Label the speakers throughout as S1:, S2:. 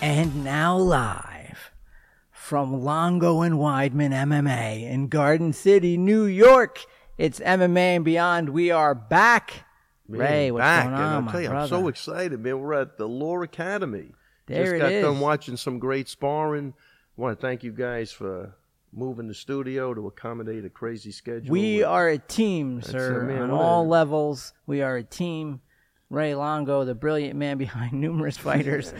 S1: now live from Longo and Weidman MMA in Garden City, New York. It's MMA and Beyond. We are back.
S2: Man,
S1: Ray, what's
S2: back,
S1: going
S2: and
S1: on,
S2: I'll
S1: my
S2: tell you,
S1: brother?
S2: I'm so excited, man. We're at the Lore Academy.
S1: There
S2: Just
S1: it
S2: got done
S1: is.
S2: watching some great sparring. want to thank you guys for moving the studio to accommodate a crazy schedule.
S1: We are a team, sir.
S2: it, man.
S1: on
S2: What
S1: all
S2: a-
S1: levels, we are a team. Ray Longo, the brilliant man behind numerous fighters,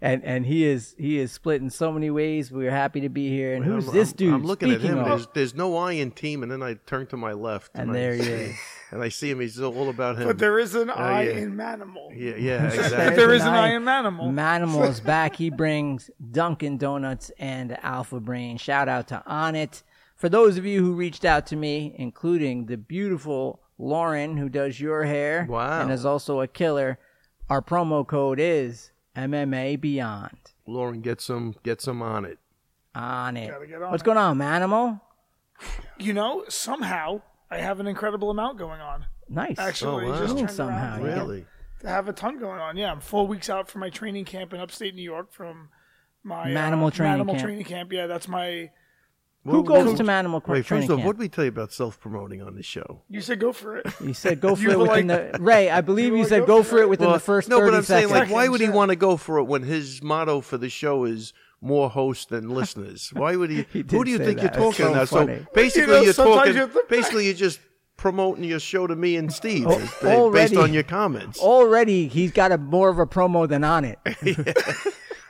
S1: and and he is he is split in so many ways. We are happy to be here. And
S2: I'm-
S1: who's
S2: I'm-
S1: this dude?
S2: I'm looking
S1: speaking
S2: at him.
S1: of?
S2: There's, there's no I in team, and then I turn to my left,
S1: and
S2: I
S1: there he
S2: see-
S1: is.
S2: and I see him. He's all about him.
S3: But there is an I
S2: Um, yeah.
S3: in manimal.
S2: yeah, yeah,
S3: But
S2: exactly.
S3: there is an
S1: I-
S3: I in manimal.
S1: Manimal is back. He brings Dunkin' Donuts and Alpha Brain. Shout out to Onnit. For those of you who reached out to me, including the beautiful Lauren who does your hair
S2: Wow.
S1: and is also a killer, our promo code is MMA Beyond.
S2: Lauren, get some, get some on it.
S1: On it.
S3: Gotta get on
S1: What's
S3: it.
S1: going on, Manimal?
S3: You know, somehow I have an incredible amount going on.
S1: Nice.
S3: Actually,
S2: Oh, wow.
S3: just
S1: Oh,
S3: turned
S1: somehow,
S3: around.
S1: yeah.
S2: Really?
S3: I have a ton going on. Yeah, I'm four weeks out from my training camp in upstate New York from my uh,
S1: Manimal training
S3: manimal
S1: camp.
S3: training camp. Yeah, that's my.
S1: who
S2: What-
S1: goes
S2: what-
S1: to Manimal
S2: Wait,
S1: training
S2: first off,
S1: camp?
S2: what did we tell you about self-promoting on the show?
S3: You said go for it.
S1: You said go for
S3: You
S1: it
S3: were
S1: within
S3: like-
S1: the Ray. I believe
S3: You
S1: you,
S3: were
S1: said
S3: like,
S1: go,
S3: go
S1: for
S3: for
S1: it
S3: it.
S1: within
S2: Well,
S1: the first
S2: no,
S1: thirty
S2: but I'm
S1: seconds.
S2: saying, like,
S3: Second,
S2: why would he
S3: sure.
S2: want to go for it when his motto for the show is more hosts than listeners? Why would he? who
S1: did
S2: do you
S1: say
S2: think
S1: that.
S2: you're
S1: It's so
S2: talking now?
S1: funny.
S2: So basically,
S3: You know,
S2: you're
S3: sometimes
S2: talking.
S3: you have to-
S2: basically, you're just promoting your show to me and Steve
S1: Al-
S2: based- based
S1: Oh, already. Oh.
S2: on your comments.
S1: Already, he's got a more of a promo than on it.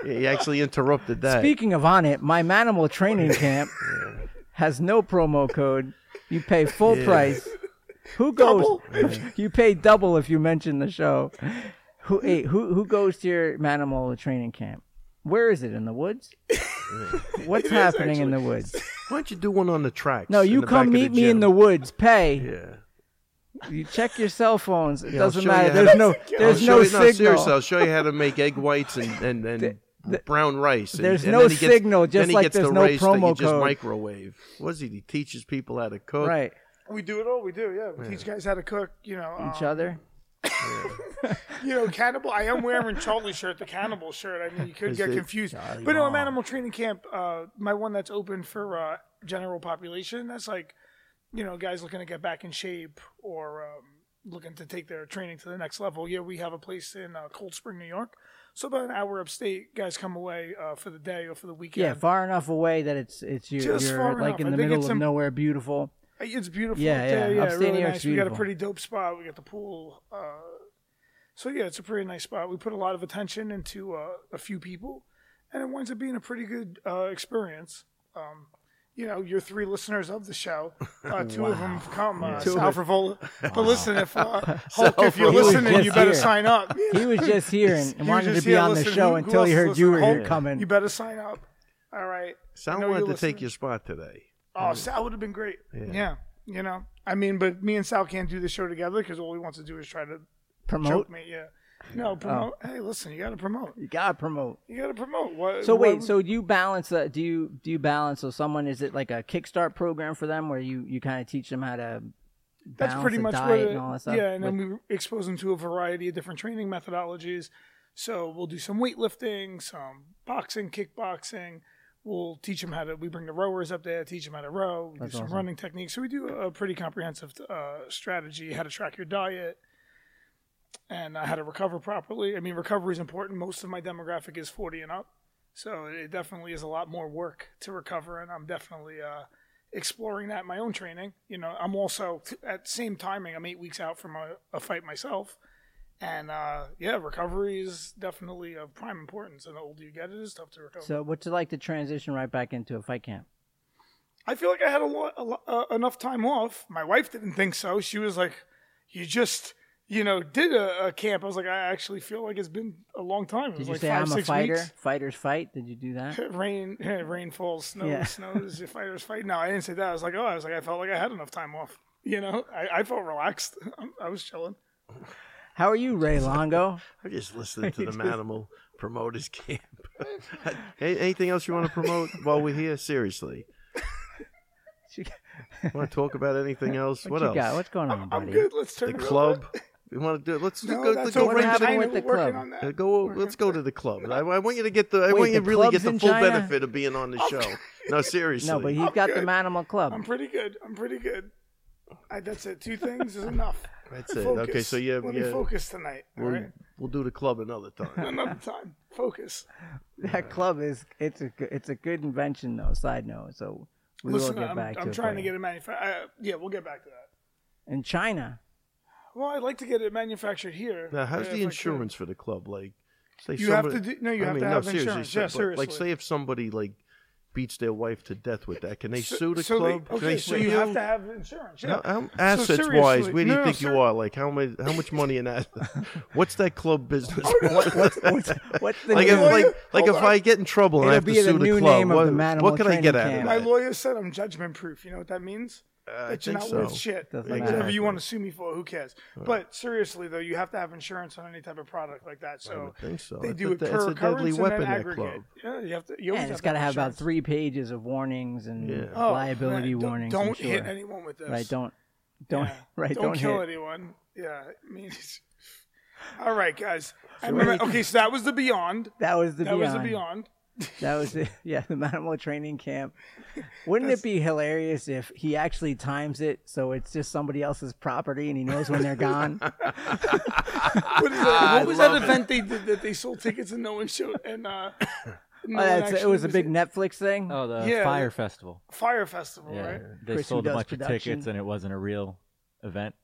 S2: Yeah, he actually interrupted that.
S1: Speaking of on it, my Manimal training camp has no promo code. You pay full price. Who goes? you pay double if you mention the show. Who hey, who who goes to your Manimal training camp? Where is it in the woods? What's happening in the woods?
S2: Why don't you do one on the tracks?
S1: No,
S2: in
S1: you
S2: the back
S1: come
S2: of
S1: meet me in
S2: gym?
S1: the woods. Pay.
S2: Yeah.
S1: You check your cell phones. It
S2: I'll
S1: doesn't
S2: show
S1: matter.
S2: you how
S1: There's
S2: to-
S1: no
S2: I'll
S1: there's
S2: show
S1: no
S2: you,
S1: signal.
S2: No, seriously, I'll show you how to make egg whites and and, and brown rice. And,
S1: there's
S2: and
S1: no
S2: then he gets,
S1: signal, just
S2: then he
S1: like
S2: gets
S1: there's
S2: the
S1: no
S2: rice that you
S1: promo
S2: just
S1: code.
S2: microwave. What is he? He teaches people how to cook.
S1: right.
S3: We do it all. We do. Yeah, we teach guys how to cook. You know, um,
S1: Each other.
S3: you know, cannibal. I am wearing Charlie's shirt, the cannibal shirt. I mean, you could get
S2: it
S3: confused. But no, I'm animal training camp. Uh, my one that's open for uh, general population. That's like, you know, guys looking to get back in shape or um, looking to take their training to the next level. Yeah, we have a place in uh, Cold Spring, New York. So about an hour upstate, guys come away uh, for the day or for the weekend.
S1: Yeah, far enough away that it's it's you're,
S3: Just
S1: you're
S3: far
S1: like
S3: enough.
S1: in
S3: I
S1: the
S3: think
S1: middle
S3: it's
S1: of
S3: im-
S1: nowhere, beautiful.
S3: It's beautiful.
S1: Yeah,
S3: up there.
S1: yeah.
S3: yeah.
S1: Upstate
S3: really
S1: New York's
S3: nice. We got a
S1: beautiful.
S3: pretty dope spot. We got the pool. Uh, so yeah, it's a pretty nice spot. We put a lot of attention into uh, a few people, and it winds up being a pretty good uh, experience. Um, you know, your three listeners of the show, uh, two of them have come. Uh, Sal Frivola. But listen, if uh, Hulk, if you're
S2: He was
S3: listening,
S1: just
S3: you better
S1: here.
S3: sign up.
S1: He was just here and
S3: You
S1: wanted to
S3: just
S1: be
S3: here,
S1: on the
S3: listen,
S1: show
S3: who- who
S1: until
S3: else
S1: he
S3: is
S1: heard you
S3: listening?
S1: were here
S3: Hulk,
S1: coming.
S3: You better sign up. All right. I
S2: Sal
S3: know
S2: wanted
S3: you're
S2: to take
S3: listening.
S2: your spot today.
S3: Oh, Sal would have been great. Yeah. You know, I mean, but me and Sal can't do the show together because all he wants to do is try to
S1: Promote. Oh.
S3: choke me. Yeah. No, promote. Hey, listen, you got to promote.
S1: You gotta promote.
S3: You got to promote. What,
S1: So
S3: why
S1: wait,
S3: would-
S1: so do you balance that? Do you do you balance? So someone is it like a kickstart program for them where you you kind of teach them how to balance
S3: that's pretty
S1: the
S3: much
S1: diet
S3: what. It,
S1: and all that stuff.
S3: yeah, and
S1: with-
S3: then we expose them to a variety of different training methodologies. So we'll do some weightlifting, some boxing, kickboxing. We'll teach them how to. We bring the rowers up there, teach them how to row. We do some running techniques. So we do a pretty comprehensive uh, strategy: how to track your diet, and uh, how to recover properly. I mean, recovery is important. Most of my demographic is 40 and up, so it definitely is a lot more work to recover, and I'm definitely uh, exploring that in my own training. You know, I'm also at the same timing. I'm eight weeks out from a, a fight myself, and uh, yeah, recovery is definitely of prime importance. And the older you get, it is tough to recover.
S1: so what's it like to transition right back into a fight camp?
S3: I feel like I had a lot, a lo- uh, enough time off. My wife didn't think so. She was like, "You just, you know, did a, a camp." I was like, "I actually feel like it's been a long time." It
S1: Did
S3: was
S1: you
S3: like
S1: say
S3: five,
S1: I'm a
S3: six
S1: fighter?
S3: weeks.
S1: Fighters fight. Did you do that?
S3: Rain, rain falls, snow,
S1: Yeah.
S3: snows. If fighters fight, no, I didn't say that. I was like, "Oh, I was like, I felt like I had enough time off." You know, I, I felt relaxed. I was chilling.
S1: How are you, Ray Longo?
S2: I'm just listening to the Manimal Promoters Camp. Any- Anything else you want to promote while we're here? Seriously.
S1: She-
S2: Want to talk about anything else? What,
S1: you
S2: else?
S1: got? What's going on, buddy?
S3: I'm good. Let's turn
S2: The
S3: it over.
S2: club. You want to do? Let's
S3: No,
S2: go.
S3: that's
S2: go
S3: over
S1: what
S2: right
S3: in
S1: happened
S3: China.
S1: with
S3: We're
S1: the
S3: working
S1: club.
S3: on that.
S2: Uh, go. Let's go to the club. I, I want you to get the. I
S1: Wait,
S2: want you
S1: the
S2: to really
S1: club's
S2: get the
S1: in
S2: full
S1: China?
S2: benefit of being on the show. No, seriously.
S1: No, but he's got the
S3: good.
S1: Manimal Club.
S3: I'm pretty good. I'm pretty good. I, that's it. Two things is enough.
S2: That's it.
S3: Focus.
S2: Okay, so yeah,
S3: Let me
S2: yeah.
S3: focus tonight. All
S2: We'll,
S3: right.
S2: we'll do the club another time.
S3: Another time. Focus.
S1: That club is it's a good, it's a good invention though. Side note, so we
S3: Listen,
S1: will get
S3: I'm,
S1: back
S3: I'm
S1: to
S3: trying
S1: it. for
S3: to
S1: you.
S3: get it manufactured. Yeah, we'll get back to that.
S1: in China.
S3: Well, I'd like to get it manufactured here.
S2: now, how's
S3: uh, if I
S2: the
S3: could.
S2: insurance for the club? Like, say
S3: You have
S2: somebody-
S3: to do- no, you
S2: I
S3: have
S2: mean,
S3: to
S2: no,
S3: have
S2: seriously,
S3: insurance.
S2: so-
S3: Yeah,
S2: but, Like,
S3: seriously.
S2: say if somebody like beats their wife to death with that, can they
S3: So-
S2: sue the
S3: so they-
S2: club?
S3: okay,
S2: can they
S3: so
S2: sue
S3: you have to have insurance. Yeah.
S2: How- how- assets wise,
S3: seriously-
S2: where do you
S3: no, no,
S2: think
S3: sir-
S2: you are? Like how much how much money in assets? What's that club business?
S3: Oh,
S1: What's, what's the
S2: like
S1: new,
S2: if like like if
S3: Hold on.
S2: I get in trouble and I
S1: It'll
S2: have to
S1: be the
S2: sue the
S1: new
S2: club,
S1: name of
S2: what,
S1: the Manimal
S2: what can I
S1: training
S2: get out of
S1: camp.
S3: My
S2: that?
S3: lawyer said I'm judgment proof. You know what that means?
S2: Uh, I
S3: that
S2: think
S3: you're not
S2: so.
S3: worth shit.
S1: Doesn't
S3: like
S1: matter.
S3: whatever you want to sue me for, who cares? But seriously though, you have to have insurance on any type of product like that.
S2: I
S3: So
S2: would think so.
S3: they
S2: It's
S3: do
S2: a-
S3: it per
S2: it's a deadly
S3: occurrence and
S2: weapon.
S3: then
S2: That
S3: aggregate.
S2: club.
S3: Yeah, you have to. You always
S1: and it's
S3: got to
S1: have about
S3: insurance.
S1: three pages of warnings and
S2: Yeah.
S3: Oh, man,
S1: liability
S3: don't-
S1: warnings.
S3: Don't,
S1: I'm sure.
S3: hit anyone with this.
S1: Right? Don't don't
S3: Yeah.
S1: right?
S3: Don't, kill
S1: hit.
S3: anyone. Yeah. I mean, it's- all right, guys. I
S1: So
S3: remember,
S1: anything-
S3: okay, so that was the Beyond.
S1: That was the
S3: That was
S1: beyond.
S3: the Beyond.
S1: That was it. Yeah, the Manimal training camp. Wouldn't it be hilarious if he actually times it so it's just somebody else's property and he knows when they're gone? Oh,
S3: What, is
S2: Ah,
S3: that, what was that event they did that they sold tickets and no one showed? And uh, no
S1: Oh,
S3: one
S1: that's- it
S3: actually
S1: was a big Netflix thing.
S4: Oh, the
S3: Yeah,
S4: Fire
S3: the-
S4: Festival.
S3: fire festival,
S4: Yeah,
S3: right?
S4: they
S1: Chris
S4: sold a
S1: Udo's
S4: bunch
S1: production.
S4: of tickets, and it wasn't a real event.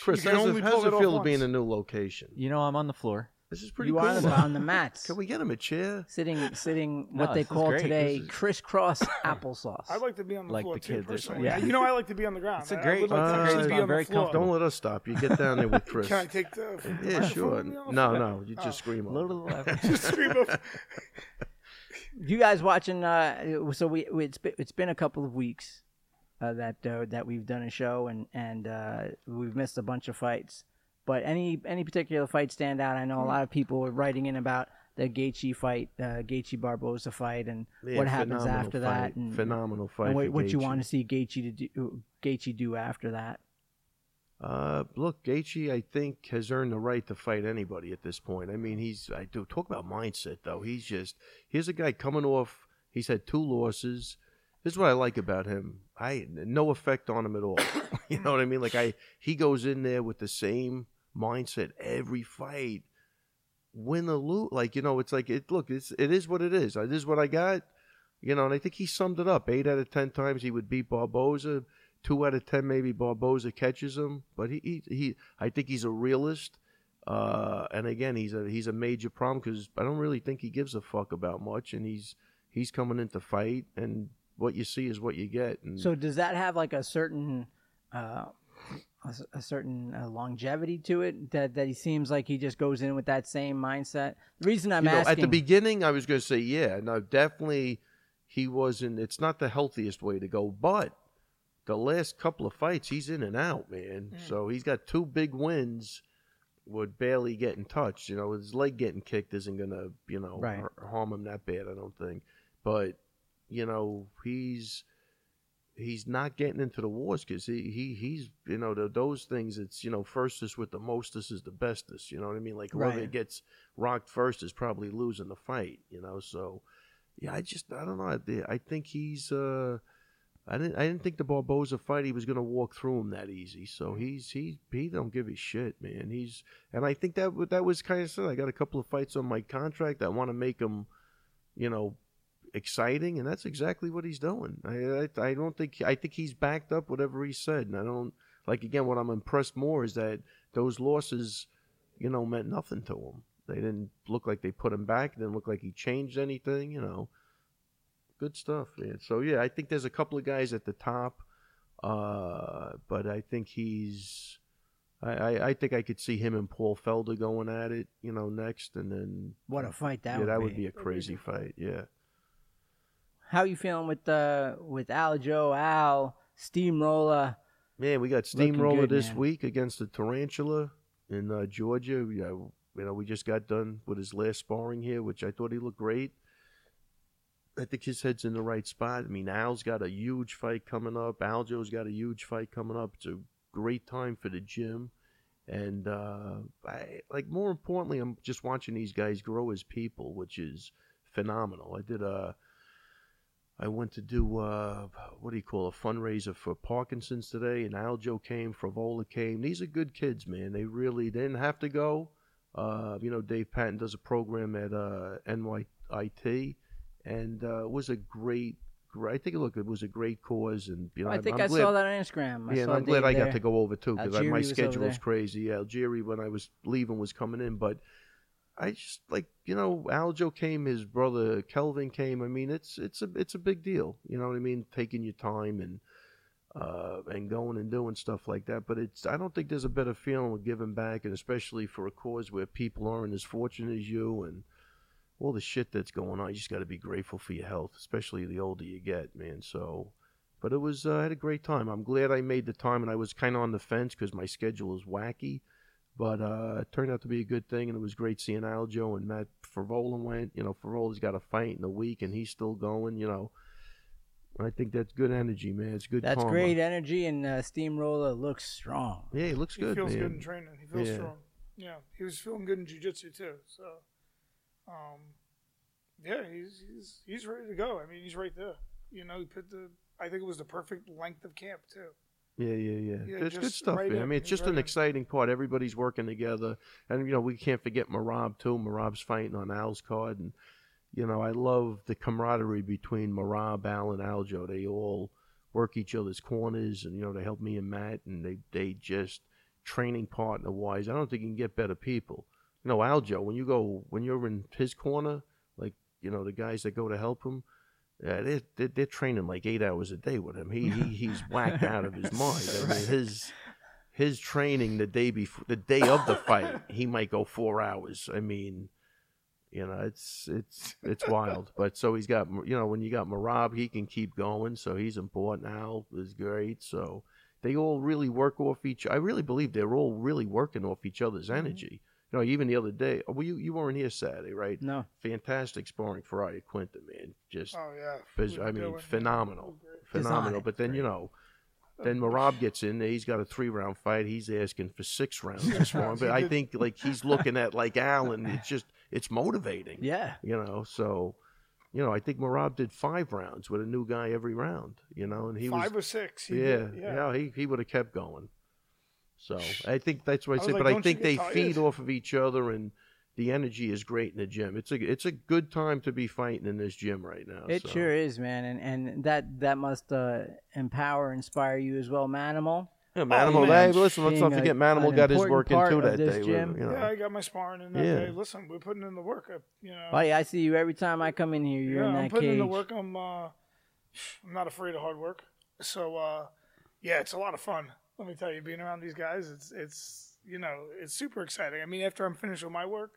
S2: Chris,
S3: You can
S2: how's
S3: only
S2: it, how's
S3: pull
S2: it
S3: it off
S2: feel to
S3: once.
S2: be in a new location?
S4: You know, I'm on the floor.
S2: This is pretty
S1: you
S2: cool.
S1: are on the, on the mats,
S2: Can we get him a chair?
S1: sitting sitting
S4: No,
S1: what they
S4: this is
S1: call
S4: great.
S1: today
S4: This is-
S1: crisscross applesauce.
S3: I'd like to be on the
S4: Like
S3: floor
S4: the
S3: too,
S4: kids, that's
S3: personally.
S1: right.
S3: Yeah, you know I like to be on the ground.
S4: It's a
S3: I- I
S4: great-
S3: would like to
S2: uh,
S3: actually
S2: it's
S3: be on the
S4: very
S3: floor.
S4: comfortable.
S2: Don't let us stop you. Get down there with Chris.
S3: Can I take the?
S2: yeah,
S3: microphone
S2: sure.
S3: with me on the
S2: No,
S3: floor?
S2: no, you just scream.
S4: Low to the
S2: over.
S4: left.
S3: Just scream up.
S1: you guys watching? Uh, so we we- it's been, it's been a couple of weeks uh, that uh, that we've done a show and and uh, we've missed a bunch of fights. But any any particular fight stand out? I know a
S4: Hmm.
S1: lot of people were writing in about the Gaethje fight, uh, Gaethje Barbosa fight, and
S2: Yeah,
S1: what happens
S2: phenomenal
S1: after
S2: fight.
S1: that, and,
S2: phenomenal fight.
S1: and what,
S2: for
S1: what you
S2: Gaethje.
S1: want to see Gaethje to do, Gaethje do after that.
S2: Uh, look, Gaethje, I think has earned the right to fight anybody at this point. I mean, he's I do talk about mindset though. He's just here's a guy coming off. He's had two losses. This is what I like about him. I no effect on him at all. you know what I mean? Like I he goes in there with the same mindset every fight, win or lose. Like you know, it's like it. Look, it's it is what it is. It is what I got. You know, and I think he summed it up. Eight out of ten times he would beat Barboza. Two out of ten maybe Barboza catches him, but he he, he I think he's a realist. Uh, and again, he's a he's a major problem because I don't really think he gives a fuck about much, and he's he's coming in to fight, and what you see is what you get. And
S1: So does that have like a certain, uh, a, s- a certain uh, longevity to it that that he seems like he just goes in with that same mindset? The reason I'm
S2: you know,
S1: asking
S2: at the beginning, I was going to say, yeah, no, definitely he wasn't. It's not the healthiest way to go, but the last couple of fights, he's in and out, man.
S1: Mm.
S2: So he's got two big wins. Would barely get in touch. You know, his leg getting kicked isn't going to, you know,
S1: Right.
S2: har- harm him that bad, I don't think. But, you know, he's he's not getting into the wars because he, he he's you know the, those things it's you know firstest with the mostest is the bestest you know what i mean like whoever
S1: Right.
S2: gets rocked first is probably losing the fight you know so yeah i just i don't know i, I think he's uh I didn't. I didn't think the Barboza fight he was going to walk through him that easy. So he's he he don't give a shit, man. He's and I think that wa- that was kind of said. I got a couple of fights on my contract. I want to make him, you know, exciting, and that's exactly what he's doing. I, I I don't think I think he's backed up whatever he said, and I don't like again. What I'm impressed more is that those losses, you know, meant nothing to him. They didn't look like they put him back. It didn't look like he changed anything. You know, good stuff, man. So yeah, I think there's a couple of guys at the top, uh, but I think he's. I, I, I think I could see him and Paul Felder going at it, you know, next, and then
S1: what a fight that
S2: yeah,
S1: would
S2: that
S1: be.
S2: would be a crazy fight, yeah.
S1: How you feeling with uh with Al Joe Al Steamroller?
S2: Man, we got
S1: Looking
S2: Steamroller
S1: good,
S2: this
S1: man.
S2: week against the Tarantula in uh, Georgia. We, uh, you know, we just got done with his last sparring here, which I thought he looked great. I think his head's in the right spot. I mean, Al's got a huge fight coming up. Aljo's got a huge fight coming up. It's a great time for the gym. And uh, I, like more importantly, I'm just watching these guys grow as people, which is phenomenal. I did a, I went to do uh what do you call a fundraiser for Parkinson's today, and Aljo came, Fravola came. These are good kids, man. They really they didn't have to go. Uh, you know, Dave Patton does a program at uh, NYIT, and uh, it was a great, great. I think look, it was a great cause, and you know,
S1: I
S2: I'm-
S1: think
S2: I'm
S1: i
S2: glad-
S1: saw that on Instagram. I
S2: yeah, and
S1: saw
S2: I'm glad
S1: Dave
S2: I
S1: there.
S2: got to go over too because
S1: Algeria
S2: my
S1: was over
S2: schedule is
S1: there.
S2: crazy. Yeah, Algeria when I was leaving was coming in, but I just like you know Aljo came, his brother Kelvin came. I mean, it's it's a it's a big deal. You know what I mean? Taking your time and uh, and going and doing stuff like that. But it's I don't think there's a better feeling with giving back, and especially for a cause where people aren't as fortunate as you and all the shit that's going on. You just got to be grateful for your health, especially the older you get, man. So, but it was uh, I had a great time. I'm glad I made the time, and I was kind of on the fence because my schedule is wacky. But uh, it turned out to be a good thing, and it was great seeing Aljo and Matt Favola went. You know, Favola's got a fight in a week, and he's still going. You know, I think that's good energy, man. It's good.
S1: That's
S2: karma.
S1: great energy, and uh, Steamroller looks strong.
S2: Yeah, he looks
S3: He
S2: good.
S3: feels
S2: man.
S3: good in training. He feels
S2: Yeah.
S3: strong. Yeah, he was feeling good in jujitsu too. So, um, yeah, he's he's he's ready to go. I mean, he's right there. You know, he put the. I think it was the perfect length of camp too.
S2: Yeah, yeah, yeah.
S3: Yeah,
S2: That's good
S3: just
S2: stuff,
S3: right
S2: man. I
S3: in,
S2: mean, it's
S3: just
S2: just
S3: right
S2: an
S3: in.
S2: exciting part. Everybody's working together, and you know we can't forget Marab too. Marab's fighting on Al's card, and you know I love the camaraderie between Marab, Al, and Aljo. They all work each other's corners, and you know they help me and Matt, and they they just training partner wise. I don't think you can get better people. You know, Aljo, when you go when you're in his corner, like you know the guys that go to help him. Yeah, they're, they're, they're training like eight hours a day with him. He, he he's whacked out of his mind. I mean, his his training the day before, the day of the fight, he might go four hours. I mean, you know, it's it's it's wild. But so he's got you know when you got Marab, he can keep going. So he's important. Al is great. So they all really work off each. I really believe they're all really working off each other's energy. You know, even the other day, well, you you weren't here Saturday, right?
S1: No,
S2: Fantastic sparring for Aya Quinta, man. Just
S3: Oh yeah,
S2: Phys-
S3: With
S2: I mean,
S3: Dylan.
S2: phenomenal,
S1: Design.
S2: phenomenal. But then you know, then Marab gets in there. He's got a three round fight. He's asking for six rounds this one. But I think like he's looking at like Allen. It's just it's motivating.
S1: yeah,
S2: You know, so you know, I think Marab did five rounds with a new guy every round. You know, and he
S3: Five
S2: was
S3: or six. He
S2: yeah,
S3: did,
S2: yeah, He he would have kept going. So I think that's what
S3: I
S2: I
S3: was
S2: say.
S3: like,
S2: but I
S3: "Don't you
S2: think
S3: get
S2: they
S3: tired?"
S2: feed off of each other and. The energy is great in the gym. It's a it's a good time to be fighting in this gym right now.
S1: it
S2: so.
S1: sure is, man, and and that that must uh, empower, inspire you as well, Manimal.
S2: Yeah, Manimal.
S1: man,
S2: hey, listen, let's not
S1: being a-
S2: forget Manimal
S1: an
S2: got his
S1: important
S2: work in
S1: part
S2: too
S1: of
S2: that
S1: this
S2: day.
S1: gym.
S2: with- you know.
S3: Yeah, I got my sparring in that
S2: Yeah.
S3: day. Listen, we're putting in the work. I, you know,
S1: Buddy, Oh, I see you every time I come in here. You're
S3: yeah,
S1: in that
S3: I'm putting
S1: cage.
S3: in the work. I'm uh, I'm not afraid of hard work. So uh, yeah, it's a lot of fun. Let me tell you, being around these guys, it's it's you know it's super exciting. I mean, after I'm finished with my work,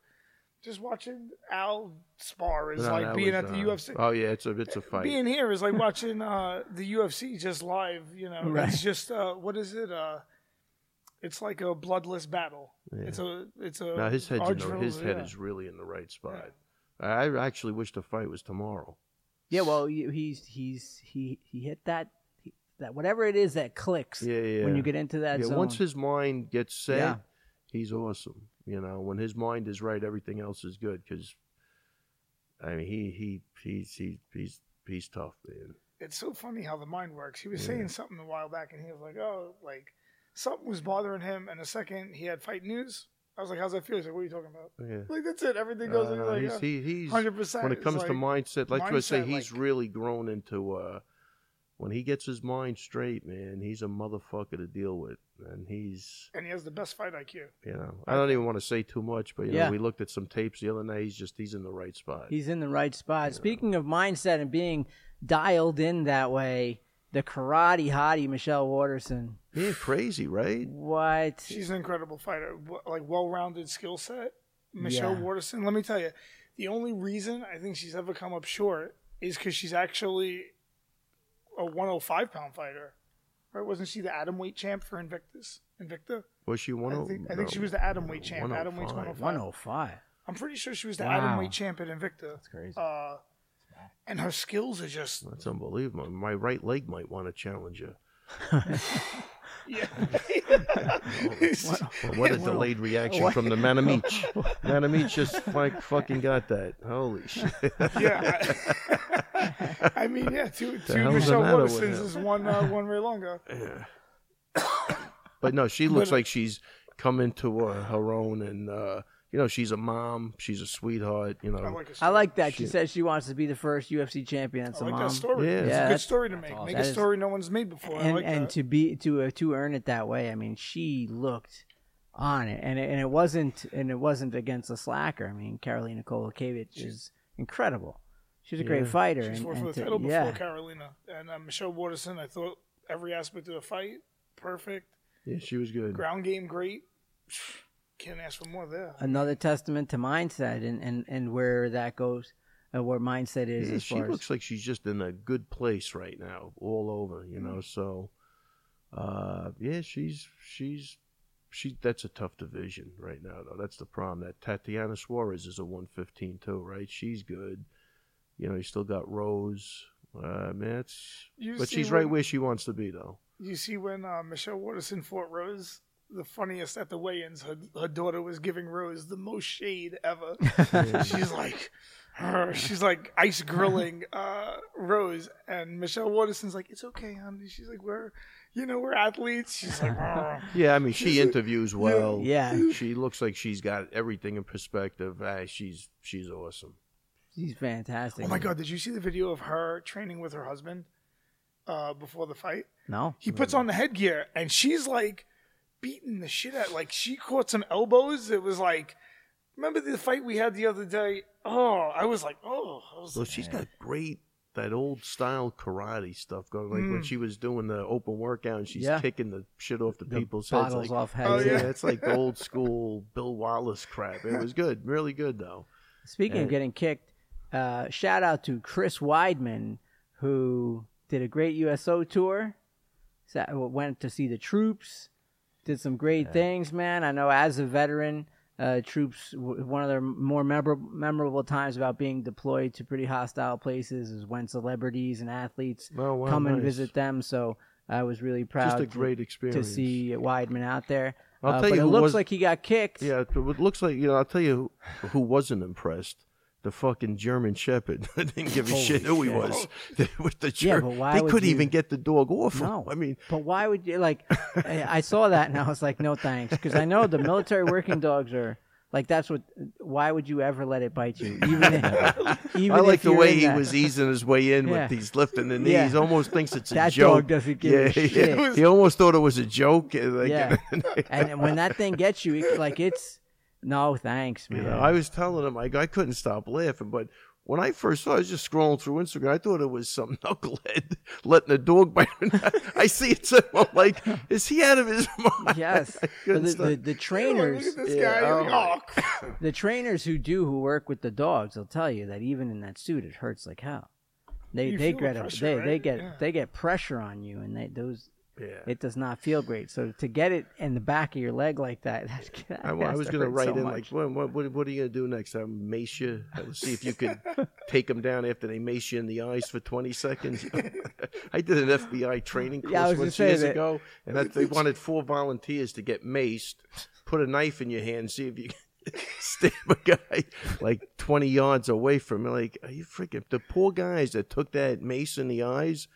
S3: just watching Al spar is
S2: No,
S3: like
S2: that
S3: being
S2: was,
S3: at the
S2: uh,
S3: UFC.
S2: Oh yeah, it's a it's a fight.
S3: being here is like watching uh, the UFC just live. You know,
S1: Right.
S3: it's just uh, what is it? Uh, it's like a bloodless battle.
S2: Yeah.
S3: It's a it's a.
S2: now his head's in the,
S3: arch-
S2: his head
S3: yeah.
S2: is really in the right spot. I I actually wish the fight was tomorrow.
S1: Yeah, well, you- he's he's he he hit that that whatever it is that clicks
S2: Yeah, yeah.
S1: when you get into that
S2: yeah,
S1: zone.
S2: once his mind gets set,
S1: Yeah.
S2: he's awesome. You know, when his mind is right, everything else is good. Because I mean, he he he's he's he's he's tough, man.
S3: it's so funny how the mind works. He was
S2: Yeah.
S3: saying something a while back, and he was like, "Oh, like something was bothering him." And the second he had fight news, I was like, "How's that feel?" He's like, "What are you talking about?"
S2: Yeah.
S3: Like that's it. Everything goes.
S2: Uh,
S3: like,
S2: he's,
S3: yeah.
S2: he, he's
S3: 100%.
S2: when it
S3: It's
S2: comes to
S3: like-
S2: mindset, like I say,
S3: mindset,
S2: he's
S3: like-
S2: really grown into uh when he gets his mind straight, man, he's a motherfucker to deal with. And he's
S3: and he has the best fight IQ.
S2: you know I don't even want to say too much, but you
S1: Yeah.
S2: know, we looked at some tapes the other night, he's just he's in the right spot.
S1: He's in the right spot. Speaking of mindset and being dialed in that way, the karate hottie Michelle Waterson.
S2: yeah, crazy, right?
S1: What?
S3: She's an incredible fighter. W- Like well-rounded skill set. Michelle
S1: Yeah.
S3: Waterson. Let me tell you, the only reason I think she's ever come up short is because she's actually a 105 pound fighter. Right? Wasn't she the atom weight champ for Invictus? Invicta.
S2: Was she one
S3: I
S2: oh-
S3: think, I think
S2: no, oh
S3: she was the atom weight
S2: no,
S3: champ. Atom weight's
S2: 105.
S1: 105.
S3: I'm pretty sure she was the
S4: Wow.
S3: atom weight champ at Invicta.
S4: That's crazy.
S1: Oh,
S3: Uh, and her skills are just
S2: That's unbelievable. My right leg might want to challenge her.
S3: Yeah.
S2: Well, what a delayed reaction from the Manamich. Manamich just like fucking got that. Holy shit.
S3: yeah. I, I mean, yeah, two,
S2: The
S3: two
S2: hell's the
S3: Michelle
S2: matter with
S3: Watersons
S2: him?
S3: is one uh, one Ray Longo.
S2: But no, she looks
S3: But-
S2: like she's come into uh, her own, and uh, you know she's a mom, she's a sweetheart. You know,
S3: I like, a
S1: I like that. She
S2: Shit.
S1: says she wants to be the first UFC champion. That's
S3: I
S1: a
S3: like
S1: mom.
S3: that story.
S2: Yeah.
S3: Yeah, it's
S1: Yeah,
S3: a good
S1: that's-
S3: story to make.
S4: awesome.
S3: Make
S1: That
S3: a
S1: is-
S3: story no one's made before. I
S1: and
S3: like
S1: and
S3: that.
S1: to be to uh, to earn it that way. I mean, she looked on it, and it, and it wasn't and it wasn't against a slacker. I mean, Karolina Kowalkiewicz is incredible. She's a great
S2: Yeah.
S1: fighter,
S3: She's
S1: and,
S3: fought
S1: and
S3: for the
S1: to-
S3: title before
S1: yeah,
S3: Carolina and uh, Michelle Waterson. I thought every aspect of the fight perfect.
S2: yeah, she was good.
S3: Ground game great. Can't ask for more there.
S1: another testament to mindset and and and where that goes, and where mindset is
S2: Yeah,
S1: as
S2: she
S1: far
S2: looks like she's just in a good place right now, all over. You know,
S1: Mm-hmm.
S2: so uh, yeah, she's she's she. That's a tough division right now, though. That's the problem. That Tatiana Suarez is a one fifteen too, right? She's good. You know, you still got Rose. Uh, man, it's-
S3: You
S2: but
S3: see
S2: she's right
S3: when-
S2: where she wants to be, though.
S3: You see, when uh, Michelle Waterson fought Rose, the funniest at the weigh-ins, her, her daughter was giving Rose the most shade ever. she's like, her, she's like ice grilling uh, Rose, and Michelle Waterson's like, "It's okay, honey." She's like, "We're, you know, we're athletes." She's like, "Arr."
S2: Yeah, I mean, she interviews well.
S1: Yeah.
S2: she looks like she's got everything in perspective. Ah, she's she's awesome.
S1: she's fantastic.
S3: "Oh my God, did you see the video of her training with her husband uh, before the fight?"
S1: No,
S3: He puts on the headgear, and she's like beating the shit out. Like she caught some elbows. It was like, remember the fight we had the other day? Oh, I was like, oh, I was
S2: So
S3: like,
S2: she's got great that old style karate stuff going. Like when
S3: Mm.
S2: she was doing the open workout, and she's
S1: Hmm. Yeah.
S2: kicking the shit off the,
S1: the
S2: people's heads.
S1: bottles
S2: Like,
S1: off heads.
S3: Oh,
S2: yeah,
S3: yeah.
S2: it's like the old school Bill Wallace crap. It was good, really good though.
S1: Speaking of
S2: And-
S1: getting kicked, uh, shout out to Chris Weidman, who did a great USO tour. Sa- Went to see the troops, did some great things, man. I know as a veteran, uh, troops, w- one of their more memorable, memorable times about being deployed to pretty hostile places is when celebrities and athletes
S2: Oh, wow,
S1: come and
S2: nice.
S1: visit them. So I was really proud
S2: Just a
S1: to-
S2: great
S1: to,
S2: experience
S1: see Weidman out there.
S2: I'll
S1: Uh,
S2: tell
S1: but it
S2: you who
S1: looks
S2: was-
S1: like he got kicked.
S2: Yeah, it it looks like you know. I'll tell you who, who wasn't impressed. The fucking German Shepherd I didn't give a shit who he was. With the
S1: Yeah,
S2: Ger-
S1: but why
S2: they
S1: would
S2: couldn't
S1: you-
S2: even get the dog off. him.
S1: No,
S2: I mean,
S1: but why would you like? I I saw that and I was like, no thanks, because I know the military working dogs are like that's what. Why would you ever let it bite you? Even if, even
S2: I like
S1: if
S2: the
S1: you're
S2: way
S1: in
S2: he
S1: that-
S2: was easing his way in
S1: Yeah.
S2: with these lifting the knees.
S1: Yeah.
S2: Almost thinks it's a
S1: That
S2: joke.
S1: dog doesn't give a shit.
S2: He almost thought it was a joke. uh, like-
S1: Yeah, and when that thing gets you, it's like it's no thanks,
S2: you
S1: man.
S2: know, I was telling him I, I couldn't stop laughing, but. When I first saw, it, I was just scrolling through Instagram. I thought it was some knucklehead letting a dog bite. him. I see it, so I'm like, is he out of his mind?
S1: yes,
S2: I
S1: but
S2: couldn't
S1: the,
S2: stop.
S1: the, the
S3: look
S1: trainers,
S3: at this
S2: Yeah,
S3: guy. You're
S2: oh.
S3: like, oh, crap.
S1: the trainers who do who work with the dogs, they'll tell you that even in that suit, it hurts like hell. They
S3: You
S1: they
S3: feel the
S1: get a-
S3: pressure,
S1: they they
S3: right?
S1: get
S3: Yeah.
S1: they get pressure on you, and they those
S2: yeah.
S1: it does not feel great. So to get it in the back of your leg like that, that, that
S2: I, wa- I
S1: has
S2: was
S1: to
S2: going to
S1: hurt
S2: write
S1: so
S2: in
S1: much.
S2: like, what, what, what, what are you going to do next? I mace you. I'll see if you could take them down after they mace you in the eyes for 20 seconds. I did an FBI training course
S1: Yeah, I was gonna
S2: once
S1: say
S2: years
S1: that-
S2: ago, and that they wanted four volunteers to get maced, put a knife in your hand, see if you can stab a guy like 20 yards away from me. Like, are you freaking? The poor guys that took that mace in the eyes,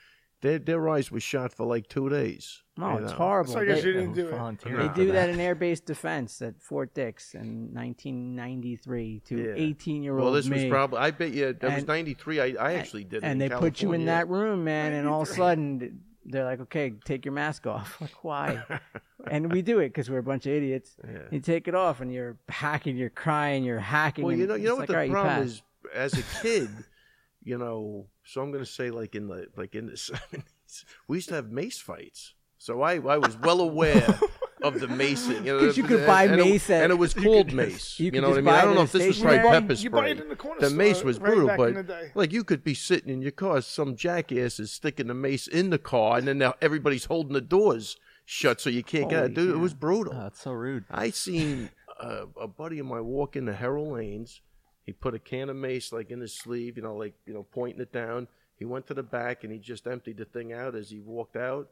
S2: their, their eyes were shot for like two days.
S1: no,
S2: you
S1: it's
S2: know?
S1: horrible.
S3: So I
S1: they,
S3: guess you didn't do it.
S4: Volunteering
S1: they
S4: for
S1: do that in air base defense at Fort Dix in 1993
S2: Yeah.
S1: to 18 year old
S2: Well, this
S1: me.
S2: was probably. I bet you that was
S1: And-
S2: '93. I, I actually did. it
S1: and they put you in that
S2: California.
S1: room, man, and all of a sudden they're like, "Okay, take your mask off." Like, why? and we do it because we're a bunch of idiots.
S2: Yeah.
S1: You take it off, and you're hacking, you're crying, you're hacking.
S2: Well,
S1: and
S2: you know, you
S1: it's
S2: know
S1: like,
S2: what the
S1: all right, you
S2: problem
S1: passed.
S2: is. As a kid, you know, so I'm going to say like in the like in the '70s, we used to have mace fights. So I I was well aware. Of the mace, you know,
S1: 'Cause you could
S2: and-
S1: buy
S2: and it-
S1: mace at-
S2: and it was
S1: You
S2: called
S1: could
S2: mace.
S1: just- you
S2: You,
S1: could
S2: know what I
S1: just
S2: mean? I
S1: buy
S2: don't
S1: it
S2: know
S1: at
S2: if
S1: the
S2: this was
S1: station. You
S2: probably
S1: buy-
S2: pepper spray.
S3: you buy it in the corner
S2: the
S3: store,
S2: mace was
S3: right
S2: brutal,
S3: back in the
S2: but
S3: day.
S2: like you could be sitting in your car, some jackass is sticking the mace in the car, and then now everybody's holding the doors shut so you can't get out.
S1: Holy
S2: Dude, it
S1: cow.
S2: was brutal.
S4: Oh, that's so rude.
S2: I seen a, a buddy of mine walk into Harold Lane's. He put a can of mace like in his sleeve, you know, like you know, pointing it down. He went to the back and he just emptied the thing out as he walked out.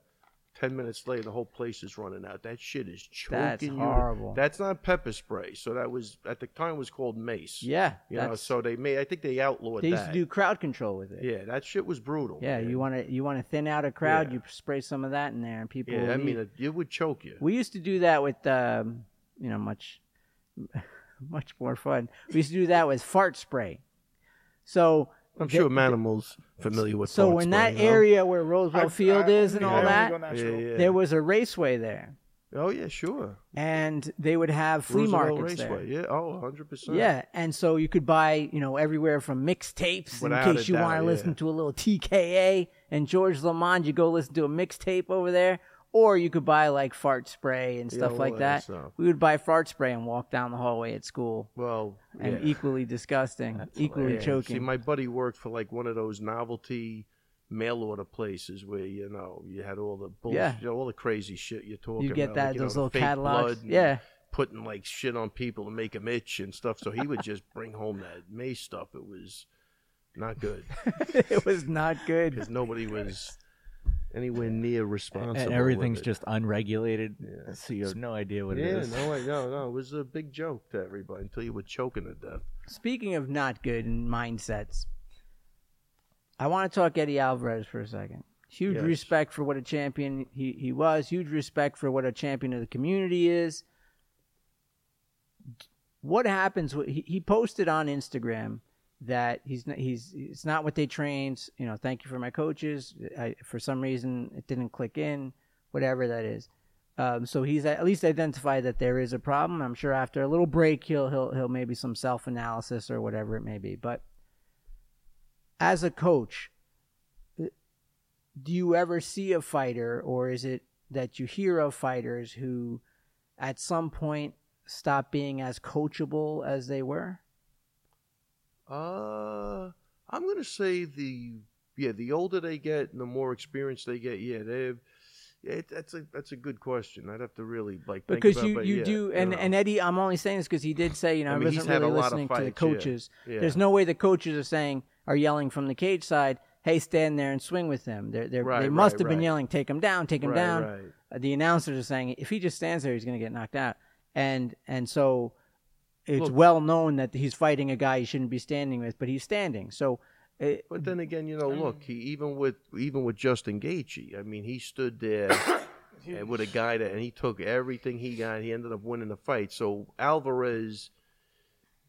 S2: Ten minutes later, the whole place is running out. That shit is choking
S1: That's
S2: you.
S1: horrible.
S2: That's not pepper spray. So that was at the time was called mace.
S1: yeah,
S2: You know,
S1: that's-
S2: so they made. I think they outlawed
S1: they used
S2: that.
S1: to do crowd control with it.
S2: yeah, that shit was brutal.
S1: Yeah,
S2: man.
S1: you want to you want to thin out a crowd.
S2: Yeah.
S1: You spray some of that in there, and people.
S2: Yeah,
S1: will
S2: I
S1: leave.
S2: mean, it, it would choke you.
S1: we used to do that with um, you know much much more fun. We used to do that with fart spray. So
S2: I'm
S1: they-
S2: sure Manimal's familiar with.
S1: so
S2: thought
S1: in
S2: spray,
S1: that
S2: you know?
S1: area where Roosevelt
S3: I-
S1: Field
S3: I-
S1: is and
S3: yeah,
S1: all
S3: I
S1: that,
S3: only go natural.
S2: Yeah, yeah.
S1: there was a raceway there,
S2: oh yeah, sure.
S1: and they would have flea
S2: Roosevelt
S1: markets
S2: Raceway.
S1: there.
S2: Yeah. Oh, 100 percent.
S1: Yeah, and so you could buy, you know, everywhere from mixtapes in
S2: Without
S1: case
S2: a
S1: you
S2: doubt,
S1: want to
S2: yeah.
S1: listen to a little TKA and George Lamond, you go listen to a mixtape over there, or you could buy like fart spray and
S2: Yeah,
S1: stuff
S2: all
S1: like
S2: that
S1: that.
S2: stuff.
S1: We would buy fart spray and walk down the hallway at school,
S2: Well,
S1: and
S2: yeah.
S1: equally disgusting,
S4: That's
S1: equally
S4: hilarious.
S1: choking.
S2: See, my buddy worked for like one of those novelty mail order places where you know you had all the bullshit,
S1: Yeah.
S2: all the crazy shit you're talking.
S1: you get
S2: about,
S1: that
S2: like, you know,
S1: those
S2: the
S1: little
S2: fake
S1: catalogs,
S2: blood and
S1: yeah.
S2: putting like shit on people to make them itch and stuff. So he would just bring home that May stuff. It was not good
S1: it was not good.
S2: because nobody was anywhere near responsible.
S4: and
S2: with
S4: everything's
S2: it.
S4: just unregulated,
S2: Yeah.
S4: so you have no idea what it
S2: Yeah,
S4: is.
S2: no, like, no, no. It was a big joke to everybody until you were choking to death.
S1: Speaking of not good and mindsets, I want to talk Eddie Alvarez for a second. Huge
S2: Yes.
S1: respect for what a champion he, he was, huge respect for what a champion of the community is. What happens? wh- He, he posted on Instagram that he's n- he's it's not what they trained. You know, thank you for my coaches. I, for some reason, it didn't click in. Whatever that is. Um, so he's at least identified that there is a problem. I'm sure after a little break, he'll he'll he'll maybe some self analysis or whatever it may be. But as a coach, uh, do you ever see a fighter, or is it that you hear of fighters who, at some point, stop being as coachable as they were?
S2: Uh, I'm gonna say the yeah the older they get and the more experience they get, yeah, they yeah it, that's a that's a good question. I'd have to really like think
S1: Because
S2: about,
S1: you,
S2: but
S1: you
S2: yeah,
S1: do, and,
S2: you know,
S1: and Eddie, I'm only saying this because he did say, you know,
S2: I
S1: I,
S2: mean, he's
S1: wasn't
S2: had a
S1: really
S2: lot of
S1: listening to the
S2: fights, yeah.
S1: coaches.
S2: yeah.
S1: There's no way the coaches are saying are yelling from the cage side, "Hey, stand there and swing with them." They're, they're,
S2: Right,
S1: they must
S2: right,
S1: have been
S2: right.
S1: yelling, "Take him down, take him
S2: right,
S1: down."
S2: Right.
S1: Uh, The announcers are saying, "If he just stands there, he's going to get knocked out." And and so it's
S2: Look-
S1: well known that he's fighting a guy he shouldn't be standing with, but he's standing. So eh, it,
S2: But then again, you know, look, he even with even with Justin Gaethje, I mean, he stood there and with a guy that, and he took everything he got. He ended up winning the fight. So Alvarez,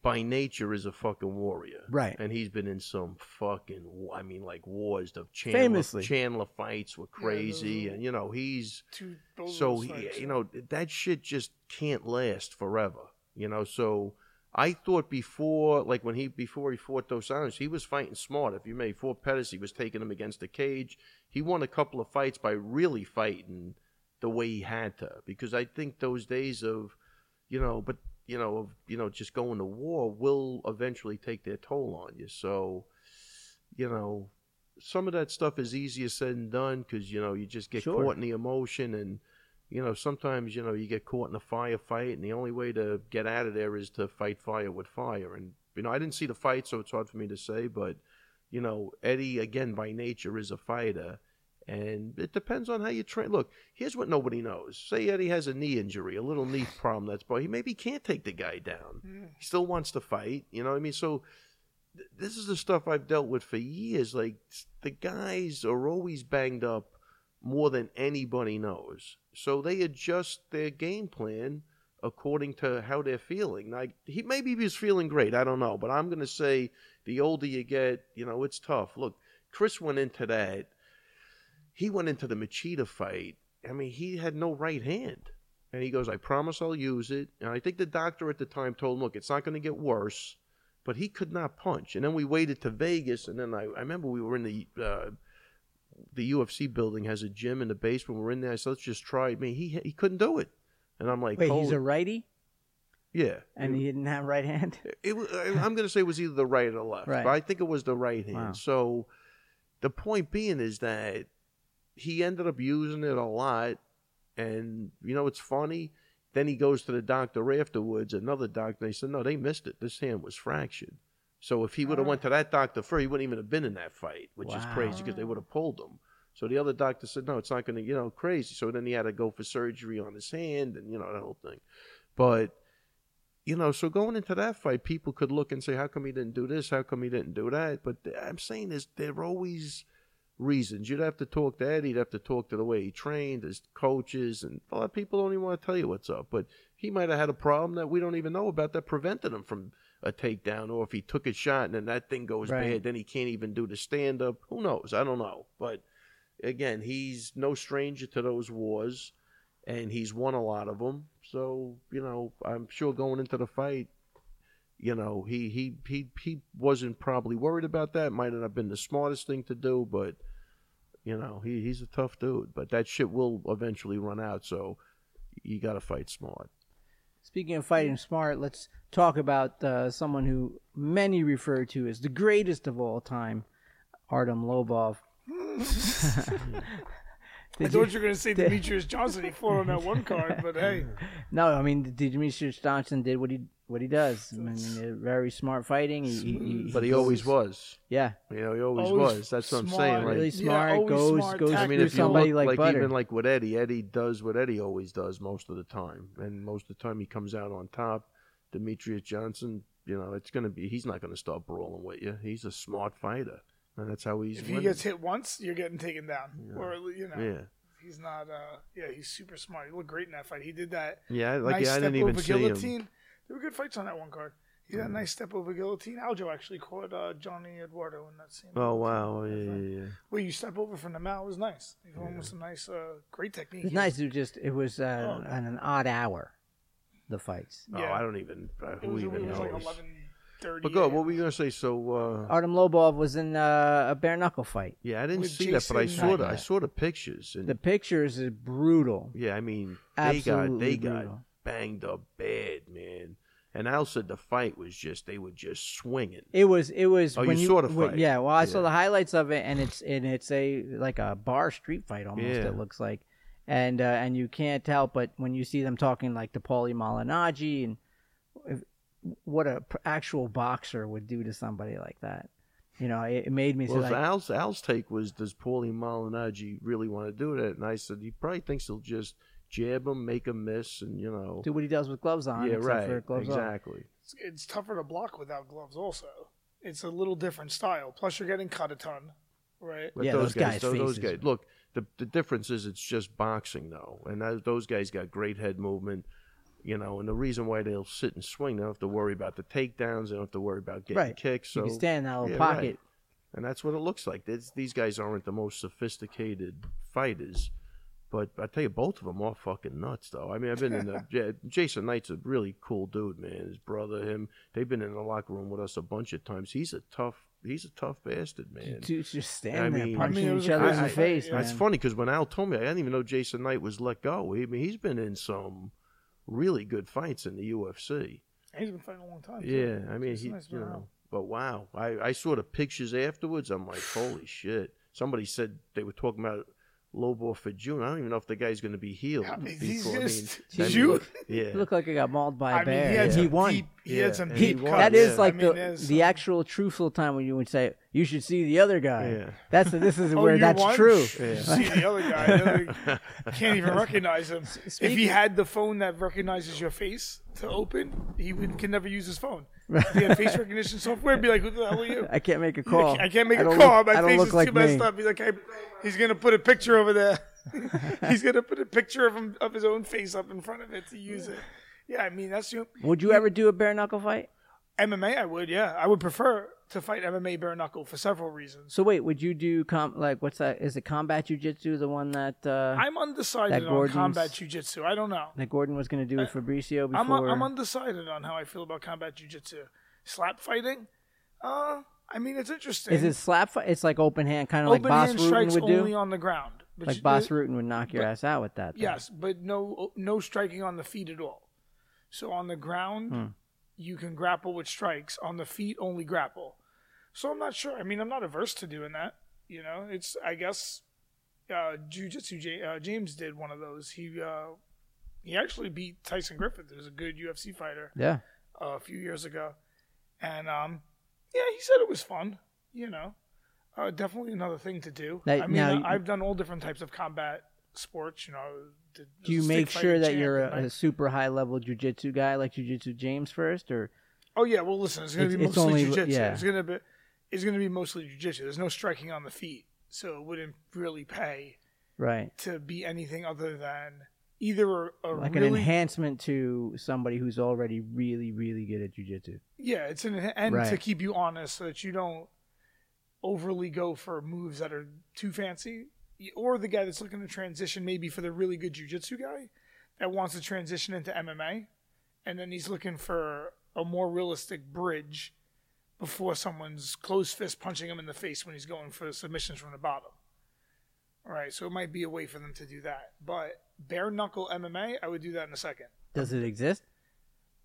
S2: by nature, is a fucking warrior,
S1: Right.
S2: And he's been in some fucking, wa- I mean, like wars. The Chandler,
S1: Famously.
S2: Chandler fights were crazy,
S3: those-
S2: and you know, he's
S3: Two, those
S2: so
S3: are the
S2: he,
S3: strikes,
S2: you know that shit just can't last forever you know so i thought before like when he before he fought dos Anjos, he was fighting smart if you may fought pettis he was taking him against the cage he won a couple of fights by really fighting the way he had to because i think those days of you know but you know of you know just going to war will eventually take their toll on you so you know some of that stuff is easier said than done because you know you just get
S1: Sure.
S2: caught in the emotion and you know sometimes you know you get caught in a firefight and the only way to get out of there is to fight fire with fire and you know i didn't see the fight so it's hard for me to say but you know eddie again by nature is a fighter and it depends on how you train look here's what nobody knows say eddie has a knee injury a little knee problem that's but he maybe can't take the guy down he still wants to fight you know what i mean so th- this is the stuff I've dealt with for years. Like the guys are always banged up more than anybody knows, so they adjust their game plan according to how they're feeling. Like he maybe he was feeling great, I don't know, but I'm gonna say the older you get, you know, it's tough. Look, Chris went into that. He went into the Machida fight. I mean, he had no right hand. And he goes, I promise I'll use it. And I think the doctor at the time told him, look, it's not going to get worse but he could not punch. And then we waited to Vegas, and then I, I remember we were in the uh, the UFC building has a gym in the basement. We're in there, so let's just try. it. I mean, he he couldn't do it, and I'm like,
S1: wait,
S2: "Holy-
S1: he's a righty,
S2: yeah.
S1: and he didn't have right hand.
S2: It, wa- I- I'm going to say it was either the right or the left,
S1: Right.
S2: but I think it was the right hand.
S1: Wow.
S2: So the point being is that he ended up using it a lot, and you know it's funny. Then he goes to the doctor afterwards, another doctor. They said no, they missed it. This hand was fractured.
S1: Ah.
S2: So if he would have went to that doctor first, he wouldn't even have been in that fight, which is
S1: Wow.
S2: crazy because they would have pulled him. So the other doctor said, no, it's not going to, you know, crazy. So then he had to go for surgery on his hand and, you know, that whole thing. But, you know, so going into that fight, people could look and say, how come he didn't do this? How come he didn't do that? But th- I'm saying is there are always reasons. You'd have to talk to Eddie. You'd have to talk to the way he trained, his coaches, and a lot of people don't even want to tell you what's up. But he might have had a problem that we don't even know about that prevented him from a takedown, or if he took a shot and then that thing goes
S1: Right.
S2: bad, then he can't even do the stand up. Who knows? I don't know. But again, he's no stranger to those wars, and he's won a lot of them. So you know, I'm sure going into the fight, you know, he he he he wasn't probably worried about that. Might not have been the smartest thing to do, but you know, he he's a tough dude. But that shit will eventually run out. So you got to fight smart.
S1: Speaking of fighting smart, let's talk about uh, someone who many refer to as the greatest of all time, Artem Lobov.
S3: I
S1: Did
S3: thought
S1: you-
S3: you were going to say Demetrius Johnson. He fought on that one card, but hey,
S1: no, I mean Demetrius Johnson did what he what he does. I mean, uh, very smart fighting. He, he, he,
S2: But he always was.
S1: yeah,
S2: You know, he Mm-hmm. always,
S3: Always
S2: was. That's what I'm
S3: smart.
S2: saying. Like,
S1: really
S3: Yeah,
S1: smart.
S3: always
S1: goes
S3: smart
S1: goes
S2: I
S3: tactic.
S2: mean,
S1: through
S2: if you
S1: somebody
S2: look,
S1: like,
S2: like,
S1: butter.
S2: even like with Eddie, Eddie does what Eddie always does most of the time, and most of the time he comes out on top. Demetrius Johnson, you know, it's gonna be he's not gonna start brawling with you. He's a smart fighter, and that's how he's.
S3: if he
S2: winning.
S3: gets hit once, you're getting taken down.
S2: Yeah.
S3: Or you know,
S2: yeah,
S3: he's not. uh Yeah, he's super smart. He looked great in that fight. He did that
S2: yeah, like
S3: nice
S2: yeah, I
S3: step
S2: didn't even
S3: over
S2: see him. Hmm.
S3: guillotine. There were good fights on that one card. He had
S2: Yeah.
S3: a nice step over guillotine. Aljo actually caught uh, Johnny Eduardo in that same.
S2: Oh wow, yeah,
S3: guillotine.
S2: yeah, yeah.
S3: Well, you step over from the mount was nice. You
S2: Yeah.
S3: yeah. was a nice, uh, great technique.
S1: It was nice. It was just it was uh,
S3: Oh.
S1: on an odd hour, the fights.
S2: Oh, I don't even uh,
S3: It
S2: who
S3: was, it
S2: even
S3: was like
S2: knows.
S3: eleven thirty.
S2: but go. What were you gonna say? So uh,
S1: Artem Lobov was in uh, a bare knuckle fight.
S2: yeah, I didn't
S3: With
S2: see that, but I
S3: Jason
S2: saw the,
S1: Knight.
S2: I saw the pictures, and
S1: The pictures is brutal.
S2: yeah, I mean they got
S1: Absolutely
S2: they got
S1: brutal.
S2: banged up bad, man. And Al said the fight was just they were just swinging.
S1: It was it was.
S2: Oh, you
S1: when
S2: saw the
S1: when-
S2: fight.
S1: yeah, well, I saw
S2: Yeah.
S1: the highlights of it, and it's and it's a like a bar street fight almost.
S2: Yeah.
S1: It looks like, and uh, and you can't tell, but when you see them talking like to Paulie Malignaggi and if, what a pr- actual boxer would do to somebody like that, you know, it, it made me
S2: Well,
S1: say like,
S2: Al's, Al's take was, does Paulie Malignaggi really want to do that? And I said, he probably thinks he'll just jab him, make him miss, and you know,
S1: do what he does with gloves on.
S2: yeah,
S1: except For
S2: right,
S1: gloves off.
S2: exactly.
S3: It's, it's tougher to block without gloves. Also, it's a little different style. Plus, you're getting cut a ton, right?
S2: But
S1: Yeah, those guys'
S2: tho- those
S1: faces.
S2: guys. Look, the the difference is it's just boxing though, and tho- those guys got great head movement. You know, and the reason why they'll sit and swing, they don't have to worry about the takedowns, they don't have to worry about getting
S1: Right.
S2: kicked. So
S1: you can stand in that little
S2: yeah,
S1: pocket.
S2: right. and that's what it looks like. This, these guys aren't the most sophisticated fighters, but I tell you, both of them are fucking nuts, though. I mean, I've been in the J- Jason Knight's a really cool dude, man. His brother, him, they've been in the locker room with us a bunch of times. He's a tough, he's a tough bastard, man.
S1: Dudes just
S2: I
S1: standing
S2: mean-
S1: there punching
S3: I mean, it was
S1: each
S3: a
S1: other in
S2: great
S1: the
S2: fight,
S1: face.
S3: yeah.
S1: man.
S2: That's funny because when Al told me, I didn't even know Jason Knight was let go. I mean, he's been in some really good fights in the UFC.
S3: He's been fighting a long time. too.
S2: Yeah, I mean,
S3: It's
S2: he,
S3: nice
S2: you
S3: around.
S2: know, but wow, I, I saw the pictures afterwards. I'm like, holy shit! Somebody said they were talking about Lobo for June. I don't even know if the guy's going to be healed.
S3: I mean, he's
S2: before- I mean,
S3: just-
S2: I mean,
S3: June?
S1: He
S2: yeah,
S1: looked like he got mauled by a
S3: I mean,
S1: bear.
S3: he had
S1: and
S3: some
S1: he won.
S3: deep. He
S2: Yeah,
S3: had some
S2: and
S1: He-
S3: deep.
S2: won,
S1: that
S3: cuts.
S1: is
S2: yeah.
S1: like
S3: I mean,
S1: the
S3: there's
S1: the
S3: some-
S1: actual truthful time when you would say you should see the other guy.
S2: yeah.
S1: That's this is
S3: Oh,
S1: where
S3: you
S1: that's
S3: won?
S1: true.
S2: Yeah.
S3: You see the other guy. the other guy can't even recognize him. if he had the phone that recognizes your face to open, he would, can never use his phone. If he had face recognition software, it'd be like, "Who the hell are you?"
S1: I can't make a
S3: I
S1: call.
S3: can't- I can't make a
S1: don't
S3: call.
S1: Look,
S3: My
S1: Oh, I don't
S3: face
S1: look
S3: is
S1: like
S3: too
S1: me.
S3: messed up. He's like, I, he's gonna put a picture over there. he's gonna put a picture of him of his own face up in front of it to use it. Yeah, I mean that's you.
S1: Would you ever do a bare knuckle fight?
S3: MMA, I would. Yeah, I would prefer to fight MMA bare knuckle for several reasons.
S1: So wait, would you do com- like what's that? Is it combat jujitsu the one that uh,
S3: I'm undecided
S1: That
S3: on
S1: Gordon's-
S3: combat jujitsu. I don't know.
S1: that Gordon was going to do with Fabricio before?
S3: I'm, I'm undecided on how I feel about combat jujitsu. Slap fighting. Uh, I mean it's interesting.
S1: is it slap fight? It's like open hand, kind of like
S3: Open
S1: Boss
S3: hand
S1: Rutan
S3: strikes
S1: would
S3: only
S1: do.
S3: on the ground? But
S1: Like
S3: you-
S1: Boss Rutan would knock your ass out with that. though.
S3: Yes, but no no striking on the feet at all. So on the ground,
S1: Hmm.
S3: you can grapple with strikes. On the feet, only grapple. So I'm not sure. I mean, I'm not averse to doing that. You know, it's I guess uh, jujitsu. J- uh, James did one of those. He uh, he actually beat Tyson Griffith, who's a good UFC fighter,
S1: Yeah.
S3: uh, a few years ago, and um, yeah, he said it was fun. You know, Uh, definitely another thing to do.
S1: Now-
S3: I mean,
S1: now-
S3: I- I've done all different types of combat sports. You know, did
S1: Do you
S3: stick
S1: make sure
S3: fighting
S1: that
S3: champ
S1: you're
S3: and I-
S1: a, a super high level jujitsu guy like Jujitsu James first, or
S3: Oh yeah, well listen, it's gonna
S1: It's-
S3: be
S1: it's
S3: mostly
S1: only-
S3: jujitsu.
S1: yeah.
S3: It's gonna be it's gonna be mostly jujitsu. There's no striking on the feet, so it wouldn't really pay
S1: right,
S3: to be anything other than either a, a
S1: like an
S3: really
S1: enhancement to somebody who's already really, really good at jujitsu?
S3: yeah, it's an and to
S1: Right.
S3: keep you honest so that you don't overly go for moves that are too fancy, or the guy that's looking to transition maybe for the really good jujitsu guy that wants to transition into MMA, and then he's looking for a more realistic bridge before someone's closed fist punching him in the face when he's going for submissions from the bottom. All right, so it might be a way for them to do that, but bare knuckle MMA, I would do that in a second.
S1: Does it exist?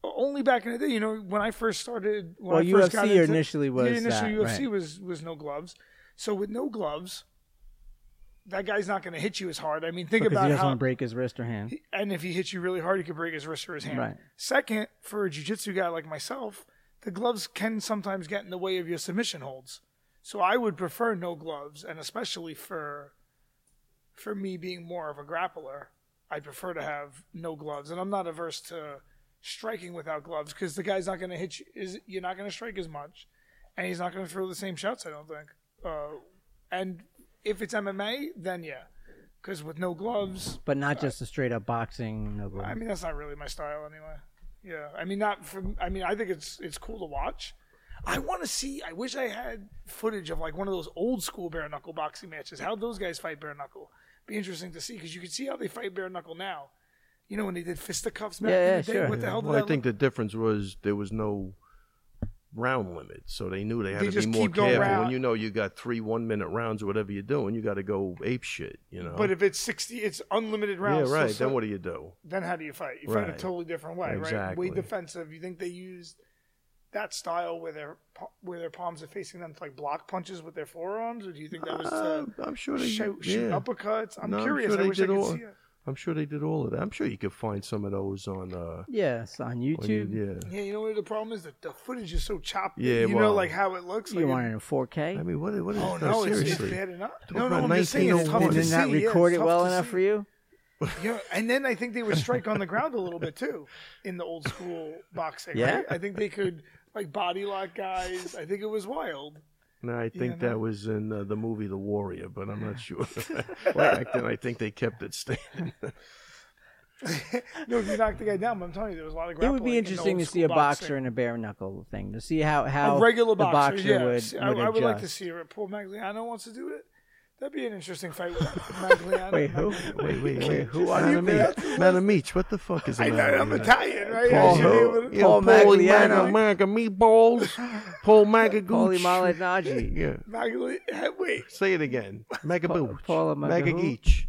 S3: Only back in the day, you know, when I first started. When
S1: well,
S3: I first got
S1: UFC
S3: into,
S1: initially was
S3: the initial
S1: that,
S3: UFC
S1: right.
S3: was was no gloves. So with no gloves, that guy's not going to hit you as hard. I mean, think
S1: because he
S3: about
S1: doesn't
S3: how.
S1: want to break his wrist or hand.
S3: and if he hits you really hard, he could break his wrist or his hand.
S1: Right.
S3: Second, for a jiu-jitsu guy like myself, the gloves can sometimes get in the way of your submission holds. So I would prefer no gloves, and especially for for me being more of a grappler, I prefer to have no gloves. And I'm not averse to striking without gloves because the guy's not going to hit you. Is you're not going to strike as much, and he's not going to throw the same shots. I don't think. Uh, and if it's MMA, then yeah, because with no gloves,
S1: But not just a straight up boxing. No
S3: I mean, that's not really my style anyway. Yeah, I mean, not from. I mean, I think it's it's cool to watch. I want to see. I wish I had footage of like one of those old school bare knuckle boxing matches. How those guys fight bare knuckle? Be interesting to see because you can see how they fight bare knuckle now. You know when they did fisticuffs back
S1: Yeah,
S3: in
S1: yeah,
S3: the day.
S1: sure.
S3: What the hell did
S2: Well, I
S3: that
S2: think the difference was there was no round limit, so they knew they had
S3: They
S2: to
S3: just
S2: be more
S3: keep going
S2: careful.
S3: round.
S2: When you know you got three one-minute rounds or whatever you're doing, you got to go ape shit. You know.
S3: look? But if it's sixty, it's unlimited
S2: yeah,
S3: rounds. so-
S2: right.
S3: so-
S2: then what do you do?
S3: then how do you fight? You fight a
S2: Right.
S3: totally different way, right?
S2: Exactly.
S3: Way defensive. You think they used that style where their pa- where their palms are facing them to like block punches with their forearms, or do you think that was
S2: Uh,
S3: to
S2: I'm sure they
S3: shoot, shoot
S2: yeah.
S3: uppercuts? I'm
S2: No, I'm
S3: curious.
S2: sure
S3: I
S2: they
S3: wish I
S2: did
S3: could
S2: all-
S3: see it.
S2: I'm sure they did all of that. I'm sure you could find some of those on uh
S1: yes, on
S2: on
S1: YouTube. you,
S2: you-
S3: Yeah, you know what the problem is that the footage is so choppy.
S2: Yeah,
S3: you know,
S2: well,
S3: like how it looks. like
S1: want it
S3: it-
S1: in 4K?
S2: yeah. I mean, what what is
S3: Oh
S2: no,
S3: no, it's, it's
S2: seriously?
S3: bad enough.
S2: Talk
S3: No, no,
S2: about
S3: I'm just saying it's tough
S2: 1901.
S3: to
S1: Did
S3: see.
S1: they not
S3: yeah, it's
S1: record it
S3: tough
S1: well
S3: to
S1: enough
S3: see.
S1: for you?
S3: Yeah, and then I think they would strike on the ground a little bit too in the old school boxing.
S1: Yeah?
S3: right? I think they could like body lock guys. I think it was wild.
S2: no, I think
S3: no.
S2: that was in uh, the movie The Warrior, but I'm not sure. Back then, I think they kept it standing.
S3: No, if you knock the guy down, but I'm telling you, there was a lot of
S1: It
S3: grappling.
S1: would be
S3: in the
S1: interesting
S3: old
S1: to see
S3: school
S1: a boxer
S3: boxing.
S1: and a bare knuckle thing to see how how
S3: a regular
S1: the
S3: boxer.
S1: boxer
S3: yeah,
S1: would,
S3: See,
S1: would
S3: I, I would like to
S1: adjust.
S3: see it. Paul Magliano wants to do it. That'd be an interesting fight. With Magliano.
S1: Wait, who?
S2: Wait, wait, wait. Who
S3: Are
S2: are
S3: you
S2: Madam Each? Madam Each, what the fuck is the
S3: I know,
S2: matter
S3: I'm
S2: with you?
S3: Italian, right? I
S1: Paul
S3: should
S1: who?
S3: be able to-
S1: Yeah. Paul
S2: Paulie
S1: Magliano.
S2: Maga- Maga meatballs. Paul Magagooch.
S1: Holy Malinaji.
S2: Yeah.
S3: Magli- eh, wait,
S2: Say it again. Magabooch.
S1: Paul Magagoo.
S2: Magageech.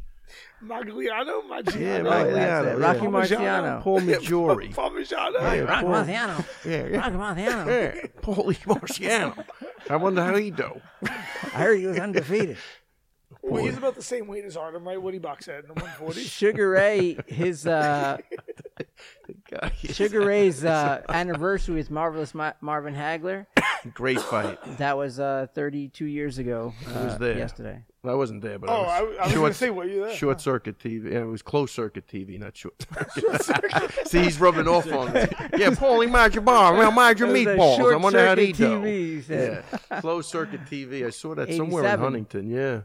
S3: Magliano, Magliano,
S2: Yeah,
S1: Oh,
S2: Magliano,
S1: that's it.
S2: yeah.
S1: Rocky
S3: Parmigiano.
S1: Marciano.
S2: Paul Majori.
S3: Parmigiano.
S2: Yeah,
S1: Rocky
S2: Paul-
S1: Marciano.
S2: Yeah, yeah.
S1: Rocky Marciano.
S2: Yeah, Paulie Marciano. I wonder how he do.
S1: I heard he was undefeated.
S3: Well, he's about the same weight as Artem, right? What he boxed at in the 140.
S1: Sugar Ray, his uh,
S2: God, he's
S1: Sugar Ray's uh, anniversary is marvelous. Ma- Marvin Hagler.
S2: a Great fight.
S1: That was uh, 32 years ago. Uh,
S2: was there.
S1: yesterday.
S2: I wasn't there, but
S3: Oh, I,
S2: I
S3: I
S2: was,
S3: was going
S2: short,
S3: to say, were you there?
S2: short circuit TV. Yeah, it was closed circuit TV, not short. See, he's rubbing off on me. Yeah, Paulie Majabar. Well, mind your
S1: It was a
S2: meatballs. I
S1: short
S2: wonder how he
S1: circuit
S2: do.
S1: TV, he said.
S2: Yeah, closed circuit TV. I saw that somewhere
S1: 87.
S2: in Huntington. Yeah,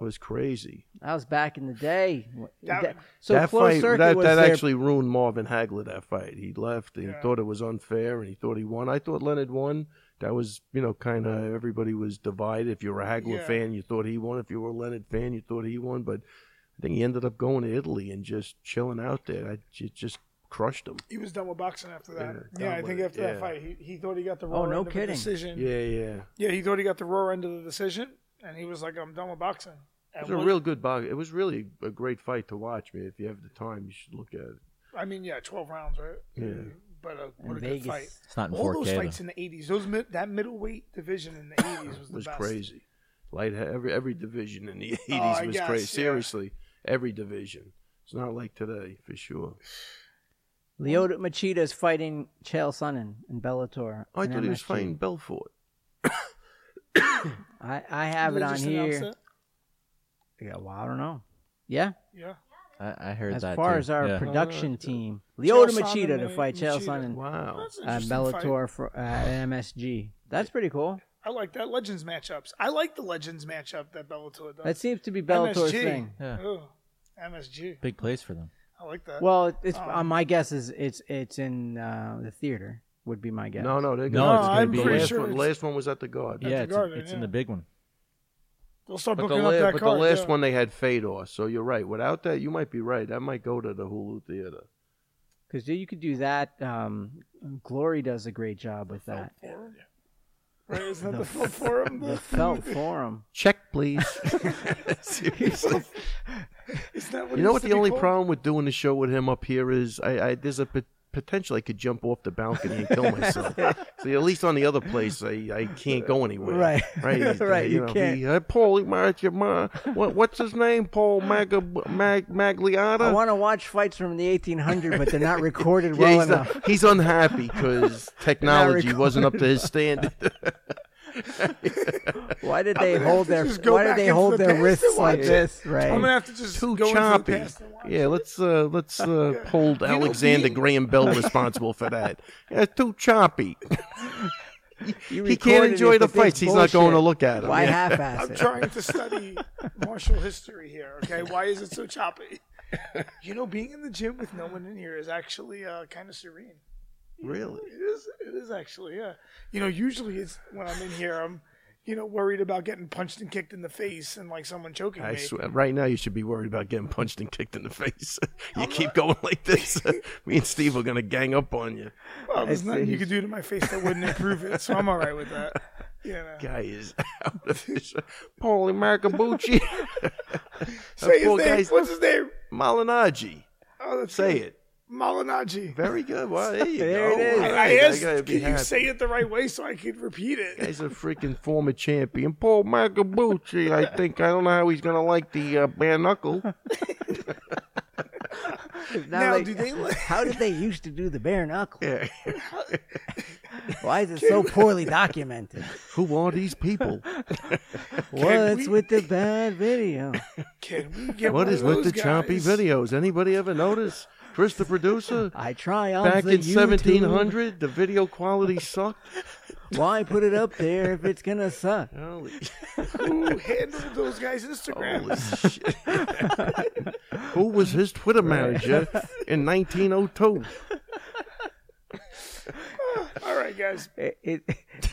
S2: it was crazy.
S1: That was back in the day.
S3: That-
S1: That- so
S2: that
S1: closed
S2: fight
S1: circuit
S2: that,
S1: was
S2: that
S1: their-
S2: actually ruined Marvin Hagler. That fight, he left. And He thought it was unfair, and he thought he won. I thought Leonard won. That was, you know, kind of everybody was divided. If you were a Hagler
S3: Yeah.
S2: fan, you thought he won. If you were a Leonard fan, you thought he won. But I think he ended up going to Italy and just chilling out there. I it just crushed him.
S3: He was done with boxing after that.
S2: Yeah,
S3: Yeah,
S2: done
S3: I think
S2: with it,
S3: after that
S2: yeah.
S3: fight, he, he thought he got the
S1: Oh, no
S3: raw end of the
S1: kidding.
S3: decision.
S2: Yeah, yeah.
S3: Yeah, he thought he got the raw end of the decision, and he was like, "I'm done with boxing."
S2: It
S3: And
S2: was a
S3: what-
S2: real good box. It was really a great fight to watch, man. If you have the time, you should look at it.
S3: I mean, yeah, 12 rounds, right?
S2: Yeah.
S3: But uh,
S1: in
S3: what a
S1: Vegas.
S3: good fight!
S4: It's not in
S3: All
S4: 4K.
S3: those
S4: though.
S3: fights in the 80s, those mid, that middleweight division in the 80s was
S2: It
S3: the
S2: was
S3: best.
S2: crazy. Light every every division in the eighties
S3: I
S2: was
S3: guess,
S2: crazy.
S3: yeah.
S2: Seriously, every division. It's not like today for sure.
S1: Leota Machida is fighting Chael Sonnen in Bellator.
S2: Oh, I
S1: in
S2: thought he was
S1: MSG.
S2: fighting Belfort.
S1: I I have
S3: They
S1: it on
S3: just announced
S1: here.
S3: it?
S1: Yeah, well, I don't know. Yeah,
S3: Yeah.
S4: I, I heard
S1: as
S4: that.
S1: far
S4: too.
S1: as our
S4: yeah.
S1: production team, Leota
S3: Uh, Chael
S1: Machida
S3: Sonnen
S1: to
S3: and
S1: fight Chael
S3: Machida.
S1: Sonnen
S2: Wow.
S3: That's an
S1: and
S3: interesting fight.
S1: Uh, Bellator for uh, MSG. That's pretty cool.
S3: I like that Legends matchups. I like the Legends matchup that Bellator does.
S1: That seems to be Bellator's
S3: MSG.
S1: thing.
S4: Yeah.
S3: Ooh, MSG.
S4: big place for them.
S3: I like that.
S1: Well, it's
S3: Um,
S1: uh, my guess is it's it's in uh, the theater. Would be my guess.
S2: No, no, they're
S4: No,
S2: gonna-
S4: it's
S2: the
S4: gonna be-
S2: last,
S3: sure
S2: one,
S3: it's-
S2: last one was at the guard.
S3: At
S4: yeah,
S3: the
S4: it's,
S3: Garden,
S4: it's in
S3: yeah.
S4: the big one.
S3: They'll start
S2: But, the,
S3: booking
S2: la-
S3: up that
S2: but
S3: card.
S2: the last
S3: yeah.
S2: one they had Fedor, so you're right. Without that, you might be right. That might go to the Hulu Theater.
S1: because you could do that. Um, Glory does a great job with that.
S3: Right, isn't that the full forum?
S1: The Felt Forum.
S2: Check, please. Seriously.
S3: Is that what
S2: You know what the only problem with doing the show with him up here is? I, I there's a pot- potential I could jump off the balcony and kill myself. so at least on the other place, I, I can't go anywhere.
S1: Right.
S2: right,
S1: Right, you
S2: know,
S1: can't.
S2: He, uh, Paul, March, what, what's his name? Paul Mag, Mag,
S3: Uh,
S2: Magliotta.
S1: I want to watch fights from the 1800, but they're not recorded
S2: yeah,
S1: well
S2: he's,
S1: enough.
S2: not, he's unhappy because technology wasn't up to his standard.
S1: Why did they
S3: gonna have
S1: hold
S3: to
S1: their
S3: just go
S1: Why did
S3: back
S1: they
S3: into
S1: hold
S3: the
S1: their
S3: past
S1: wrists
S3: and
S1: like
S3: watch it.
S1: this?
S2: Oh,
S3: I'm
S1: Right.
S3: gonna have to just
S2: Too
S3: go into
S2: choppy.
S3: The past and watch
S2: Yeah, let's uh, let's uh, hold
S3: know,
S2: Alexander
S3: being-
S2: Graham Bell responsible for that. Yeah, it's too choppy.
S1: You
S2: he can't
S1: recorded
S2: enjoy
S1: it,
S2: the
S1: but this
S2: fights. He's not going to
S1: bullshit.
S2: look at 'em,
S1: Why
S2: yeah.
S1: half-ass
S3: I'm
S1: it?
S3: trying to study martial history here. Okay, why is it so choppy? You know, being in the gym with no one in here is actually uh, kind of serene.
S2: Really?
S3: It is. It is actually. Yeah. You know, usually it's when I'm in here, I'm, you know, worried about getting punched and kicked in the face and like someone choking
S2: I
S3: me.
S2: swear, right now you should be worried about getting punched and kicked in the face. you keep going like this, me and Steve are gonna gang up on you.
S3: Well, there's
S1: I
S3: nothing
S1: see.
S3: you could do to my face that wouldn't improve it, so I'm all right with that. You know.
S2: Guy is out of his. Holy Maracabucci,
S3: Say his
S2: poor
S3: name.
S2: guy's-
S3: What's his name?
S2: Malinaji.
S3: Oh, that's
S2: Say
S3: good.
S2: it.
S3: Malinaji.
S2: Very good. Well, there you
S1: There it
S2: go.
S1: is.
S3: I,
S2: All
S3: I
S2: right,
S3: asked,
S2: gotta
S3: can
S2: be
S3: you
S2: happy.
S3: say it the right way so I could repeat it?
S2: He's a freaking former champion, Paul Macabucci. I think I don't know how he's gonna like the uh, bare knuckle.
S1: Now
S3: Now,
S1: they-
S3: do they like-
S1: How did they used to do the bare knuckle?
S2: Yeah.
S1: Why is it so poorly documented?
S2: Who are these people?
S1: What's
S3: we-
S1: with the bad video?
S3: Can we get
S2: What
S3: one
S2: is
S3: of
S2: with the
S3: those
S2: choppy
S3: guys?
S2: videos? Anybody ever notice? Chris, the producer.
S1: I try on
S2: Back
S1: the
S2: in
S1: YouTube.
S2: 1700, the video quality sucked.
S1: Why put it up there if it's gonna suck?
S2: Holy,
S3: Who handled those guys'
S2: holy
S3: Instagrams?
S2: shit. Who was his Twitter manager in 1902?
S3: All right, guys.
S1: It, it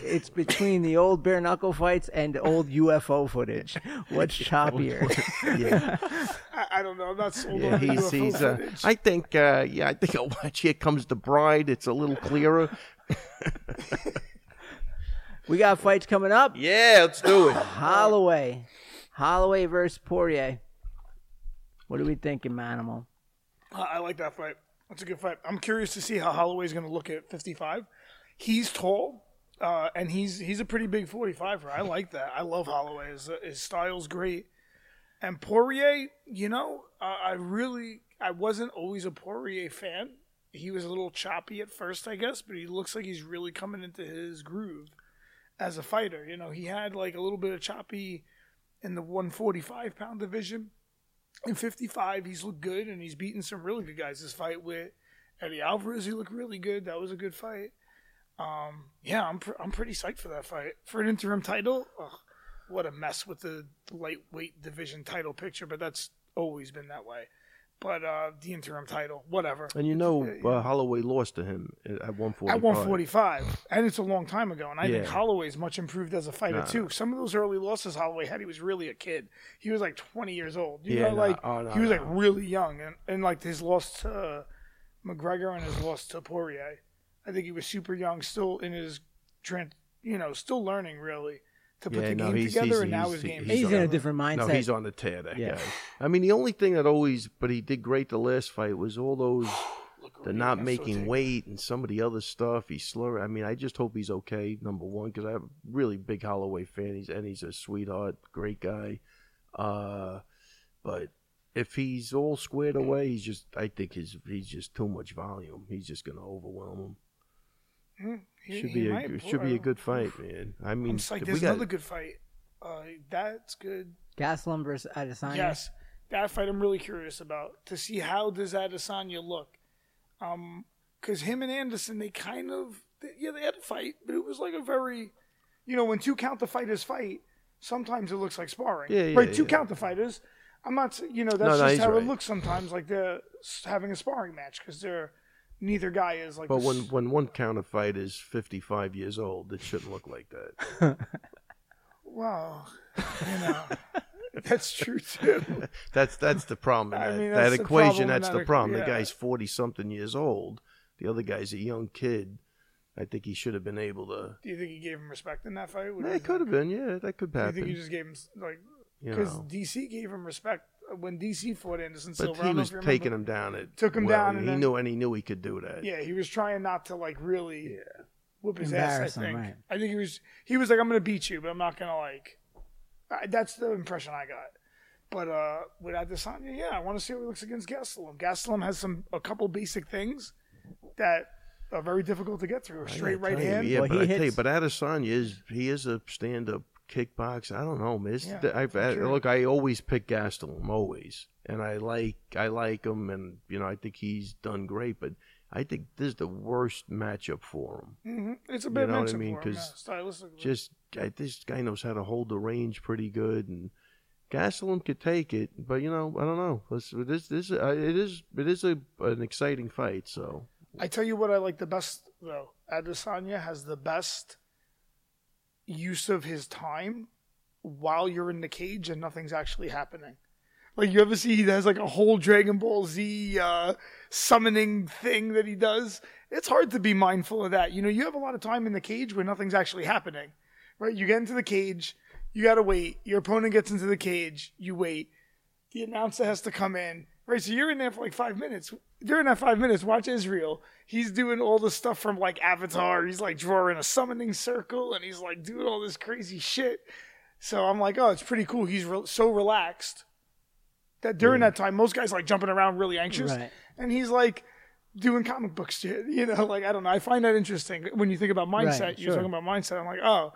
S1: it's between the old bare knuckle fights and old UFO footage. What's choppier?
S2: Yeah,
S3: I, I don't know. I'm not sold
S2: yeah
S3: on the
S2: he's,
S3: UFO
S2: he's uh,
S3: footage.
S2: I think, uh, yeah, I think I'll watch Here Comes the Bride. It's a little clearer.
S1: We got fights coming up.
S2: Yeah, let's do it.
S1: Holloway, Holloway versus Poirier. What are we thinking, Manimal?
S3: I, I like that fight. That's a good fight. I'm curious to see how Holloway's going to look at 55. He's tall, uh, and he's he's a pretty big 45er. I like that. I love Holloway. His, his style's great. And Poirier, you know, uh, I really I wasn't always a Poirier fan. He was a little choppy at first, I guess, but he looks like he's really coming into his groove as a fighter. You know, he had like a little bit of choppy in the 145 pound division, in 55, he's looked good, and he's beaten some really good guys. This fight with Eddie Alvarez, he looked really good. That was a good fight. Um, yeah, I'm pr- I'm pretty psyched for that fight for an interim title. Ugh, what a mess with the lightweight division title picture, but that's always been that way. But uh, the interim title, whatever.
S2: And you know, uh, Holloway lost to him at 145.
S3: At 145, and it's a long time ago. And I think
S2: Yeah.
S3: Holloway's much improved as a fighter
S2: No,
S3: too. Some of those early losses Holloway had, he was really a kid. He was like 20 years old. You
S2: Yeah,
S3: know,
S2: no,
S3: like
S2: oh, no,
S3: he was
S2: no.
S3: like really young, and, and like his loss to uh, McGregor and his loss to Poirier. I think he was super young, still in his, tran- you know, still learning really to put
S2: Yeah,
S3: the
S2: no,
S3: game
S2: he's-
S3: together.
S2: he's-
S3: and now
S2: he's-
S3: his game.
S1: He's, in
S2: He's
S3: is
S1: a
S2: on-
S3: better.
S1: different mindset.
S2: No, he's on the tear. That
S1: Yeah.
S2: guy. I mean, the only thing that always, but he did great the last fight was all those
S3: Look
S2: the
S3: really
S2: not
S3: nice
S2: making
S3: rotation.
S2: weight and some of the other stuff. He's slurring. I mean, I just hope he's okay. Number one, because I'm a really big Holloway fan. He's and he's a sweetheart, great guy. Uh, but if he's all squared away, he's just. I think his he's just too much volume. He's just gonna overwhelm him.
S3: He-
S2: Should
S3: he
S2: be a
S3: might
S2: good-
S3: pull
S2: should be a
S3: out.
S2: good fight, man. I mean,
S3: I'm just like,
S2: if we
S3: there's
S2: got
S3: another good fight. Uh, that's good.
S1: Gaslam versus Adesanya.
S3: Yes, that fight I'm really curious about to see how does Adesanya look, um, because him and Anderson they kind of they- yeah they had a fight, but it was like a very, you know, when two counter fighters fight, sometimes it looks like sparring.
S2: Yeah, yeah,
S3: right, two
S2: yeah.
S3: counter fighters. I'm not, s- you know, that's
S2: No, no,
S3: just
S2: he's
S3: how
S2: right.
S3: it looks sometimes. Like they're s- having a sparring match because they're neither guy is like.
S2: But
S3: this-
S2: when when one counter fight is 55 years old, it shouldn't look like that.
S3: wow, you know, that's true too.
S2: That's that's the problem. in
S3: I
S2: that,
S3: mean,
S2: that
S3: that's the
S2: equation,
S3: problem in
S2: that's
S3: that
S2: the
S3: equ-
S2: problem. The
S3: yeah.
S2: guy's 40 something years old. The other guy's a young kid. I think he should have been able to.
S3: Do you think he gave him respect in that fight? What do
S2: Yeah,
S3: you
S2: it could
S3: think?
S2: have been. Yeah, that could
S3: Do you think
S2: happen.
S3: he
S2: You,
S3: just gave him s- like because
S2: know.
S3: DC gave him respect uh, when DC fought Anderson
S2: But
S3: Silva? I
S2: he
S3: don't know
S2: was
S3: if you remember.
S2: taking him down. At,
S3: Took him
S2: well,
S3: down and
S2: He
S3: then-
S2: knew and he knew he could do that.
S3: Yeah, he was trying not to like really whoop his
S1: Embarrass
S3: ass. I
S1: him,
S3: think.
S1: right.
S3: I think he was he was like, I'm gonna beat you, but I'm not gonna like. I, that's the impression I got. But uh, with Adesanya, yeah, I want to see how he looks against Gastelum. Gastelum has some a couple basic things that are very difficult to get through. A
S2: I
S3: straight
S2: gotta
S3: right
S2: tell you,
S3: hand.
S2: Yeah,
S1: Well,
S2: but
S1: he
S2: I tell you,
S1: hits-
S2: but Adesanya is he is a stand up kickbox. I don't know, man. It's-
S3: Yeah,
S2: I've,
S3: for
S2: I-
S3: sure.
S2: Look, I always pick Gastelum, always, and I like I like him, and you know I think he's done great, but I think this is the worst matchup for him.
S3: hmm It's a
S2: You
S3: bit
S2: know what I
S3: mental
S2: mean?
S3: for him, yeah,
S2: 'Cause
S3: stylistically.
S2: Just I, this guy knows how to hold the range pretty good, and Gastelum could take it, but you know I don't know. Let's, this this uh, it is it is a, an exciting fight, so.
S3: I tell you what I like the best though. Adesanya has the best use of his time while you're in the cage and nothing's actually happening. Like you ever see he has like a whole Dragon Ball Z uh, summoning thing that he does. It's hard to be mindful of that. You know, you have a lot of time in the cage where nothing's actually happening. Right? You get into the cage, you gotta wait. Your opponent gets into the cage, you wait the announcer has to come in. Right, so you're in there for like five minutes. During that five minutes, watch Israel. He's doing all the stuff from like Avatar. He's like drawing a summoning circle and he's like doing all this crazy shit. So I'm like, oh, it's pretty cool. He's re- so relaxed that during that time, most guys like jumping around really anxious.
S1: Right.
S3: And he's like doing comic book shit. You know, like I don't know. I find that interesting when you think about mindset.
S1: Right,
S3: you're
S1: sure.
S3: talking about mindset. I'm like, oh,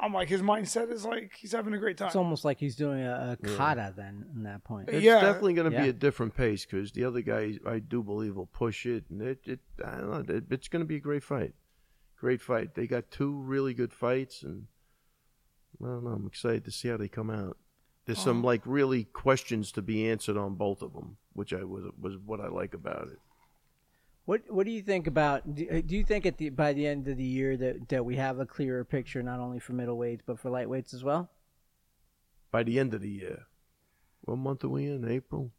S3: I'm like, his mindset is like, he's having a great time.
S1: It's almost like he's doing a, a kata then in that point.
S3: Yeah.
S2: It's definitely going to be
S1: Yeah.
S2: a different pace because the other guy, I do believe, will push it, and it, it I don't know, it, it's going to be a great fight. Great fight. They got two really good fights, and I don't know. I'm excited to see how they come out. There's some
S3: Oh.
S2: like really questions to be answered on both of them, which I was was what I like about it.
S1: What What do you think about? Do, uh, do you think at the by the end of the year that that we have a clearer picture not only for middleweights but for lightweights as well?
S2: By the end of the year, what month are we in? April.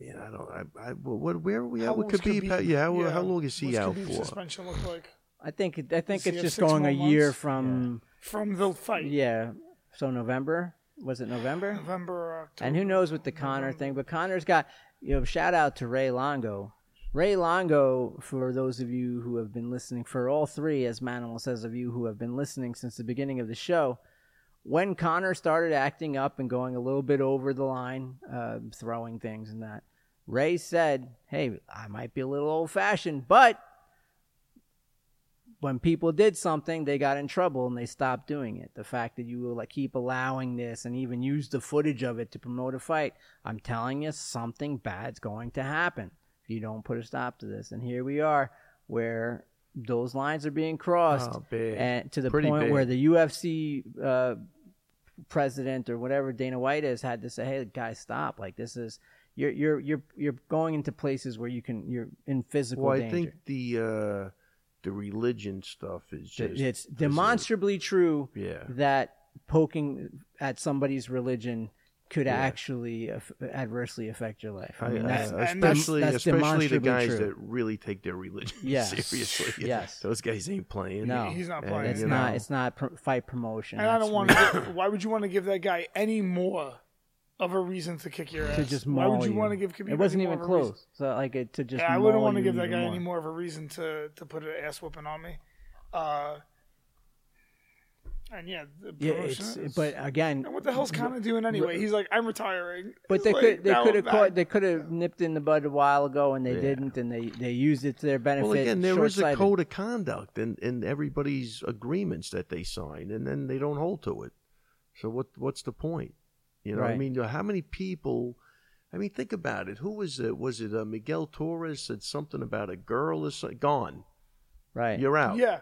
S2: Man, I don't. I, I what? Where are we
S3: How
S2: at? What
S3: long
S2: could
S3: is
S2: be?
S3: Khabib-
S2: Yeah, how, how long is he
S3: what's
S2: out
S3: Khabib's
S2: for?
S3: Suspension look like
S1: I think it- I think
S3: So you
S1: it's
S3: have
S1: just
S3: six
S1: going
S3: more
S1: a year
S3: months?
S1: from
S3: from the fight.
S1: yeah. So November was it November?
S3: November uh, or October.
S1: And who knows with the Connor thing? But Connor's got you know shout out to Ray Longo. Ray Longo, for those of you who have been listening, for all three, as Manimal says of you who have been listening since the beginning of the show, when Connor started acting up and going a little bit over the line, uh, throwing things and that, Ray said, "Hey, I might be a little old fashioned, but when people did something, they got in trouble and they stopped doing it. The fact that you will like keep allowing this and even use the footage of it to promote a fight, I'm telling you, something bad's going to happen if you don't put a stop to this. And here we are, where those lines are being crossed,
S2: Oh, big.
S1: and to the
S2: Pretty
S1: point
S2: big.
S1: where the UFC uh, president or whatever Dana White is had to say, "Hey, guys, stop! Like this is." You're, you're you're you're going into places where you can you're in physical
S2: Well,
S1: danger.
S2: I think the uh, the religion stuff is
S1: Th-
S2: just
S1: it's
S2: is a-
S1: demonstrably true
S2: yeah,
S1: that poking at somebody's religion could
S2: Yeah.
S1: actually aff- adversely affect your life. I
S2: I-
S1: mean,
S2: I-
S1: that's,
S3: and that's-
S2: especially
S1: that's
S2: especially
S1: demonstrably
S2: the guys
S1: true.
S2: that really take their religion
S1: Yes.
S2: seriously.
S1: Yes.
S2: those guys ain't playing.
S1: No.
S3: He's not
S2: And,
S3: playing.
S1: it's
S2: you
S1: not.
S2: know,
S1: It's not pr- fight promotion.
S3: And I
S1: That's
S3: don't want
S1: really-
S3: to. Why would you want to give that guy any more of a reason to kick your ass?
S1: to just
S3: why
S1: maul
S3: would you, want to give Khabib?
S1: It wasn't
S3: any
S1: even
S3: more of a reason-
S1: close. So like it, to just.
S3: Yeah, I wouldn't
S1: maul
S3: want to
S1: you
S3: give that
S1: even
S3: guy
S1: more.
S3: any more of a reason to to put an ass whooping on me. Uh, And yeah, the
S1: Yeah,
S3: promotion
S1: it's
S3: is-
S1: but again,
S3: and what the hell's Conan doing anyway? He's like, I'm retiring.
S1: but they
S3: Like,
S1: could they
S3: now
S1: could
S3: I'm
S1: have
S3: back.
S1: caught they could have nipped in the bud a while ago and they
S2: Yeah.
S1: didn't and they they used it to their benefit.
S2: Well, again, there is a
S1: Short-sighted.
S2: code of conduct in, in everybody's agreements that they sign, and then they don't hold to it. So what what's the point? You know, I
S1: Right.
S2: mean, you know, how many people? I mean, think about it. Who was it? Was it uh, Miguel Torres said something about a girl or something? Gone.
S1: right?
S2: You're out.
S3: Yeah.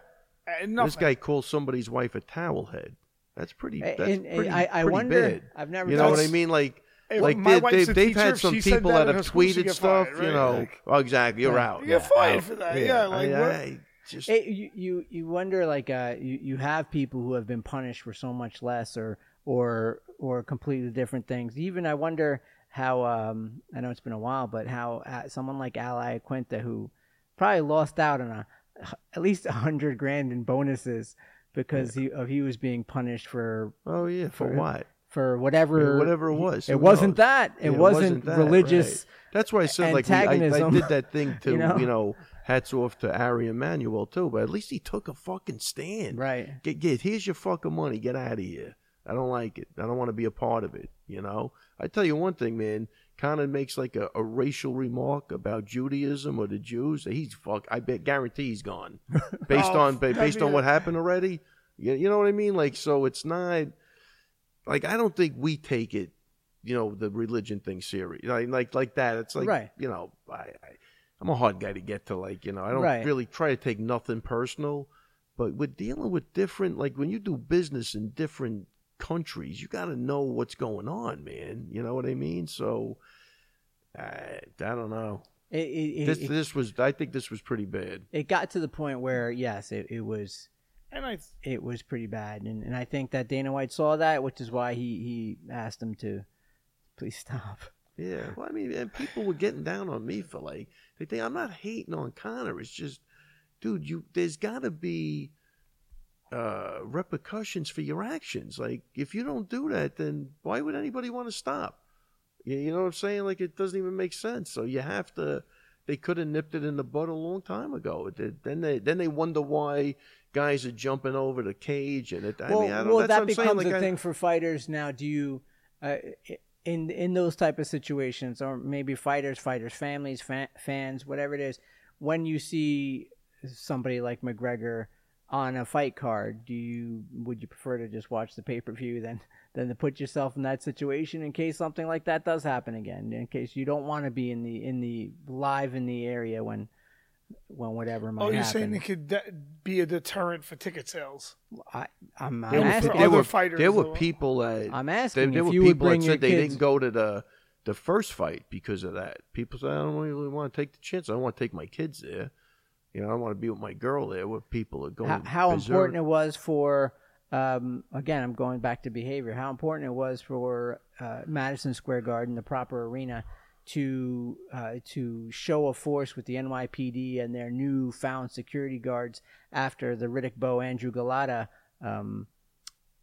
S3: And
S2: This guy called somebody's wife a towelhead. That's pretty.
S1: A-
S2: That's
S1: and, and
S2: pretty,
S1: I, I
S2: pretty
S1: wonder.
S2: bad.
S1: I've never.
S2: You know what I
S1: thought-
S2: mean? Like,
S3: If
S2: like
S3: my
S2: they,
S3: wife's
S2: they,
S3: a
S2: they've
S3: teacher,
S2: had
S3: if
S2: some
S3: she said
S2: people
S3: that
S2: that,
S3: in her
S2: have
S3: school, she
S2: tweeted
S3: get
S2: stuff.
S3: fired,
S2: you
S3: right?
S2: know,
S3: Like-
S2: oh, exactly. You're
S1: Yeah.
S2: out.
S3: You get fired
S2: out.
S3: for that, yeah, like,
S2: I-
S3: what-
S2: I just
S1: It, you, you you wonder like uh you, you have people who have been punished for so much less or or or completely different things. Even I wonder how um I know it's been a while, but how uh, someone like Ally Quinta who probably lost out on a at least a hundred grand in bonuses because he of he was being punished for
S2: Oh yeah, for
S1: For-
S2: what?
S1: for whatever
S2: Whatever it was.
S1: It
S2: who
S1: wasn't
S2: knows?
S1: that. It,
S2: Yeah, it
S1: wasn't,
S2: wasn't that,
S1: religious.
S2: That's why I said like we, I, I
S1: Antagonism.
S2: did that thing to
S1: You
S2: you
S1: know?
S2: know? hats off to Ari Emanuel too, but at least he took a fucking stand.
S1: Right.
S2: Get get here's your fucking money. Get out of here. I don't like it. I don't want to be a part of it. You know. I tell you one thing, man. Conan makes like a, a racial remark about Judaism or the Jews. He's fuck. I bet guarantee he's gone based
S3: Oh,
S2: on ba-
S3: that'd
S2: based
S3: be
S2: on
S3: a-
S2: what happened already. You, you know what I mean? Like so, it's not like I don't think we take it. You know the religion thing serious, like like, like that. It's like
S1: Right.
S2: you know I, I I'm a hard guy to get to. Like you know I don't
S1: Right.
S2: really try to take nothing personal, but we're dealing with different. Like when you do business in different countries, you got to know what's going on, man. You know what I mean? So. I, I don't know.
S1: It, it, it,
S2: This
S1: it-
S2: this was I think this was pretty bad.
S1: it got to the point where yes, it, it was
S3: and I
S1: it was pretty bad, and, and I think that Dana White saw that, which is why he he asked him to please stop.
S2: Yeah, well, I mean, and people were getting down on me for like they think I'm not hating on Connor. It's just, dude, you there's got to be uh, repercussions for your actions. Like if you don't do that, then why would anybody want to stop? You, you know what I'm saying? Like it doesn't even make sense. So you have to. They could have nipped it in the bud a long time ago. It did- Then they then they wonder why guys are jumping over the cage and it. I
S1: well,
S2: mean, I don't,
S1: well,
S2: that's
S1: that
S2: what I'm
S1: becomes
S2: saying. Like,
S1: a
S2: I-
S1: thing for fighters now. Do you uh, in in those type of situations, or maybe fighters, fighters' families, fa- fans, whatever it is, when you see somebody like McGregor on a fight card, do you would you prefer to just watch the pay per view than than to put yourself in that situation in case something like that does happen again? In case you don't want to be in the in the live in the area when when whatever might
S3: oh, you're
S1: happen.
S3: saying it could de- be a deterrent for ticket sales?
S1: I, I'm, I'm
S2: there were,
S1: asking.
S2: there
S3: Other
S2: were,
S3: fighters
S2: there
S3: though.
S2: were people that
S1: I'm
S2: There,
S1: asking
S2: there
S1: if
S2: were
S1: you would
S2: people
S1: bring
S2: that
S1: your
S2: said they
S1: kids.
S2: didn't go to the the first fight because of that. People said, I don't really want to take the chance. I don't want to take my kids there. You know, I want to be with my girl there. Where people are going.
S1: how, how
S2: berserk.
S1: important it was for um, again i'm going back to behavior how important it was for uh, madison square garden the proper arena to uh, to show a force with the nypd and their new found security guards after the riddick bowe andrew galata um,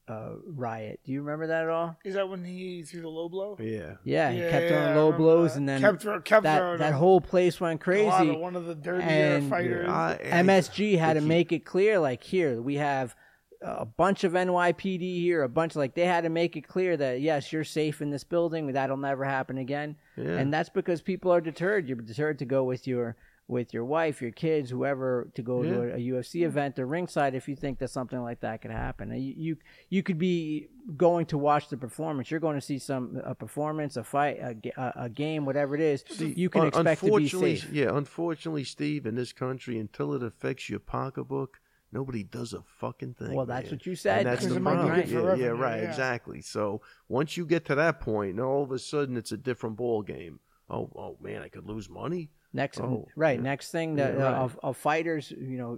S1: uh, riot do you remember that at all
S3: Is that when he threw the low blow?
S2: Yeah.
S1: yeah he kept
S3: yeah, I
S1: throwing low
S3: remember
S1: blows
S3: that.
S1: and then
S3: kept, throw- kept
S1: that,
S3: throwing
S1: that
S3: a
S1: whole place went crazy
S3: lot of one of the dirtier
S1: and-
S3: fighters.
S2: I-
S1: MSG had to
S2: Ricky.
S1: make it clear, like here we have a bunch of NYPD here, a bunch like they had to make it clear that yes, you're safe in this building. That'll never happen again,
S2: Yeah.
S1: and that's because people are deterred. You're deterred to go with your with your wife, your kids, whoever, to go to a, a UFC event or ringside if you think that something like that could happen. And You, you you could be going to watch the performance. You're going to see some a performance, a fight, a, ga- a, a game, whatever it is. you can
S2: Un-
S1: expect to be
S2: unfortunately-
S1: safe.
S2: Yeah, unfortunately, Steve, in this country, until it affects your pocketbook, nobody does a fucking thing.
S1: Well, that's
S2: man.
S1: what you said.
S2: And that's
S1: Because
S2: the
S1: it might be
S2: problem.
S1: good
S2: yeah,
S3: for
S2: yeah,
S3: revenue,
S2: right,
S3: yeah.
S2: exactly. So once you get to that point, now all of a sudden it's a different ball game. Oh, oh man, I could lose money.
S1: Next,
S2: Oh,
S1: right.
S2: yeah.
S1: Next thing that
S2: Yeah, right.
S1: uh, of, of fighters, you know,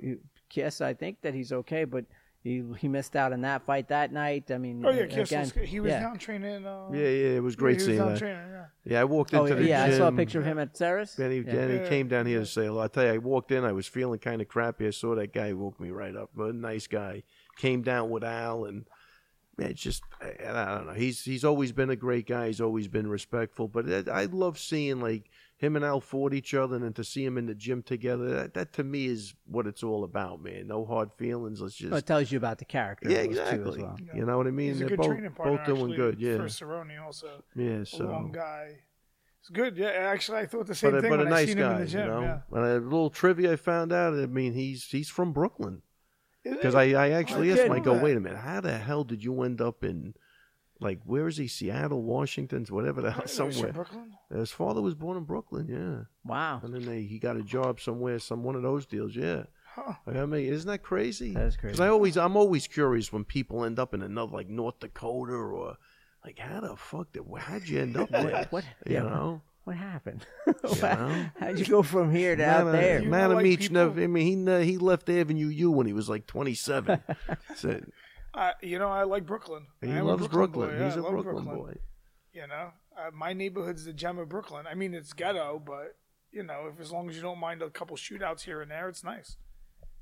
S1: Kiss. I think that he's okay, but he he missed out on that fight that night. I mean,
S3: oh yeah,
S1: a- again,
S3: Kissel's, he was
S1: yeah.
S3: down training. Uh,
S2: Yeah, yeah, it was great
S3: he was
S2: seeing
S3: down
S2: that.
S3: training. Yeah.
S2: Yeah, I walked
S1: Oh
S2: into the
S1: yeah,
S2: gym.
S1: I saw a picture of him at Sarah's.
S2: Then he,
S1: yeah.
S2: then he
S3: Yeah.
S2: came down here to say hello. I tell you, I walked in. I was feeling kind of crappy. I saw that guy woke me right up. But a nice guy came down with Al, and man, it's just I, I don't know. He's he's always been a great guy. He's always been respectful. But I, I love seeing like him and Al fought each other, and then to see him in the gym together, that, that to me is what it's all about, man. No hard feelings. Let's just
S1: Well, it tells you about the character.
S2: yeah,
S1: of those two as
S2: exactly.
S1: well.
S2: You know what I mean?
S3: He's a
S2: They're
S3: good
S2: both
S3: training partner.
S2: both doing
S3: actually,
S2: good. Yeah,
S3: For Cerrone also,
S2: yeah.
S3: a long
S2: So,
S3: guy. It's good. Yeah, actually, I thought the same
S2: but a,
S3: thing
S2: but a
S3: when I
S2: nice
S3: seen him in
S2: guy,
S3: the gym.
S2: you know.
S3: yeah.
S2: And a little trivia I found out. I mean, he's he's from Brooklyn.
S3: It-
S2: Because I, uh, I actually
S3: I
S2: asked him,
S3: didn't
S2: I go,
S3: know
S2: wait
S3: that.
S2: a minute, how the hell did you end up in, like, where is he? Seattle, Washington, whatever the
S3: I
S2: hell,
S3: didn't know he was from
S2: somewhere.
S3: Brooklyn.
S2: His father was born in Brooklyn, yeah.
S1: Wow.
S2: And then they, he got a job somewhere, some one of those deals, yeah.
S3: Huh.
S2: I mean, isn't that crazy?
S1: That is
S2: Because
S1: crazy.
S2: I always, I'm always curious when people end up in another, like North Dakota or, like, how the fuck did, how'd you end up there?
S1: What, what,
S2: You
S1: yeah,
S2: know,
S1: what happened?
S2: know?
S1: How'd you go from here to out
S2: Man, uh,
S1: there?
S3: You
S2: Man
S3: know,
S2: of
S3: like,
S2: Meach
S3: people-
S2: never. I mean, he ne- he left Avenue U when he was like 27. so,
S3: I, you know, I like Brooklyn.
S2: he
S3: I am a
S2: loves Brooklyn.
S3: boy. Yeah,
S2: He's
S3: I
S2: a
S3: love
S2: Brooklyn boy.
S3: You know, uh, my neighborhood's the gem of Brooklyn. I mean, it's ghetto, but you know, if as long as you don't mind a couple shootouts here and there, it's nice.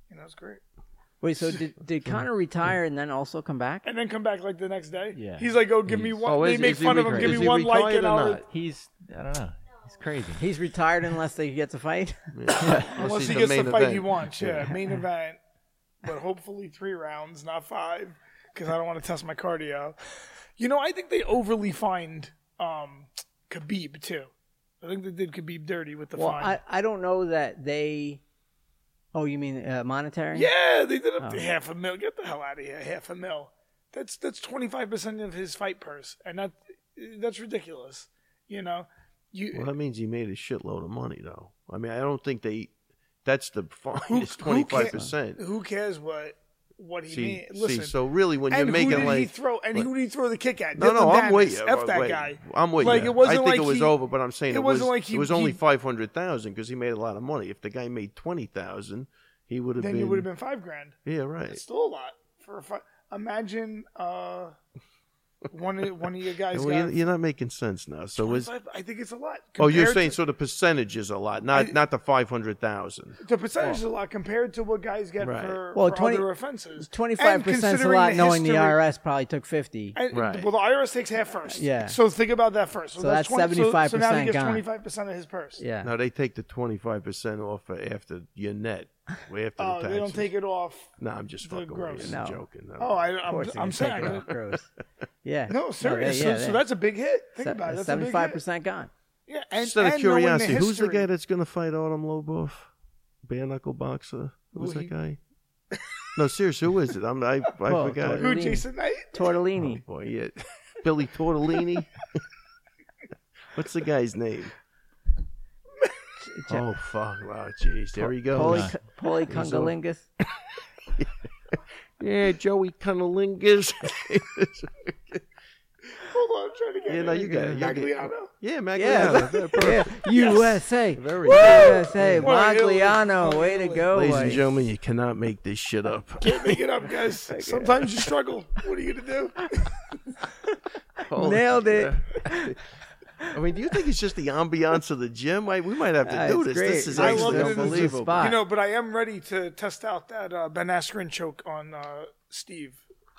S3: You know, it's great.
S1: Wait, so did, did Connor retire and then also come back?
S3: And then come back like the next day.
S4: Yeah.
S3: He's like, "Oh, give me
S4: He's-
S3: one."
S2: Oh,
S3: they
S2: is-
S3: make
S2: is he
S3: fun of him.
S2: retired?
S3: Give
S2: Is
S3: me
S2: he
S3: one like,
S2: retired
S3: and
S2: or
S3: I'll
S2: not?
S4: He's I don't know. He's crazy.
S1: He's retired unless they get to fight.
S2: Yeah. he's
S3: unless he gets the
S2: main
S3: fight
S2: event.
S3: he wants. Yeah, main event, but hopefully three rounds, not five, because I don't want to test my cardio. You know, I think they overly fined um, Khabib too. I think they did Khabib dirty with the
S1: Well,
S3: fine.
S1: I, I don't know that they. Oh, you mean uh, monetary?
S3: yeah, they did up to
S1: Oh.
S3: half a mil. Get the hell out of here, half a mil. That's that's twenty five percent of his fight purse, and that that's ridiculous. You know, you
S2: Well, that means he made a shitload of money, though. I mean, I don't think they. That's the
S3: Who-
S2: fine. It's
S3: who
S2: twenty
S3: can't-
S2: five percent.
S3: who cares what what he
S2: See,
S3: made? Listen,
S2: see, so really, when you're
S3: and who
S2: making
S3: did he
S2: like.
S3: throw? And who did he throw the kick at?
S2: No,
S3: Dylan
S2: no, I'm
S3: Danis.
S2: with you.
S3: F that
S2: Wait,
S3: guy.
S2: I'm with
S3: Like,
S2: you.
S3: it wasn't
S2: I think
S3: like
S2: it was
S3: he-
S2: over, but I'm saying
S3: it
S2: it, was,
S3: wasn't like he-
S2: it was only
S3: he-
S2: five hundred thousand because he made a lot of money. If the guy made twenty thousand, he would have
S3: Then
S2: been.
S3: you would have been five grand.
S2: Yeah, right.
S3: It's still a lot for a fight. Imagine uh, one of one of your guys.
S2: Well, you're,
S3: got
S2: you're not making sense now. So is
S3: 25. I think it's a lot.
S2: oh, you're
S3: compared
S2: saying
S3: to,
S2: so the percentage is a lot, not
S3: I-
S2: not the five hundred thousand.
S3: the percentage is a lot compared to what guys get
S2: Oh. Right.
S3: for,
S1: Well,
S3: for
S1: 20
S3: other offenses.
S1: Twenty five
S3: percent
S1: percent's a lot, knowing the IRS probably took fifty.
S3: And,
S2: Right.
S3: Well, the IRS takes half first.
S1: Yeah.
S3: So think about that first. So,
S1: So
S3: that's
S1: that's
S3: 20, so- So now he
S1: 75%
S3: gets
S1: gone.
S3: twenty five percent of his purse.
S1: yeah.
S2: Now they take the twenty five percent off after your net, after
S3: Oh,
S2: the
S3: they don't take it off.
S2: No, I'm just
S3: the
S2: fucking with
S3: gross.
S2: you.
S1: No.
S2: I'm joking. No.
S3: Oh, I,
S1: Of
S3: I'm,
S1: course,
S3: I'm
S1: they're gonna
S3: saying.
S1: take it off gross. Yeah.
S3: No, serious.
S1: they- yeah,
S3: so, so
S1: they-
S3: that's a big hit. Think
S1: se-
S3: about it. That's a big hit.
S1: 75% gone.
S3: Yeah, and,
S2: Just out of
S3: and knowing
S2: curiosity, who's the
S3: history-
S2: guy that's gonna fight Autumn Lobov, bare knuckle boxer? Who's that
S3: Well, he-
S2: guy? no, seriously, who is it? I'm, I I
S1: Well,
S2: forgot.
S1: Tortellini.
S3: Who, Jason Knight?
S2: Oh,
S1: Tortellini.
S2: boy, yeah. Billy Tortellini. What's the guy's name?
S1: Ja-
S2: Oh fuck! Wow, jeez, there he goes.
S1: Poly,
S4: Nah.
S1: Poly
S2: He's all-
S1: Cungalingus.
S2: Yeah, Joey Cunnilingus.
S3: Hold on, I'm trying to get
S2: Yeah,
S3: it.
S2: no, you got it, you got it.
S3: Magliano.
S2: yeah,
S1: Yeah.
S2: Magliano.
S1: yeah. USA.
S2: Very good.
S1: USA.
S3: Well, I know-
S1: Magliano. Way to go.
S2: Ladies and
S1: boys.
S2: gentlemen, you cannot make this shit up.
S3: Can't make it up, guys. Sometimes you struggle. What are you going to do?
S2: Holy-
S1: Nailed it.
S2: I mean, do you think it's just the ambiance of the gym? I, we might have to
S1: Ah,
S2: do
S1: it's
S2: this.
S1: great.
S2: This is
S3: I love
S2: actually
S3: it. This is the
S2: unbelievable.
S1: spot.
S3: You know, but I am ready to test out that uh, Ben Askren choke on uh, Steve.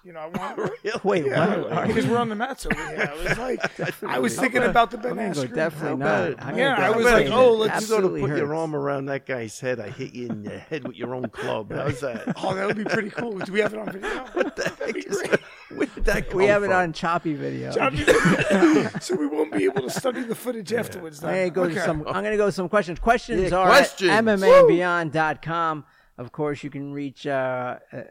S3: You know, I want
S1: Wait,
S3: Yeah,
S1: what? Are
S3: because we're on the mats over here. I was like, I was thinking about the Ben
S1: you-
S3: Askren.
S1: Definitely
S2: How
S1: not.
S2: bad?
S1: I'm
S3: Yeah,
S1: gonna
S3: I was
S1: definitely
S3: like,
S1: not.
S3: oh, let's
S2: Let's go to put
S1: Absolutely
S2: your
S1: hurts.
S2: arm around that guy's head. I hit you in the head with your own club. How's that?
S3: Oh, that would be pretty cool. Do we have it on video?
S2: What the heck is that? Where did that come
S1: We have it
S2: from?
S1: on choppy video.
S3: so we won't be able to study the footage afterwards. Then.
S1: I'm gonna go
S3: Okay.
S1: to some. I'm gonna go to some questions. Questions
S2: Yeah,
S1: are
S2: questions.
S1: at MMABeyond.com. Of course, you can reach. Uh, uh,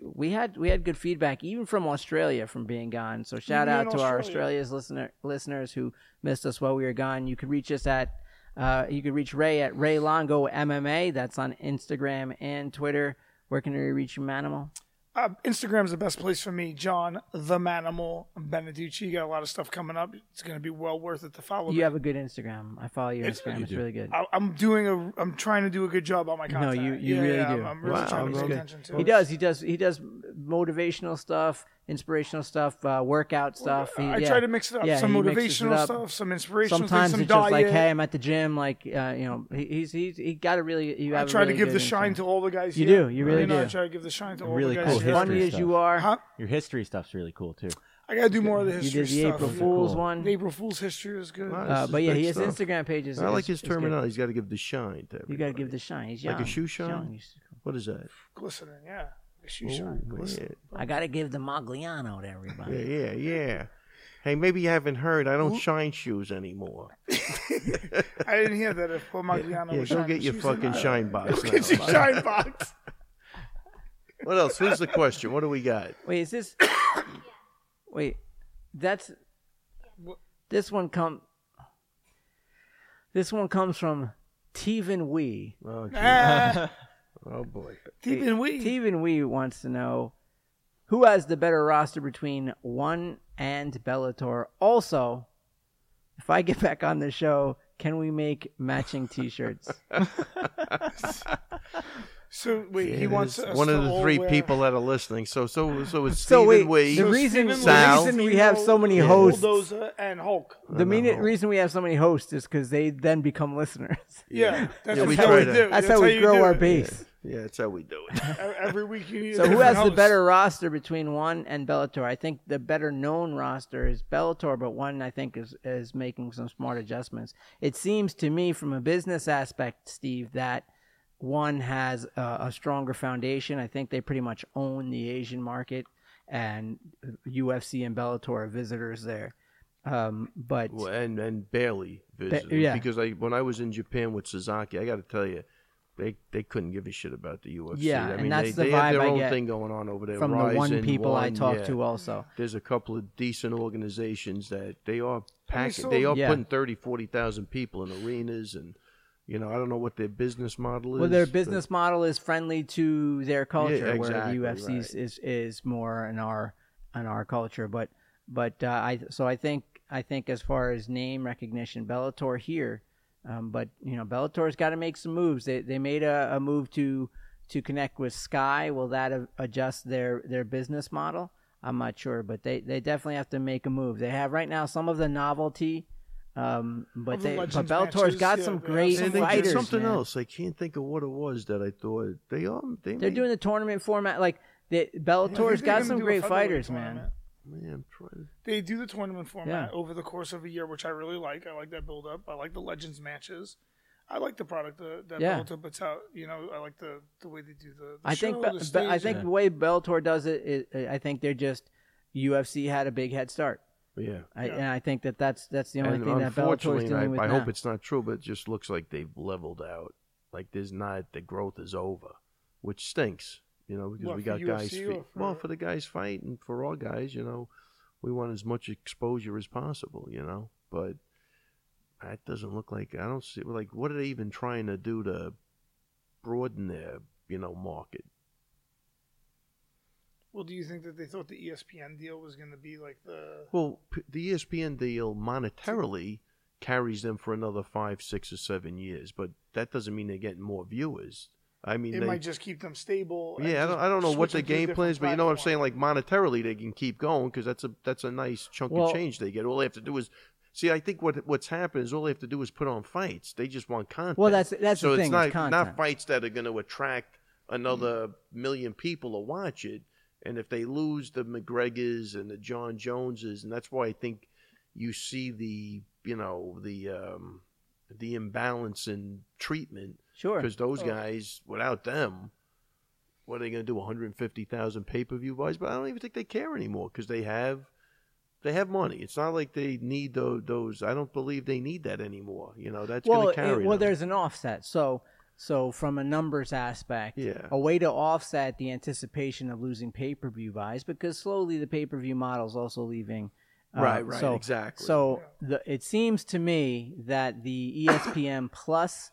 S1: we had we had good feedback even from Australia from being gone. So shout
S3: Even in
S1: out to our
S3: Australia.
S1: Australia's listener listeners who missed us while we were gone. You can reach us at. Uh, you can reach Ray at Ray Longo MMA. That's on Instagram and Twitter. Where can we reach you, Manimal?
S3: Uh, Instagram's the best place for me. John the Manimal Beneducci. You got a lot of stuff coming up. It's going to be well worth it to follow.
S1: You have a good Instagram. I follow your
S4: It's-
S1: Instagram.
S4: you
S1: it's
S4: do.
S1: really good.
S3: I, I'm doing a. I'm trying to do a good job on my content.
S1: you- you
S3: yeah,
S1: really
S3: yeah,
S1: do.
S3: I'm, I'm really
S2: Wow,
S3: trying to
S2: I'm
S3: pay
S2: good.
S3: attention to.
S1: He
S3: it.
S1: does. He does. He does motivational stuff, inspirational stuff, uh, workout stuff. He-
S3: I
S1: yeah.
S3: try to mix it up.
S1: Yeah,
S3: some
S1: he mixes it
S3: motivational
S1: up.
S3: stuff, some inspirational,
S1: Sometimes
S3: things, some
S1: it's
S3: diet.
S1: just like, hey, I'm at the gym. Like, uh, you know, he, he's he's he got a really. You
S3: I
S1: have a
S3: try to
S1: really
S3: give
S1: good
S3: the shine
S1: Instagram.
S3: to all the guys.
S1: You
S3: here.
S1: do, you really
S3: know, I
S1: do.
S3: try to give the shine to all
S4: Really
S3: the guys.
S4: cool
S1: As
S3: here.
S4: history
S1: funny as
S4: stuff.
S1: you are,
S3: Huh?
S4: Your history stuff's really cool too.
S3: I gotta do more of the
S1: You
S3: history
S1: did the
S3: stuff.
S1: April
S4: yeah.
S1: Fool's
S4: Cool.
S1: one.
S3: The April Fool's history was good.
S2: Wow.
S1: Uh,
S2: This
S1: but
S2: is
S1: yeah,
S2: big
S1: his
S2: stuff.
S1: Instagram page is.
S2: I like
S1: is-
S2: his
S1: is good.
S2: terminology. He's got to give the shine to everybody.
S1: You got to give the shine. He's young.
S2: Like a shoe
S1: He's
S2: shine?
S1: young. He's-
S2: What is that? Oh,
S3: Glistening, yeah. Shoe
S2: Ooh,
S3: shine.
S2: yeah.
S3: Glisten.
S1: I got to give the Magliano to everybody.
S2: Yeah, yeah, yeah. Hey, maybe you haven't heard. I don't shine shoes anymore.
S3: I didn't hear that if Paul Magliano
S2: Yeah,
S3: was
S2: go
S3: shining
S2: get your
S3: shoes in
S2: fucking
S3: that.
S2: shine box.
S3: Go get your
S2: now.
S3: shine box.
S2: What else? Who's the question? What do we got?
S1: Wait, is this? Wait, that's.
S3: Wha-
S1: This one come. This one comes from Teven Wee.
S2: Oh, gee.
S3: Ah,
S2: oh boy.
S3: deep in wheat.
S1: Teven Wee wants to know who has the better roster between one and Bellator. Also, if I get back on the show, can we make matching T-shirts?
S3: So wait,
S2: Yeah,
S3: he
S2: it
S3: wants
S2: is
S3: us
S2: one of
S3: to
S2: the
S3: all
S2: three
S3: wear-
S2: people that are listening. So, so, so it's
S1: so
S2: Stephen
S1: wait,
S2: Wee.
S1: the
S3: So
S1: reason
S3: Stephen
S2: Sal.
S1: the reason we have so many
S2: Yeah.
S1: hosts,
S3: Bulldozer and Hulk.
S1: the
S2: No,
S1: mean,
S2: no.
S1: reason we have so many hosts is because they then become listeners.
S3: Yeah, that's
S2: Yeah, we
S3: how
S2: try
S3: we
S2: to-
S3: do.
S2: That's
S1: That's,
S3: how,
S1: how we
S3: you
S1: grow
S3: do
S1: our
S3: it.
S1: base.
S2: yeah, that's how we do it.
S3: E- Every week you need. a
S1: So who
S3: different
S1: has the
S3: host.
S1: better roster between one and Bellator? I think the better known roster is Bellator, but one I think is is making some smart adjustments. It seems to me from a business aspect, Steve, that one has a, a stronger foundation. I think they pretty much own the Asian market, and UFC and Bellator are visitors there. Um, but
S2: Well, and and barely visited
S1: yeah.
S2: because I when I was in Japan with Suzuki, I got to tell you, they they couldn't give a shit about the UFC.
S1: Yeah,
S2: I mean,
S1: and that's
S2: they,
S1: the
S2: they have their
S1: vibe I
S2: own
S1: get
S2: thing going on over there.
S1: from the one
S2: Ryzen,
S1: people I
S2: One,
S1: talk
S2: yeah.
S1: to, also.
S2: there's a couple of decent organizations that they are packing.
S3: still-
S2: They are
S1: Yeah.
S2: putting 30, 40,000 people in arenas, and you know I don't know what their business model is.
S1: Well, their
S2: but-
S1: business model is friendly to their culture,
S2: exactly,
S1: where the UFC is, is is more in our in our culture. But but uh, I so I think I think as far as name recognition, Bellator here, um, but you know Bellator's got to make some moves. They they made a, a move to to connect with Sky. Will that a- adjust their their business model? I'm not sure, but they they definitely have to make a move. They have right now some of the novelty. Um, but
S3: Of the
S1: they, but
S3: Legends
S1: Bellator's
S3: matches,
S1: got
S3: yeah,
S1: some
S3: they have
S1: great
S3: some
S2: And they did
S1: fighters.
S2: something
S1: man.
S2: else. I can't think of what it was that I thought they are. They
S1: They're
S2: may-
S1: doing the tournament format. Like the
S3: I think
S1: Bellator's
S3: they're
S1: got
S3: gonna
S1: some
S3: do a
S1: great
S3: featherweight
S1: fighters,
S3: tournament.
S1: man.
S2: Man, I'm trying to-
S3: They do the tournament format
S1: Yeah.
S3: over the course of a year, which I really like. I like that build up. I like the legends matches. I like the product that, that
S1: Yeah.
S3: built up. It's out. You know, I like the, the way they do the. the
S1: I think
S3: show,
S1: Be-
S3: the
S1: Be- I
S3: stage.
S1: think the way Bellator does it, is, I think they're just UFC had a big head start,
S2: yeah.
S1: I,
S3: Yeah.
S1: and I think that that's that's the only
S2: and
S1: thing that Bellator's
S2: unfortunately,
S1: dealing
S2: and I,
S1: with
S2: I
S1: now.
S2: hope it's not true, but it just looks like they've leveled out. Like there's not the growth is over, which stinks. You know, because
S3: What,
S2: we
S3: for
S2: got guys.
S3: UFC
S2: fe-
S3: or for-
S2: Well, for the guys fighting, for all guys, you know, we want as much exposure as possible. You know, but that doesn't look like I don't see. Like, what are they even trying to do to broaden their you know market?
S3: Well, do you think that they thought the E ESPN deal was going to be like the?
S2: Well, p- the ESPN deal monetarily carries them for another five, six, or seven years, but that doesn't mean they're getting more viewers. I mean,
S3: It
S2: they,
S3: might just keep them stable. and
S2: yeah, I
S3: just
S2: don't, I don't know what
S3: switch
S2: the
S3: them to a
S2: game plan
S3: different
S2: is, but you know what I'm
S3: platform.
S2: saying. Like monetarily, they can keep going because that's a that's a nice chunk
S1: Well-
S2: of change they get. All they have to do is see. I think what what's happened is all they have to do is put on fights. They just want content.
S1: well, that's that's
S2: so
S1: the
S2: it's
S1: thing.
S2: not
S1: it's
S2: not
S1: content.
S2: fights that are going to attract another million people to watch it. And if they lose the McGregors and the John Joneses, and that's why I think you see the you know the um, the imbalance in treatment
S1: sure.
S2: because those
S3: Oh.
S2: guys without them, what are they going to do? One hundred fifty thousand pay per view buys, but I don't even think they care anymore because they have they have money. It's not like they need those. those I don't believe they need that anymore. You know that's
S1: Well,
S2: going
S1: it-
S2: to carry.
S1: well,
S2: them.
S1: there's an offset. So so from a numbers aspect,
S2: Yeah.
S1: a way to offset the anticipation of losing pay per view buys because slowly the pay per view model is also leaving. uh,
S2: Right, right,
S1: so-
S2: exactly.
S1: So the, it seems to me that the E ESPN Plus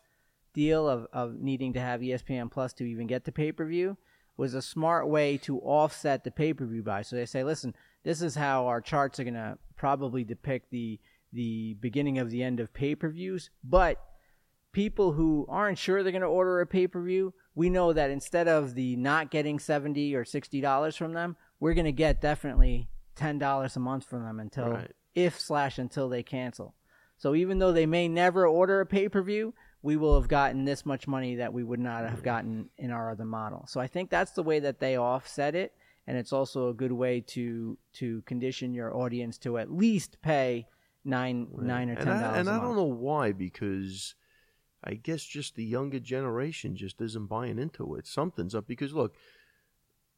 S1: deal of, of needing to have E ESPN Plus to even get the pay per view was a smart way to offset the pay per view buy. So they say, listen, this is how our charts are going to probably depict the the beginning of the end of pay per views, but people who aren't sure they're going to order a pay per view, we know that instead of the not getting seventy or sixty dollars from them, we're going to get definitely ten dollars a month from them until
S2: Right.
S1: if slash until they cancel. So even though they may never order a pay per view, we will have gotten this much money that we would not have gotten in our other model. So I think that's the way that they offset it. and it's also a good way to to condition your audience to at least pay nine nine or ten
S2: and I,
S1: dollars.
S2: and
S1: a
S2: I
S1: month.
S2: don't know why, because I guess just the younger generation just isn't buying into it. Something's up because look,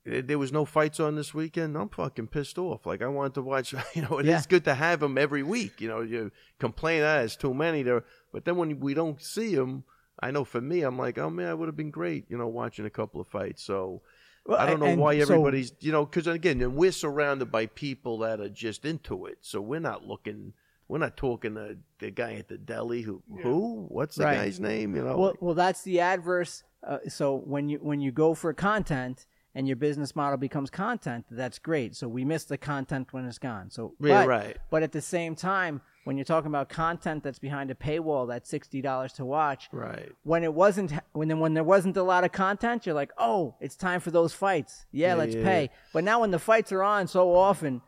S2: eh, there was no fights on this weekend. I'm fucking pissed off. Like I wanted to watch. You know, it's
S1: Yeah.
S2: good to have them every week. You know, you complain that it's too many there, but then when we don't see them. I know for me, I'm like, oh man, it would have been great, you know, watching a couple of fights. So
S1: Well,
S2: I don't know
S1: and
S2: why
S1: so-
S2: everybody's, you know, because again, and we're surrounded by people that are just into it. So we're not looking, we're not talking to the guy at the deli who, who, what's the
S1: Right.
S2: guy's name? You know,
S1: Well, well, that's the adverse. Uh, so when you when you go for content and your business model becomes content, that's great. So we miss the content when it's gone. So
S2: Yeah,
S1: but,
S2: right.
S1: But at the same time, when you're talking about content that's behind a paywall, that's sixty dollars to watch.
S2: right.
S1: When it wasn't when when there wasn't a lot of content, you're like, oh, it's time for those fights. Yeah, let's
S2: yeah,
S1: pay. But now when the fights are on so often,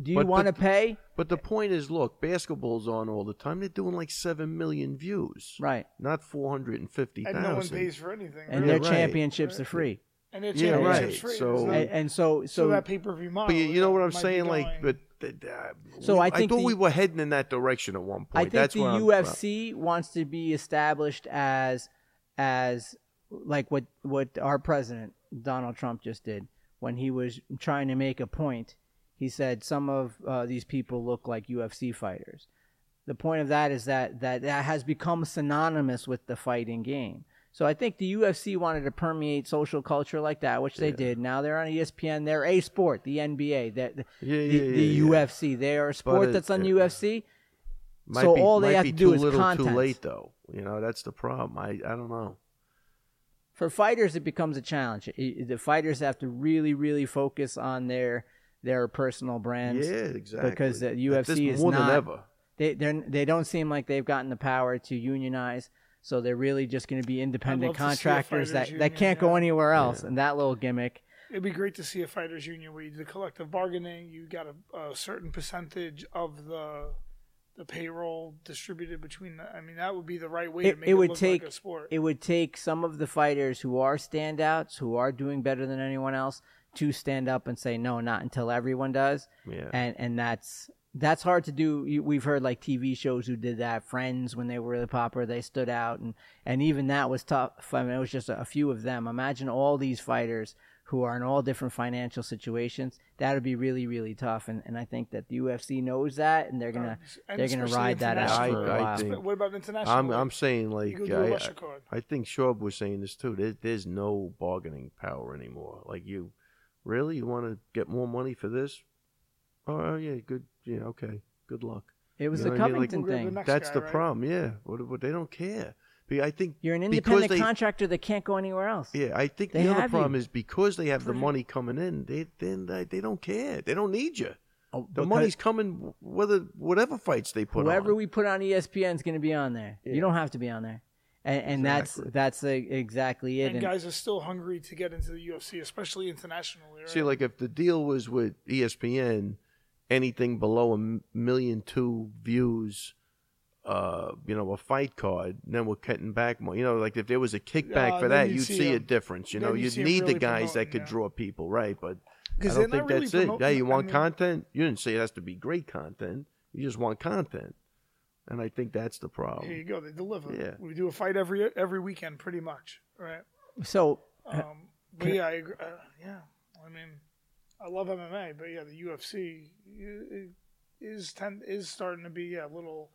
S1: do you
S2: But-
S1: want to
S2: but-
S1: pay?
S2: But the point is, look, basketball's on all the time. They're doing like 7 million views,
S1: Right.
S2: not 450,000.
S3: and no one pays for anything.
S1: And
S3: really.
S1: their
S2: Yeah, right.
S1: championships are free.
S3: and their
S2: Yeah,
S3: championships
S2: right.
S3: free.
S2: So-
S3: So,
S1: And, and so
S3: so,
S1: so
S3: that pay per view model.
S2: But you, you know what I'm
S3: might be
S2: saying? Like,
S3: going-
S2: but uh,
S1: So
S2: we-
S1: I think
S2: thought
S1: the-
S2: we were heading in that direction at one point.
S1: I think
S2: That's
S1: the
S2: where I'm-
S1: UFC wants to be established as as like what what our president Donald Trump just did when he was trying to make a point. He said some of uh, these people look like UFC fighters. The point of that is that, that that has become synonymous with the fighting game. So I think the UFC wanted to permeate social culture like that, which they did. Now they're on E ESPN. They're a sport, the NBA, that the,
S2: Yeah,
S1: the,
S2: yeah,
S1: the
S2: yeah, yeah.
S1: UFC. They are a sport
S2: it-
S1: that's on
S2: it-
S1: UFC.
S2: Might
S1: So
S2: be,
S1: all they
S2: might
S1: have
S2: be
S1: to do
S2: too
S1: is
S2: little, too
S1: content.
S2: late, though. You know, that's the problem. I, I don't know.
S1: for fighters it becomes a challenge I- the fighters have to really really focus on their their personal brands
S2: Yeah, exactly.
S1: because uh, the
S2: At
S1: UFC
S2: this-
S1: is
S2: more
S1: not-
S2: than ever.
S1: they they're, they don't seem like they've gotten the power to unionize so they're really just going to be independent
S3: love to see a
S1: contractors that,
S3: fighters
S1: that
S3: union,
S1: can't go
S3: yeah.
S1: anywhere else and that little gimmick
S3: It'd be great to see a fighters union where you do collective bargaining. You got a, a certain percentage of the the payroll distributed between the. I mean, that would be the right way to
S1: it,
S3: make
S1: it
S3: it,
S1: would
S3: look
S1: take
S3: like a sport.
S1: it would take some of the fighters who are standouts who are doing better than anyone else to stand up and say no not until everyone does
S2: Yeah.
S1: and and that's that's hard to do You- we've heard like tv shows who did that friends when they were really popular they stood out and and even that was tough i mean it was just a, a few of them imagine all these fighters who are in all different financial situations that would be really really tough and, and i think that the ufc knows that and they're gonna
S3: Um, and
S1: they're gonna
S3: especially
S1: ride that out
S2: international.
S1: for
S2: I-
S1: a
S2: I
S1: while
S2: think-
S3: But what about international?
S2: I'm, I'm
S3: league?
S2: saying, like,
S3: go do a
S2: I,
S3: Russia card.
S2: I think Schwab was saying this too. There, there's no bargaining power anymore. Like, you really, you want to get more money for this? Oh, yeah, good. Yeah, okay. Good luck.
S1: it was
S2: You
S1: the
S2: know what I mean? Like-
S1: covington
S3: We'll go to the
S1: thing
S3: next
S2: That's
S3: guy,
S2: the
S3: right?
S2: problem. Yeah. What, what, they don't care. Be- I think
S1: you're an
S2: because
S1: independent
S2: they,
S1: contractor that can't go anywhere else
S2: Yeah, I think
S1: They
S2: the other
S1: have
S2: problem
S1: you.
S2: is because they have the
S3: Pretty-
S2: money coming in, they then they, they don't care. They don't need you.
S1: Oh,
S2: The
S1: because
S2: money's coming whether whatever fights they put
S1: whoever
S2: on.
S1: we put on E espn is gonna be on there you
S2: Yeah.
S1: don't have to be on there and, and
S2: Exactly.
S1: that's that's uh exactly it
S3: And
S1: And-
S3: guys are still hungry to get into the UFC, especially internationally. Right?
S2: See, like if the deal was with E ESPN, anything below a m- million two views, uh, you know, a fight card, then we're cutting back more. You know, like if there was a kickback
S3: Uh,
S2: for that,
S3: then you'd
S2: you'd,
S3: see
S2: see, a
S3: them-
S2: difference. You
S3: then
S2: know,
S3: you'd
S2: you'd
S3: see 'em
S2: need
S3: really
S2: the guys that
S3: promoting,
S2: could
S3: yeah.
S2: draw people, right? But I
S3: 'Cause
S2: don't
S3: they're
S2: think
S3: not really
S2: that's it. Yeah,
S3: promoting-
S2: you
S3: I
S2: want
S3: mean-
S2: content. You didn't say it has to be great content. You just want content, and I think that's the
S3: here you
S2: problem.
S3: go. They deliver.
S2: Yeah.
S3: We do a fight every every weekend, pretty much. Right.
S1: so
S2: Uh,
S3: Um, but yeah, I, agree- uh, yeah. I mean, I love MMA, but yeah, the UFC i- i- is ten, is starting to be a little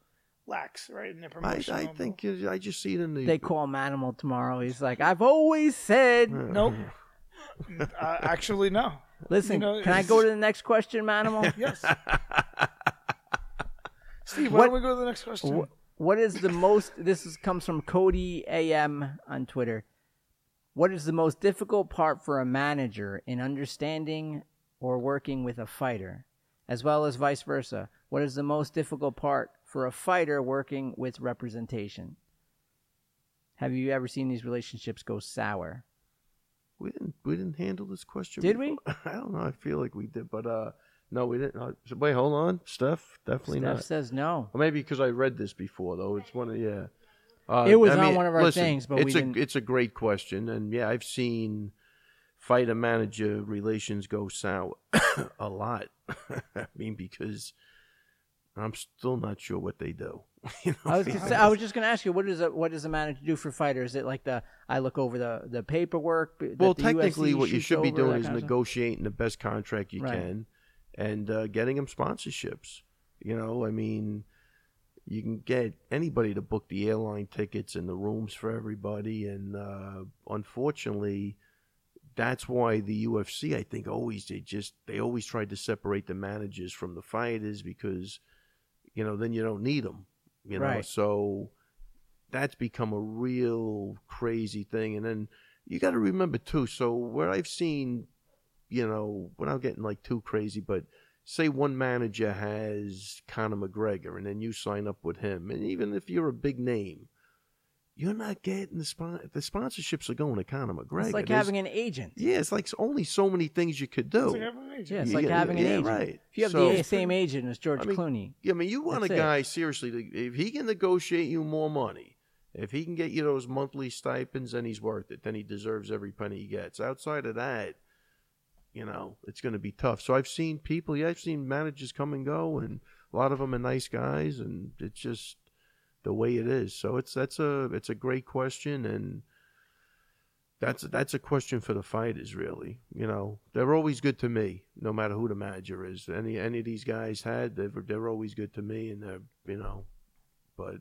S3: lax, right, in their
S2: I,
S3: promotion.
S2: I
S3: level.
S2: think you- I just see it in the
S1: they call Manimal tomorrow. He's like, I've always said.
S3: nope. uh, actually, no.
S1: Listen,
S3: You know,
S1: can I
S3: it's-
S1: go to the next question, Manimal?
S3: Yes. Steve, why
S1: What-
S3: don't we go to the next question?
S1: Wh- what is the most? This is, comes from Cody AM on Twitter. What is the most difficult part for a manager in understanding or working with a fighter, as well as vice versa? What is the most difficult part for a fighter working with representation? Have you ever seen these relationships go sour?
S2: We didn't. We didn't handle this question.
S1: Did we?
S2: before. I don't know. I feel like we did, but uh, no, we didn't. Uh, so- wait, hold on, Steph. Definitely
S1: Steph
S2: not.
S1: says no.
S2: Or maybe because I read this before, though. It's one of yeah. Uh,
S1: It was
S2: I
S1: on
S2: mean,
S1: one of our
S2: listen,
S1: things, but we
S2: it's a
S1: didn't-
S2: it's a great question, and yeah, I've seen fighter manager relations go sour a lot. I mean, because I'm still not sure what they do. you know?
S1: I was, gonna say, I was just going to ask you, what does a, what does a manager do for fighters? Is it like the I look over the the paperwork? b- that
S2: well,
S1: the
S2: technically,
S1: UFC
S2: what you
S1: shoots
S2: should be
S1: over, that
S2: doing is
S1: kind of stuff?
S2: negotiating the best contract you
S1: Right.
S2: can, and uh, getting them sponsorships. You know, I mean, you can get anybody to book the airline tickets and the rooms for everybody, and uh, unfortunately, that's why the UFC, I think, always they just they always tried to separate the managers from the fighters because, you know, then you don't need them. You know,
S1: Right.
S2: so that's become a real crazy thing, and then you got to remember too. So where I've seen, you know, without getting like too crazy, but say one manager has Conor McGregor, and then you sign up with him, and even if you're a big name, you're not getting the spon- the sponsorships are going to Conor McGregor.
S1: It's like
S2: There's-
S1: having an agent.
S2: yeah, it's like s- only so many things you could do.
S3: It's like having an agent.
S1: Yeah, it's like having an
S2: yeah,
S1: agent.
S2: right.
S1: If you have
S2: So-
S1: the same agent as George
S2: I mean,
S1: Clooney,
S2: yeah, I mean, you want
S1: That's
S2: a
S1: it.
S2: guy seriously. To, if he can negotiate you more money, if he can get you those monthly stipends, then he's worth it. Then he deserves every penny he gets. Outside of that, you know, it's going to be tough. So I've seen people. Yeah, I've seen managers come and go, and a lot of them are nice guys, and it's just the way it is. So it's that's a it's a great question, and that's that's a question for the fighters, really. You know, they're always good to me, no matter who the manager is. Any any of these guys had, they're they're always good to me, and they're you know, but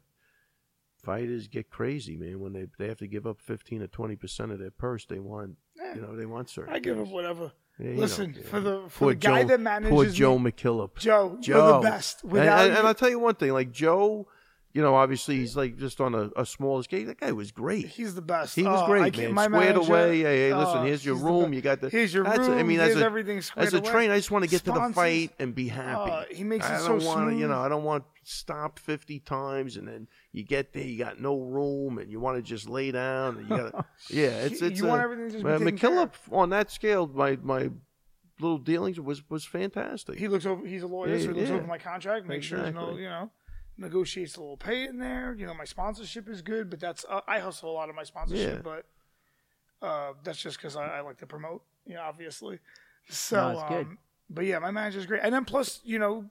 S2: fighters get crazy, man. When they they have to give up fifteen or twenty percent of their purse, they want
S3: Yeah.
S2: you know they want certain.
S3: I give up
S2: things.
S3: whatever.
S2: Yeah, you
S3: Listen,
S2: don't-
S3: for the for
S2: Poor
S3: the guy
S2: Joe-
S3: that manages
S2: poor
S3: me-
S2: Joe McKillop.
S3: Joe,
S2: Joe,
S3: you're the best.
S2: And-
S3: Without
S2: and, and
S3: you-
S2: I'll tell you one thing, like Joe, you know, obviously he's like just on a, a smaller scale. That guy was great.
S3: he's the best.
S2: He was
S3: Oh, I
S2: great, man.
S3: can't- my
S2: squared
S3: manager-
S2: away. Hey, hey,
S3: oh,
S2: listen, here's your
S3: he's the
S2: room.
S3: best.
S2: You got the.
S3: Here's your
S2: that's,
S3: room.
S2: I mean,
S3: here's
S2: as a,
S3: everything squared
S2: as a
S3: away.
S2: trainer, I just want to get to the
S3: Sponsors.
S2: fight and be happy.
S3: Oh, he makes
S2: I
S3: it
S2: don't
S3: so
S2: want to, you
S3: smooth.
S2: know, I don't want stop fifty times and then you get there, you got no room, and you want to just lay down. And you got, yeah, it's
S3: You-
S2: it's.
S3: you
S2: a,
S3: want everything to just be
S2: uh,
S3: taken care
S2: McKillop on that scale, my my little dealings was was fantastic.
S3: He looks over. He's a lawyer, so he
S2: Yeah,
S3: looks
S2: yeah.
S3: over my contract, makes sure there's no,
S2: Exactly.
S3: you know, negotiates a little pay in there. You know, my sponsorship is good, but that's uh, I hustle a lot of my sponsorship, but uh, that's just because I, I like to promote, you know, obviously. So,
S1: No, it's good.
S3: um, but yeah, my manager's great, and then plus, you know,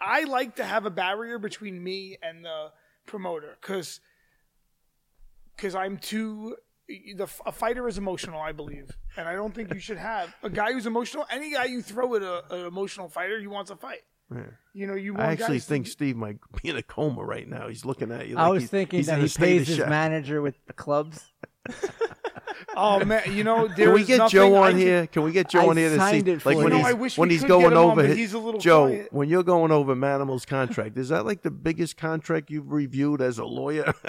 S3: I like to have a barrier between me and the promoter because because I'm too. The, a fighter is emotional, I believe, and I don't think you should have a guy who's emotional. Any guy you throw at a, an emotional fighter, he wants to fight.
S2: Yeah.
S3: You know, you want
S2: I actually
S3: guys to-
S2: think Steve might be in a coma right now. He's looking at you. Like
S1: I was
S2: he's,
S1: thinking
S2: he's
S1: that
S2: in
S1: he
S2: a state
S1: pays
S2: of
S1: his
S2: shock.
S1: manager with clubs.
S3: Oh man, you know, there
S2: Can we
S3: is
S2: get
S3: nothing
S2: Joe
S3: I
S2: on
S3: can-
S2: here? Can we get Joe
S1: I
S2: on here to
S1: signed
S2: see?
S1: it for
S2: Like
S1: you.
S2: when
S1: You know,
S2: he's
S3: I wish we
S2: when he's
S3: could get
S2: going
S3: him on,
S2: over
S3: but
S2: his-
S3: he's a little
S2: Joe,
S3: quiet.
S2: when you're going over Manimal's contract, is that like the biggest contract you've reviewed as a lawyer?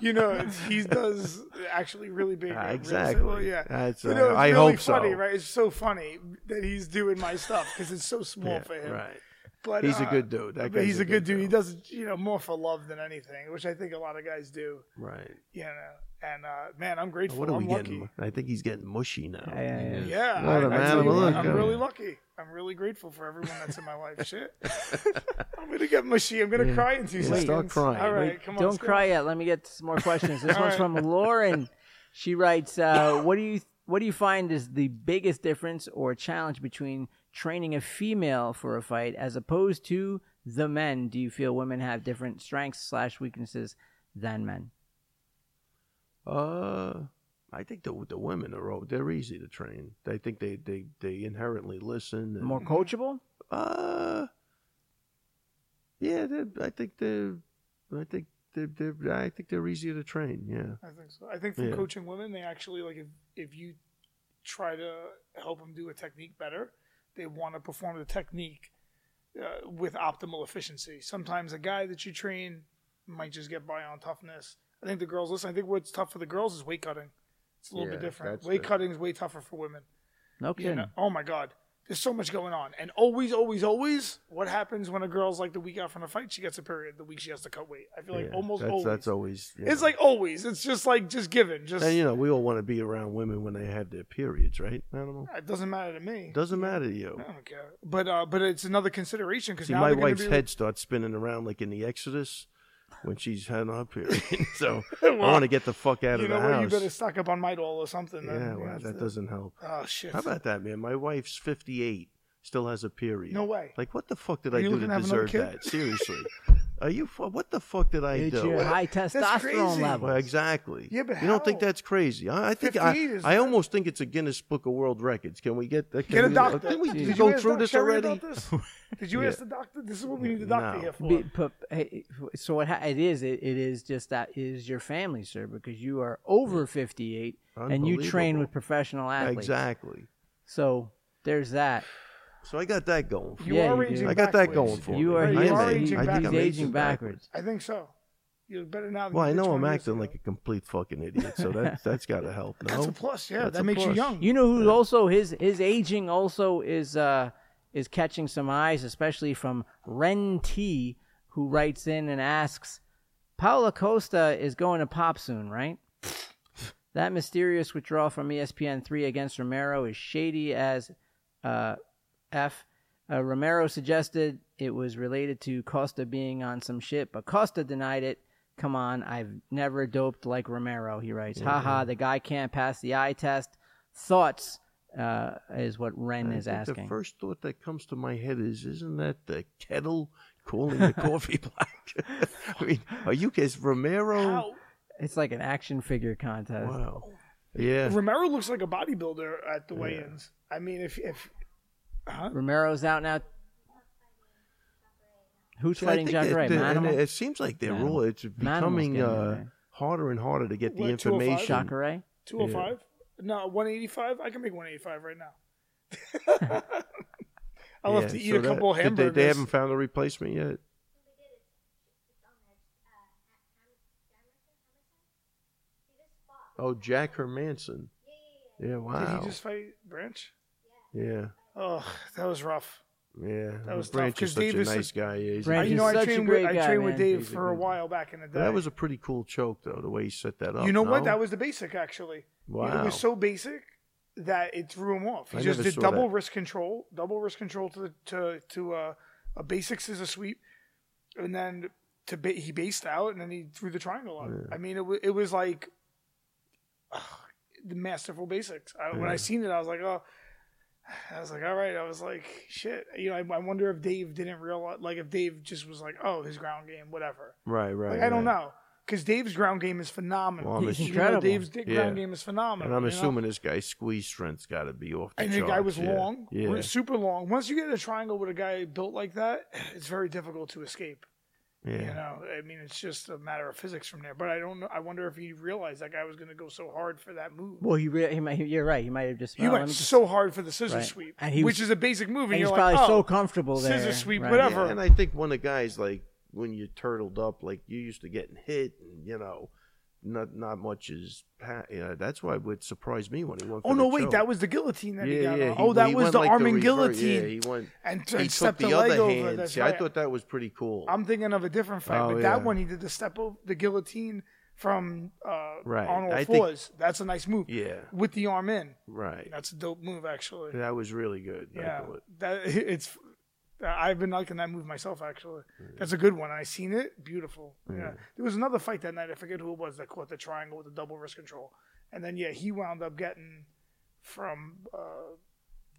S3: You know, it's, he does actually really big.
S2: Ah,
S3: uh, real estate.
S2: exactly.
S3: Well, yeah.
S2: That's,
S3: you
S2: uh,
S3: know, it's
S2: I
S3: really
S2: hope so.
S3: funny, Right? It's so funny that he's doing my stuff because it's so small
S2: Yeah,
S3: for him.
S2: right.
S3: But
S2: He's a
S3: uh,
S2: good dude. That
S3: but
S2: guy's
S3: he's a good dude. He
S2: dude.
S3: does, you know, more for love than anything, which I think a lot of guys do.
S2: Right.
S3: You know, and uh, man, I'm grateful.
S2: What are
S3: I'm
S2: we
S3: lucky.
S2: getting? I think he's getting mushy now.
S1: Yeah, yeah, yeah.
S3: Yeah,
S2: What
S3: I-
S2: a
S3: I
S2: man
S3: tell
S2: of
S3: you what,
S2: luck,
S3: I'm
S2: huh?
S3: really lucky. I'm really grateful for everyone that's in my life. Shit, I'm gonna get mushy. I'm gonna cry in two
S2: Yeah,
S3: seconds.
S2: start crying.
S3: All right,
S1: Wait,
S3: come on.
S1: don't
S3: Scott.
S1: cry yet. Let me get some more questions. This
S3: All
S1: one's
S3: right.
S1: from Lauren. She writes, uh, "What do you what do you find is the biggest difference or challenge between training a female for a fight as opposed to the men? Do you feel women have different strengths slash weaknesses than men?
S2: Uh, I think the the women are all, they're easy to train. I think they they, they inherently listen. And,
S3: Mm-hmm.
S1: More coachable?
S2: Uh, yeah, they're, I think they're, I think they're, they're, I think they're easier to train. Yeah,
S3: I think so. I think from
S2: Yeah.
S3: coaching women, they actually like if if you try to help them do a technique better, they want to perform the technique uh, with optimal efficiency. Sometimes a guy that you train might just get by on toughness. I think the girls listen. I think what's tough for the girls is weight cutting. It's a little bit
S2: Yeah,
S3: different.
S2: that's
S3: Weight
S2: the-
S3: cutting is way tougher for women.
S1: No
S3: You
S1: kidding.
S3: know, oh my God. There's so much going on. And always, always, always, what happens when a girl's like the week out from a fight, she gets a period the week she has to cut weight. I feel like
S2: Yeah,
S3: almost
S2: that's,
S3: always.
S2: That's always. you
S3: it's
S2: know.
S3: like always. It's just like just given. Just
S2: and you know we all want to be around women when they have their periods, right? Animal
S3: it doesn't matter to me.
S2: doesn't matter to you.
S3: I don't care. But uh, but it's another consideration because
S2: See,
S3: now
S2: my
S3: they're gonna
S2: wife's
S3: be,
S2: head starts spinning around like in the Exodus. when she's having her period. so I want to get the fuck out
S3: you
S2: of
S3: know
S2: the
S3: what?
S2: house.
S3: You better stock up on Midol or something. then.
S2: yeah, well, that doesn't help.
S3: Oh shit!
S2: How about that, man? My wife's 58, still has a period.
S3: No way.
S2: Like, what the fuck did
S3: Are
S2: I
S3: you
S2: do to
S3: looking to have another
S2: deserve
S3: kid?
S2: that? Seriously. Are you, fu- what the fuck did I
S1: It's
S2: do?
S1: your high testosterone
S3: crazy.
S2: Well,
S1: level.
S2: exactly.
S3: Yeah, but
S2: you don't think
S3: how?
S2: that's crazy? I, I think I,
S3: 58 is
S2: I
S3: not-
S2: almost think it's a Guinness Book of World Records. Can we get that?
S3: Get a
S2: we,
S3: doctor.
S2: Did we
S3: Did
S2: did we
S3: you
S2: go
S3: ask
S2: through
S3: Doc
S2: this
S3: Sherry
S2: already?
S3: about this? Did you
S2: Yeah.
S3: ask the doctor? This is what we need the doctor
S2: No.
S3: here for.
S1: Be- but, hey, so what ha- it is, it, it is just that it is your family, sir, because you are over 58 and you train
S2: Unbelievable.
S1: with professional athletes.
S2: Exactly.
S1: So there's that.
S2: So I got that going. For
S3: you
S1: yeah,
S3: are
S1: you do.
S3: aging.
S2: me. I got that
S3: backwards.
S2: going for
S1: You
S2: me.
S1: are,
S3: Right,
S1: he
S2: I
S3: you
S1: is-
S2: am
S3: are
S1: he-
S2: aging-
S3: aging
S2: I think
S1: he's
S2: I'm
S3: backwards.
S1: aging backwards.
S3: I think so. You're better now. Than
S2: Well, I
S3: you did
S2: know I'm
S3: 20 years
S2: acting
S3: ago.
S2: like a complete fucking idiot, so that that's got to help. No,
S3: That's a plus. Yeah,
S2: That's
S3: that
S2: a
S3: makes you
S2: plus.
S3: young.
S1: You know who also his his aging also is uh is catching some eyes, especially from Ren T, who writes in and asks, Paula Costa is going to pop soon, right? That mysterious withdrawal from E ESPN three against Romero is shady as uh, f. Uh, Romero suggested it was related to Costa being on some shit, but Costa denied it. Come on, I've never doped like Romero. He writes, "Ha ha, the guy can't pass the eye test." Thoughts uh, is what Ren
S2: I
S1: is
S2: think
S1: asking.
S2: Uh, The first thought that comes to my head is, isn't that the kettle calling the coffee black? I mean, are you guys Romero?
S3: How?
S1: It's like an action figure contest.
S2: Wow. Yeah.
S3: Romero looks like a bodybuilder at the weigh-ins. I mean, if if huh?
S1: Romero's out now. Who's
S2: So I
S1: fighting
S2: think
S1: Jack
S2: that-
S1: Ray?
S2: that- and
S1: Manimal?
S2: It seems like they're
S1: Manimal.
S2: all, it's
S1: Manimal's
S2: becoming
S1: getting
S2: uh,
S1: there.
S2: harder and harder to get the
S3: What, 205?
S2: information.
S1: Jack Ray?
S3: two hundred five, no one eighty five. I can make one eighty five right now. I'll have to
S2: Yeah,
S3: eat
S2: so
S3: a couple
S2: that, did
S3: hamburgers.
S2: They, they haven't found a replacement yet. Oh, Jack Hermanson. Yeah, wow.
S3: Did he just fight Branch?
S2: Yeah,
S3: Oh, that was rough.
S2: yeah.
S3: That was tough,
S2: Branch
S3: 'cause
S2: is such
S3: Dave
S2: a
S3: is
S2: nice
S3: such-
S2: guy. Yeah, he's a-
S1: Branch
S3: you
S1: is
S3: know, I
S1: such a
S3: trained
S1: great
S3: with, I
S1: guy,
S3: trained with
S1: man.
S3: Dave
S2: He's a
S3: for a
S2: good guy.
S3: while back in the day.
S2: That was a pretty cool choke, though, the way he set that up.
S3: you know what?
S2: no?
S3: That was the basic actually.
S2: wow.
S3: It was so basic that it threw him off. He
S2: I
S3: just
S2: never
S3: did
S2: saw
S3: double
S2: that.
S3: risk control, double risk control to the, to to uh, a basic scissor sweep, and then to ba- he based out, and then he threw the triangle up. I mean, it was it was like ugh, the masterful basics. I, When I seen it, I was like, oh. I was like, all right. I was like, shit. You know, I, I wonder if Dave didn't realize, like, if Dave just was like, oh, his ground game, whatever.
S2: right, right.
S3: Like, I don't
S2: right.
S3: know. Because Dave's ground game is phenomenal.
S2: Well, I'm
S1: He's
S2: assu-
S3: You know,
S1: incredible.
S3: Dave's di- ground
S2: Yeah.
S3: game is phenomenal.
S2: And I'm
S3: you know?
S2: assuming this guy's squeeze strength's got to be off the
S3: And the
S2: charts.
S3: guy was
S2: yeah.
S3: long,
S2: Yeah.
S3: was super long. Once you get in a triangle with a guy built like that, it's very difficult to escape.
S2: yeah.
S3: You know, I mean, it's just a matter of physics from there. But I don't know. I wonder if he realized that guy was going to go so hard for that move.
S1: Well, he, re- he might, you're right. He might have just.
S3: He
S1: well, let
S3: went
S1: me just-
S3: so hard for the scissor
S1: Right.
S3: sweep,
S1: And he
S3: which
S1: was-
S3: is a basic move, and,
S1: and
S3: you're
S1: he's
S3: like,
S1: probably
S3: oh,
S1: so comfortable there.
S3: scissor sweep,
S1: right.
S3: whatever.
S2: Yeah, and I think when a guy's like when you're turtled up, like you used to getting hit, and you know, not not much is. Pa- you know, that's why it would surprise me when he went.
S3: oh
S2: for
S3: no,
S2: the
S3: wait,
S2: choke.
S3: that was the guillotine that he
S2: yeah,
S3: got.
S2: yeah.
S3: on.
S2: he-
S3: oh, that
S2: he
S3: was
S2: went
S3: the
S2: like
S3: arm and
S2: reverse-
S3: guillotine,
S2: Yeah, he went.
S3: and,
S2: He
S3: and
S2: took
S3: stepped
S2: the,
S3: the, leg
S2: other
S3: over.
S2: hand.
S3: That's
S2: See,
S3: right.
S2: I thought that was pretty cool.
S3: I'm thinking of a different fight,
S2: Oh,
S3: but
S2: yeah.
S3: that one he did the step over the guillotine from uh,
S2: Right.
S3: on all
S2: I think-
S3: fours. That's a nice move.
S2: Yeah.
S3: with the arm in.
S2: right.
S3: That's a dope move, actually.
S2: That was really good. I
S3: yeah,
S2: thought.
S3: that it's. I've been liking that move myself. Actually, that's a good one. I seen it. Beautiful. Yeah. There was another fight that night. I forget who it was that caught the triangle with the double wrist control, and then yeah, he wound up getting from uh,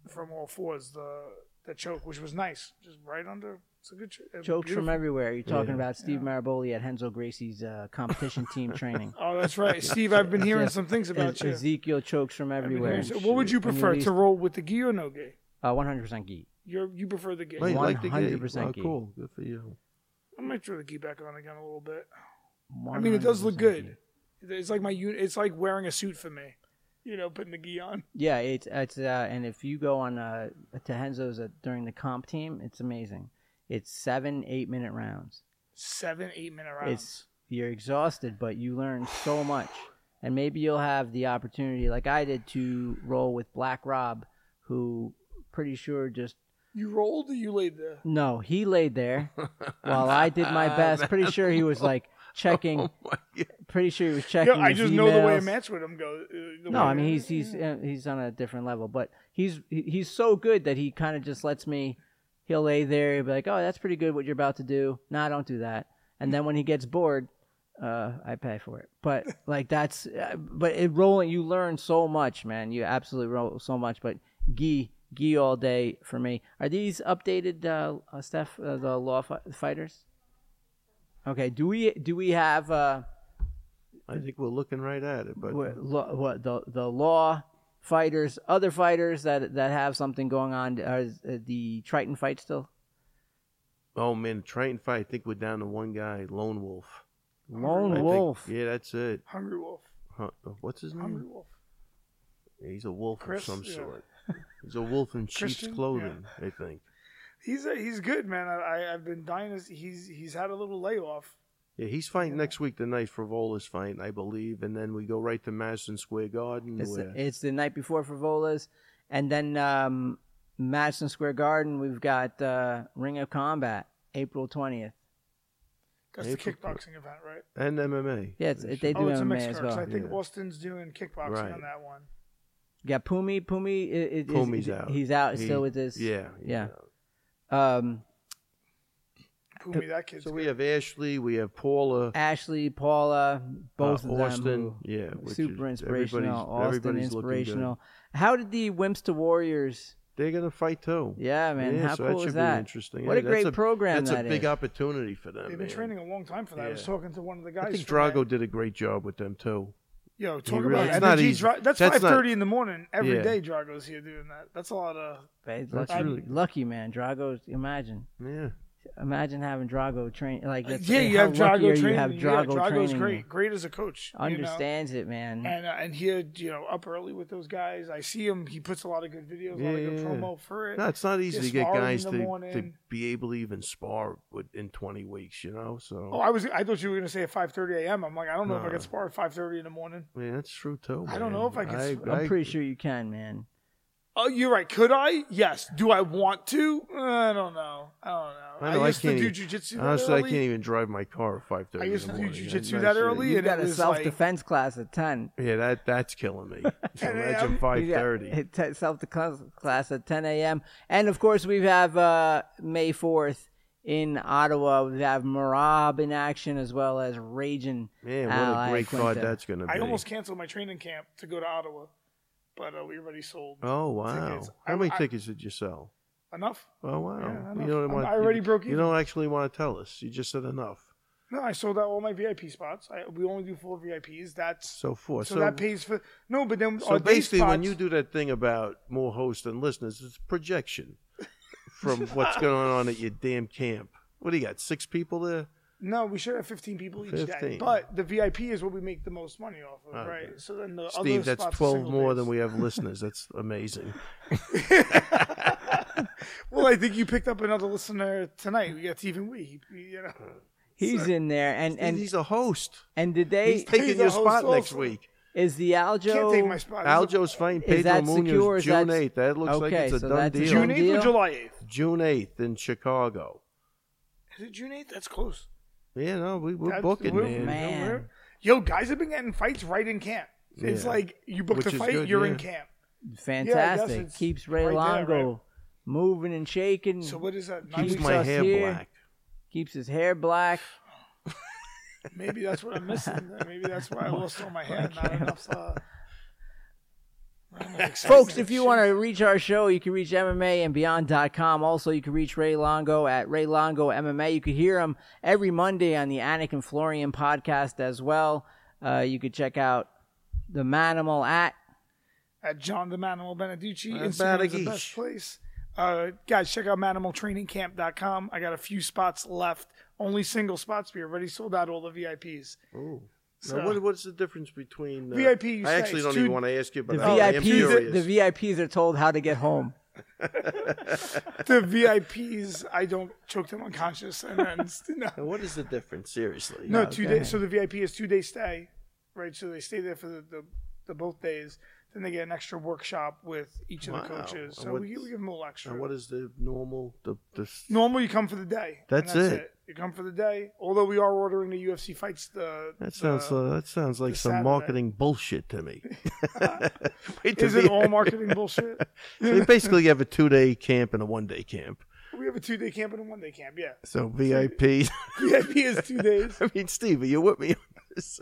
S3: from all fours the the choke, which was nice. Just right under. It's a good cho- a
S1: Jokes
S3: beautiful-
S1: from everywhere. You're talking about Steve Maraboli at Henzo Gracie's uh, competition team training.
S3: Oh, that's right, Steve. I've been hearing some things
S1: And
S3: about you.
S1: Ezekiel chokes from everywhere.
S3: So what would you
S1: When you
S3: prefer
S1: least-
S3: to roll with the gi or no gi?
S1: Uh, 100% geek.
S3: You you prefer the gi.
S2: Well, you like the gi.
S1: 100%
S2: Wow,
S1: key.
S2: cool. Good for you.
S3: I might throw the gi back on again a little bit. I mean, it does look
S1: 100%
S3: good.
S1: geek.
S3: It's like my uni- It's like wearing a suit for me. You know, putting the gi on.
S1: Yeah, it's it's uh, and if you go on uh, to Henzo's uh, during the comp team, it's amazing. It's seven eight minute rounds.
S3: Seven, eight minute rounds.
S1: It's you're exhausted, but you learn so much, and maybe you'll have the opportunity, like I did, to roll with Black Rob, who pretty sure just
S3: you rolled or you laid there.
S1: no, he laid there while I did my best. Pretty sure he was like checking.
S2: Oh my God.
S1: Pretty sure he was checking.
S3: Yo, I
S1: his
S3: just know the way a
S1: emails.
S3: match with him goes. uh, the
S1: No,
S3: way-
S1: I mean he's he's uh, he's on a different level, but he's he- he's so good that he kind of just lets me. He'll lay there, he'll be like, "Oh, that's pretty good what you're about to do." No, nah, don't do that, and then when he gets bored, uh, I pay for it. But like that's, uh, but it rolling. You learn so much, man. You absolutely roll so much. But gi gi all day for me. Are these updated, uh, uh, Steph, uh, the law fi- fighters? Okay. Do we do we have uh,
S2: I think we're looking right at it, but
S1: what, law, what the the law fighters, other fighters that that have something going on? Are uh, the Triton fight still?
S2: oh man, Triton fight. I think we're down to one guy, Lone Wolf. I
S1: Lone
S2: think-
S1: Wolf.
S2: yeah, that's it.
S3: Hungry Wolf.
S2: Huh, uh, What's
S1: Hmm.
S2: his
S3: Hungry
S2: name?
S3: Wolf.
S2: He's a wolf
S3: Chris,
S2: of some
S3: yeah.
S2: sort. He's a wolf in sheep's
S3: Christian, yeah.
S2: clothing, I think.
S3: He's a, he's good, man. I, I I've been dying. To, see- he's he's had a little layoff.
S2: Yeah, he's fighting
S3: Yeah.
S2: next week the night for Vola's fight, I believe, and then we go right to Madison Square Garden.
S1: It's,
S2: where,
S1: it's the night before for Volas, and then um, Madison Square Garden. We've got uh, Ring of Combat, April twentieth.
S3: That's the
S2: April
S3: kickboxing event, right?
S2: and MMA.
S1: Yeah, it's-
S2: They
S1: they
S2: should-
S1: do
S3: oh, it's a
S1: MMA
S3: mixed
S1: as
S3: card. 'cause
S1: well.
S3: I think
S2: Yeah.
S3: Austin's doing kickboxing
S2: Right.
S3: on that one.
S1: Yeah, Pumi, Pumi, i- i- is,
S2: Pumi's out.
S1: He's out
S2: He-
S1: still with this.
S2: yeah,
S1: Yeah. Um,
S3: Pumi, that kid's
S2: So
S3: good.
S2: we have Ashley, we have Paula,
S1: Ashley, Paula, both
S2: uh,
S1: of
S2: Austin.
S1: them. who-
S2: yeah, which
S1: super
S2: is-
S1: inspirational.
S2: everybody's-
S1: Austin
S2: everybody's looking good.
S1: inspirational. How did the Wimps to Warriors?
S2: They're gonna fight too.
S1: Yeah, man.
S2: Yeah,
S1: how
S2: so
S1: cool
S2: that should
S1: is
S2: Be
S1: that?
S2: interesting.
S1: What
S2: Yeah,
S1: a great
S2: that's
S1: program
S2: That's
S1: that
S2: a big
S1: is.
S2: opportunity for them.
S3: They've been
S2: man.
S3: training a long time for that. I was
S2: Yeah.
S3: talking to one of the guys.
S2: I think
S3: from that.
S2: Drago did a great job with them too.
S3: Yo,
S2: He
S3: talk
S2: really-
S3: about
S1: It's
S3: energy.
S2: not easy.
S3: dri- that's
S2: That's
S3: five
S2: not-
S3: thirty in the morning every
S2: Yeah.
S3: day. Drago's here doing that. That's a lot of.
S1: Babe,
S2: That's
S1: lucky,
S2: really-
S1: lucky, man. Drago, imagine,
S2: Yeah.
S1: imagine having Drago train like that's,
S3: yeah, you
S1: how
S3: have
S1: lucky are
S3: Drago
S1: you
S3: training.
S1: to have Drago
S3: yeah, Drago's
S1: training you.
S3: great. Great as a coach. you know?
S1: Understands it, man.
S3: And uh, and he had, you know up early with those guys. I see him. He puts a lot of good videos, a lot of
S2: Yeah.
S3: good promo for it.
S2: No, it's not easy
S3: Just
S2: to get
S3: sparring in
S2: guys
S3: the
S2: to, to
S3: morning.
S2: be able to even spar with, in 20 weeks, you know? So,
S3: Oh, I was. I thought you were going to say at five thirty a.m. I'm like, I don't know if I
S2: No.
S3: could spar at five thirty in the morning.
S2: man, that's true, too.
S3: I don't
S2: man.
S3: know if I can
S2: I,
S3: sp-
S1: I'm
S2: I-
S1: pretty sure you can, man.
S3: Oh, you're right. Could I? Yes. Do I want to? Uh, I don't know. I don't know.
S2: I know, I
S3: used
S2: can't
S3: to
S2: even-
S3: do jujitsu. that
S2: Honestly, I
S3: early.
S2: can't even drive my car at 5.30
S3: I used to do
S2: in the morning.
S3: jujitsu
S2: I'm not
S3: that
S2: sure.
S3: early,
S1: You
S3: and
S1: got
S3: it
S1: a
S3: was like-
S1: self defense class at ten.
S2: Yeah, that that's killing me. So
S3: 10
S2: Imagine
S3: a.m.
S2: 5.30.
S1: Self defense class at ten a.m. And of course, we have uh, May fourth in Ottawa. We have Marab in action as well as Raging.
S2: Man, what
S1: Al
S2: a great card
S1: Iaquinta.
S2: that's going to be.
S3: I almost canceled my training camp to go to Ottawa, but uh, we already sold
S2: Oh, wow.
S3: tickets.
S2: How
S3: I-
S2: many
S3: I-
S2: tickets did you sell?
S3: enough.
S2: Oh, wow.
S3: Yeah,
S2: you
S3: enough.
S2: don't
S3: I-
S2: want,
S3: I already
S2: you,
S3: broke
S2: You don't actually want to tell us. You just said enough.
S3: No, I sold out all my VIP spots. I, we only do four VIPs. That's
S2: Oh, So forth.
S3: so, that oh, pays for no. But then
S2: So
S3: our day
S2: basically, when
S3: spots-
S2: you do that thing about more hosts than listeners, it's projection from what's going on at your damn camp. What do you got? Six people there?
S3: no, we should have fifteen people each day.
S2: 15.
S3: But the VIP is what we make the most money off of,
S2: Okay.
S3: right? So then the
S2: Steve,
S3: other
S2: that's
S3: spots are
S2: 12
S3: single
S2: more
S3: days.
S2: than we have listeners. That's amazing.
S3: well, I think you picked up another listener tonight. We got Stephen Wee. He- You know,
S1: He's in there, and
S2: And
S1: and
S2: he's a host.
S1: and today
S2: He's taking
S3: he's a
S2: your
S3: host
S2: spot next
S3: also.
S2: week.
S1: is the Aljo.
S3: can't take my spot.
S2: Aljo's fighting Pedro
S1: that secure or
S2: Munoz
S1: is
S2: June
S1: that-
S2: 8th. That looks like
S1: Okay,
S2: it's a
S1: so
S2: done
S1: that's a
S2: deal.
S1: June
S3: June
S1: Done
S3: eighth or
S1: deal?
S3: July eighth.
S2: June 8th in Chicago.
S3: Is it June eighth? That's close.
S2: Yeah, no, we, we're
S3: That's-
S2: booking,
S3: we're-
S2: man.
S1: Man.
S3: we're- Yo, guys have been getting fights right in camp. It's
S2: Yeah.
S3: like you booked
S2: Which
S3: a
S2: is
S3: fight,
S2: good,
S3: you're
S2: yeah.
S3: in camp.
S1: Fantastic.
S3: it's
S1: Keeps Ray
S3: right
S1: Longo
S3: there,
S1: moving and shaking.
S3: So what is that? Nine
S2: Keeps
S3: weeks
S2: my
S1: us
S2: hair
S1: here.
S2: black.
S1: Keeps his hair black.
S3: Maybe that's what I'm missing. Maybe that's why I lost all my hair. Not enough. Uh, not enough
S1: Folks,
S3: excitement.
S1: if you want to reach our show, you can reach MMA and Beyond.com. Also, you can reach Ray Longo at Ray Longo MMA. You can hear him every Monday on the Anakin Florian podcast as well. Uh, you could check out the Manimal at
S3: at John the Manimal Beneducci.
S2: Uh,
S3: Instagram is the
S2: Badageesh.
S3: best place. Uh, guys, check out manimaltrainingcamp.com. I got a few spots left. Only single spots. We already sold out all the VIPs.
S2: Ooh.
S3: So-
S2: now, what, what's the difference between uh,
S3: VIP, you
S2: I
S3: say,
S2: actually
S3: it's
S2: don't
S3: two-
S2: even want to ask you, but
S1: the
S2: Oh, I am
S1: VIPs.
S2: curious.
S1: The VIPs are told how to get home.
S3: The VIPs, I don't choke them unconscious. And then, no,
S2: Now, what is the difference, seriously?
S3: no
S1: No,
S3: two
S1: go
S3: days. So the VIP is two day stay, right? So they stay there for the, the, the both days. Then they get an extra workshop with each of the
S2: Wow.
S3: coaches.
S2: And
S3: So
S2: what-
S3: we, we give them a little extra.
S2: And what is the normal? The, the
S3: Normally, you come for the day. and
S2: That's it.
S3: You come for the day. Although we are ordering the UFC fights. The
S2: that sounds
S3: the-
S2: uh, that sounds like
S3: the
S2: some
S3: Saturday.
S2: marketing bullshit to me. Wait, to
S3: Is it
S2: be-
S3: all marketing bullshit?
S2: they basically have a two day camp and a one day camp.
S3: We have a two day camp and a one day camp. Yeah,
S2: So VIP.
S3: VIP is two days,
S2: I mean, Steve, are you with me on this?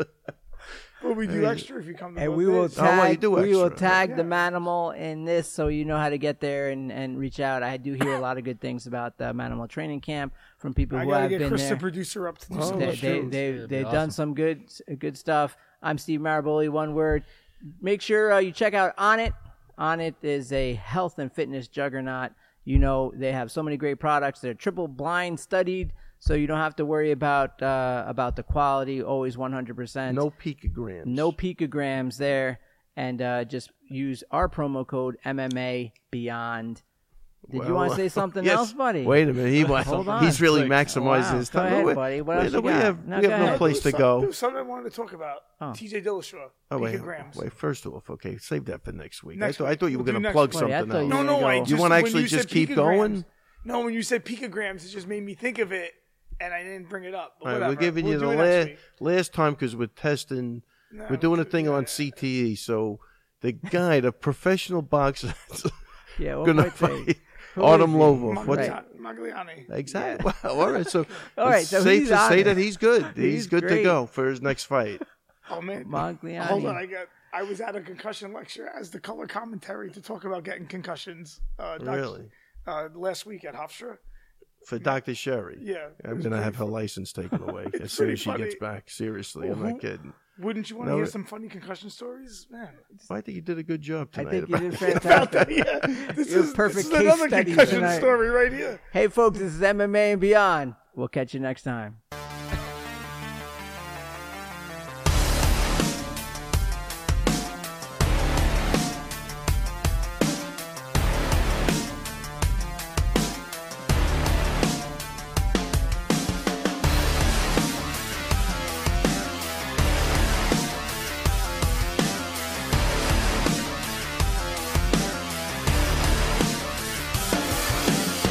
S3: but we do extra if you come. To
S1: And
S3: both
S1: we will
S3: days.
S2: Oh, well, you
S1: tag,
S2: do
S1: we will
S2: extra.
S1: tag the
S3: Yeah.
S1: Manimal in this so you know how to get there and, and reach out. I do hear a lot of good things about the Manimal training camp from people
S3: I
S1: who
S3: gotta
S1: have
S3: get
S1: been
S3: Chris,
S1: there.
S3: the producer, up to do
S2: Oh,
S3: some
S1: they,
S3: of
S2: that's
S1: they,
S2: true.
S1: they,
S4: Yeah,
S1: they've
S4: awesome.
S1: done some good good stuff. I'm Steve Maraboli, one word. Make sure uh, you check out On It. On It is a health and fitness juggernaut. You know, they have so many great products. They're triple blind studied, so you don't have to worry about uh, about the quality, always 100%.
S2: No picograms.
S1: No picograms there. And uh, just use our promo code MMA Beyond. Did you want to say something
S2: yes.
S1: else, buddy?
S2: Wait a minute. He wants,
S1: Hold on,
S2: he's really
S1: quick.
S2: maximizing
S1: Wow.
S2: his
S1: Go
S2: time.
S1: ahead,
S2: we,
S1: buddy. What else
S2: we,
S1: you
S2: we
S1: got?
S2: have,
S1: No,
S2: we
S1: go
S2: have no
S1: ahead.
S2: place to
S3: There was some-
S2: go.
S3: There was something I wanted to talk about.
S1: Oh.
S3: TJ Dillashaw.
S2: Oh, wait,
S3: picograms.
S2: wait. First off, okay, save that for next week.
S3: Next
S2: I, thought, I
S3: week.
S2: thought you were
S3: We'll do
S2: going to
S3: next
S2: plug
S3: week.
S1: Wait, I
S2: something
S1: thought
S2: else.
S1: you-
S3: No, no,
S1: go.
S3: I
S1: You
S3: just,
S2: wanna
S3: when
S2: actually
S3: you said
S2: just keep
S3: picograms-
S2: going?
S3: No, when you said picograms, it just made me think of it, and I didn't bring it up. But
S2: All right,
S3: whatever.
S2: we're giving you
S3: We'll
S2: the
S3: do it next
S2: last,
S3: week.
S2: last time because we're testing.
S3: No,
S2: we're doing
S3: we'll
S2: a
S3: do-
S2: thing on CTE. So the guy, the professional boxer,
S1: Yeah, what
S2: going to
S1: might they-
S2: fight
S1: Who
S2: Autumn
S1: is he?
S2: Lovov. What's
S1: Right.
S3: Maglia- Magliani.
S2: Exactly. Wow. All right. So,
S1: All right,
S2: it's
S1: so
S2: safe
S1: he's
S2: to
S1: on
S2: say
S1: it.
S2: that he's good. He's,
S1: He's
S2: good
S1: great.
S2: to go for his next fight.
S3: Oh man,
S1: Mongliani.
S3: hold on. I got. I was at a concussion lecture as the color commentary to talk about getting concussions. Uh, doc-
S2: Really,
S3: Uh, last week at Hofstra.
S2: for Doctor Sherry.
S3: Yeah. it
S2: I'm
S3: was
S2: gonna
S3: pretty
S2: have her license taken away as
S3: It's
S2: soon
S3: pretty
S2: as she gets
S3: funny.
S2: back. Seriously, I'm
S3: Well,
S2: not kidding.
S3: Wouldn't you want to
S2: No,
S3: hear
S2: it-
S3: some funny concussion stories? Man.
S2: Well, I think you did a good job
S1: I
S2: tonight.
S1: think you
S2: about-
S1: did fantastic.
S3: yeah. This
S1: You're
S3: is,
S1: perfect
S3: this is
S1: case
S3: another
S1: study
S3: concussion
S1: tonight.
S3: story right here.
S1: hey, folks, this is MMA and Beyond. We'll catch you next time.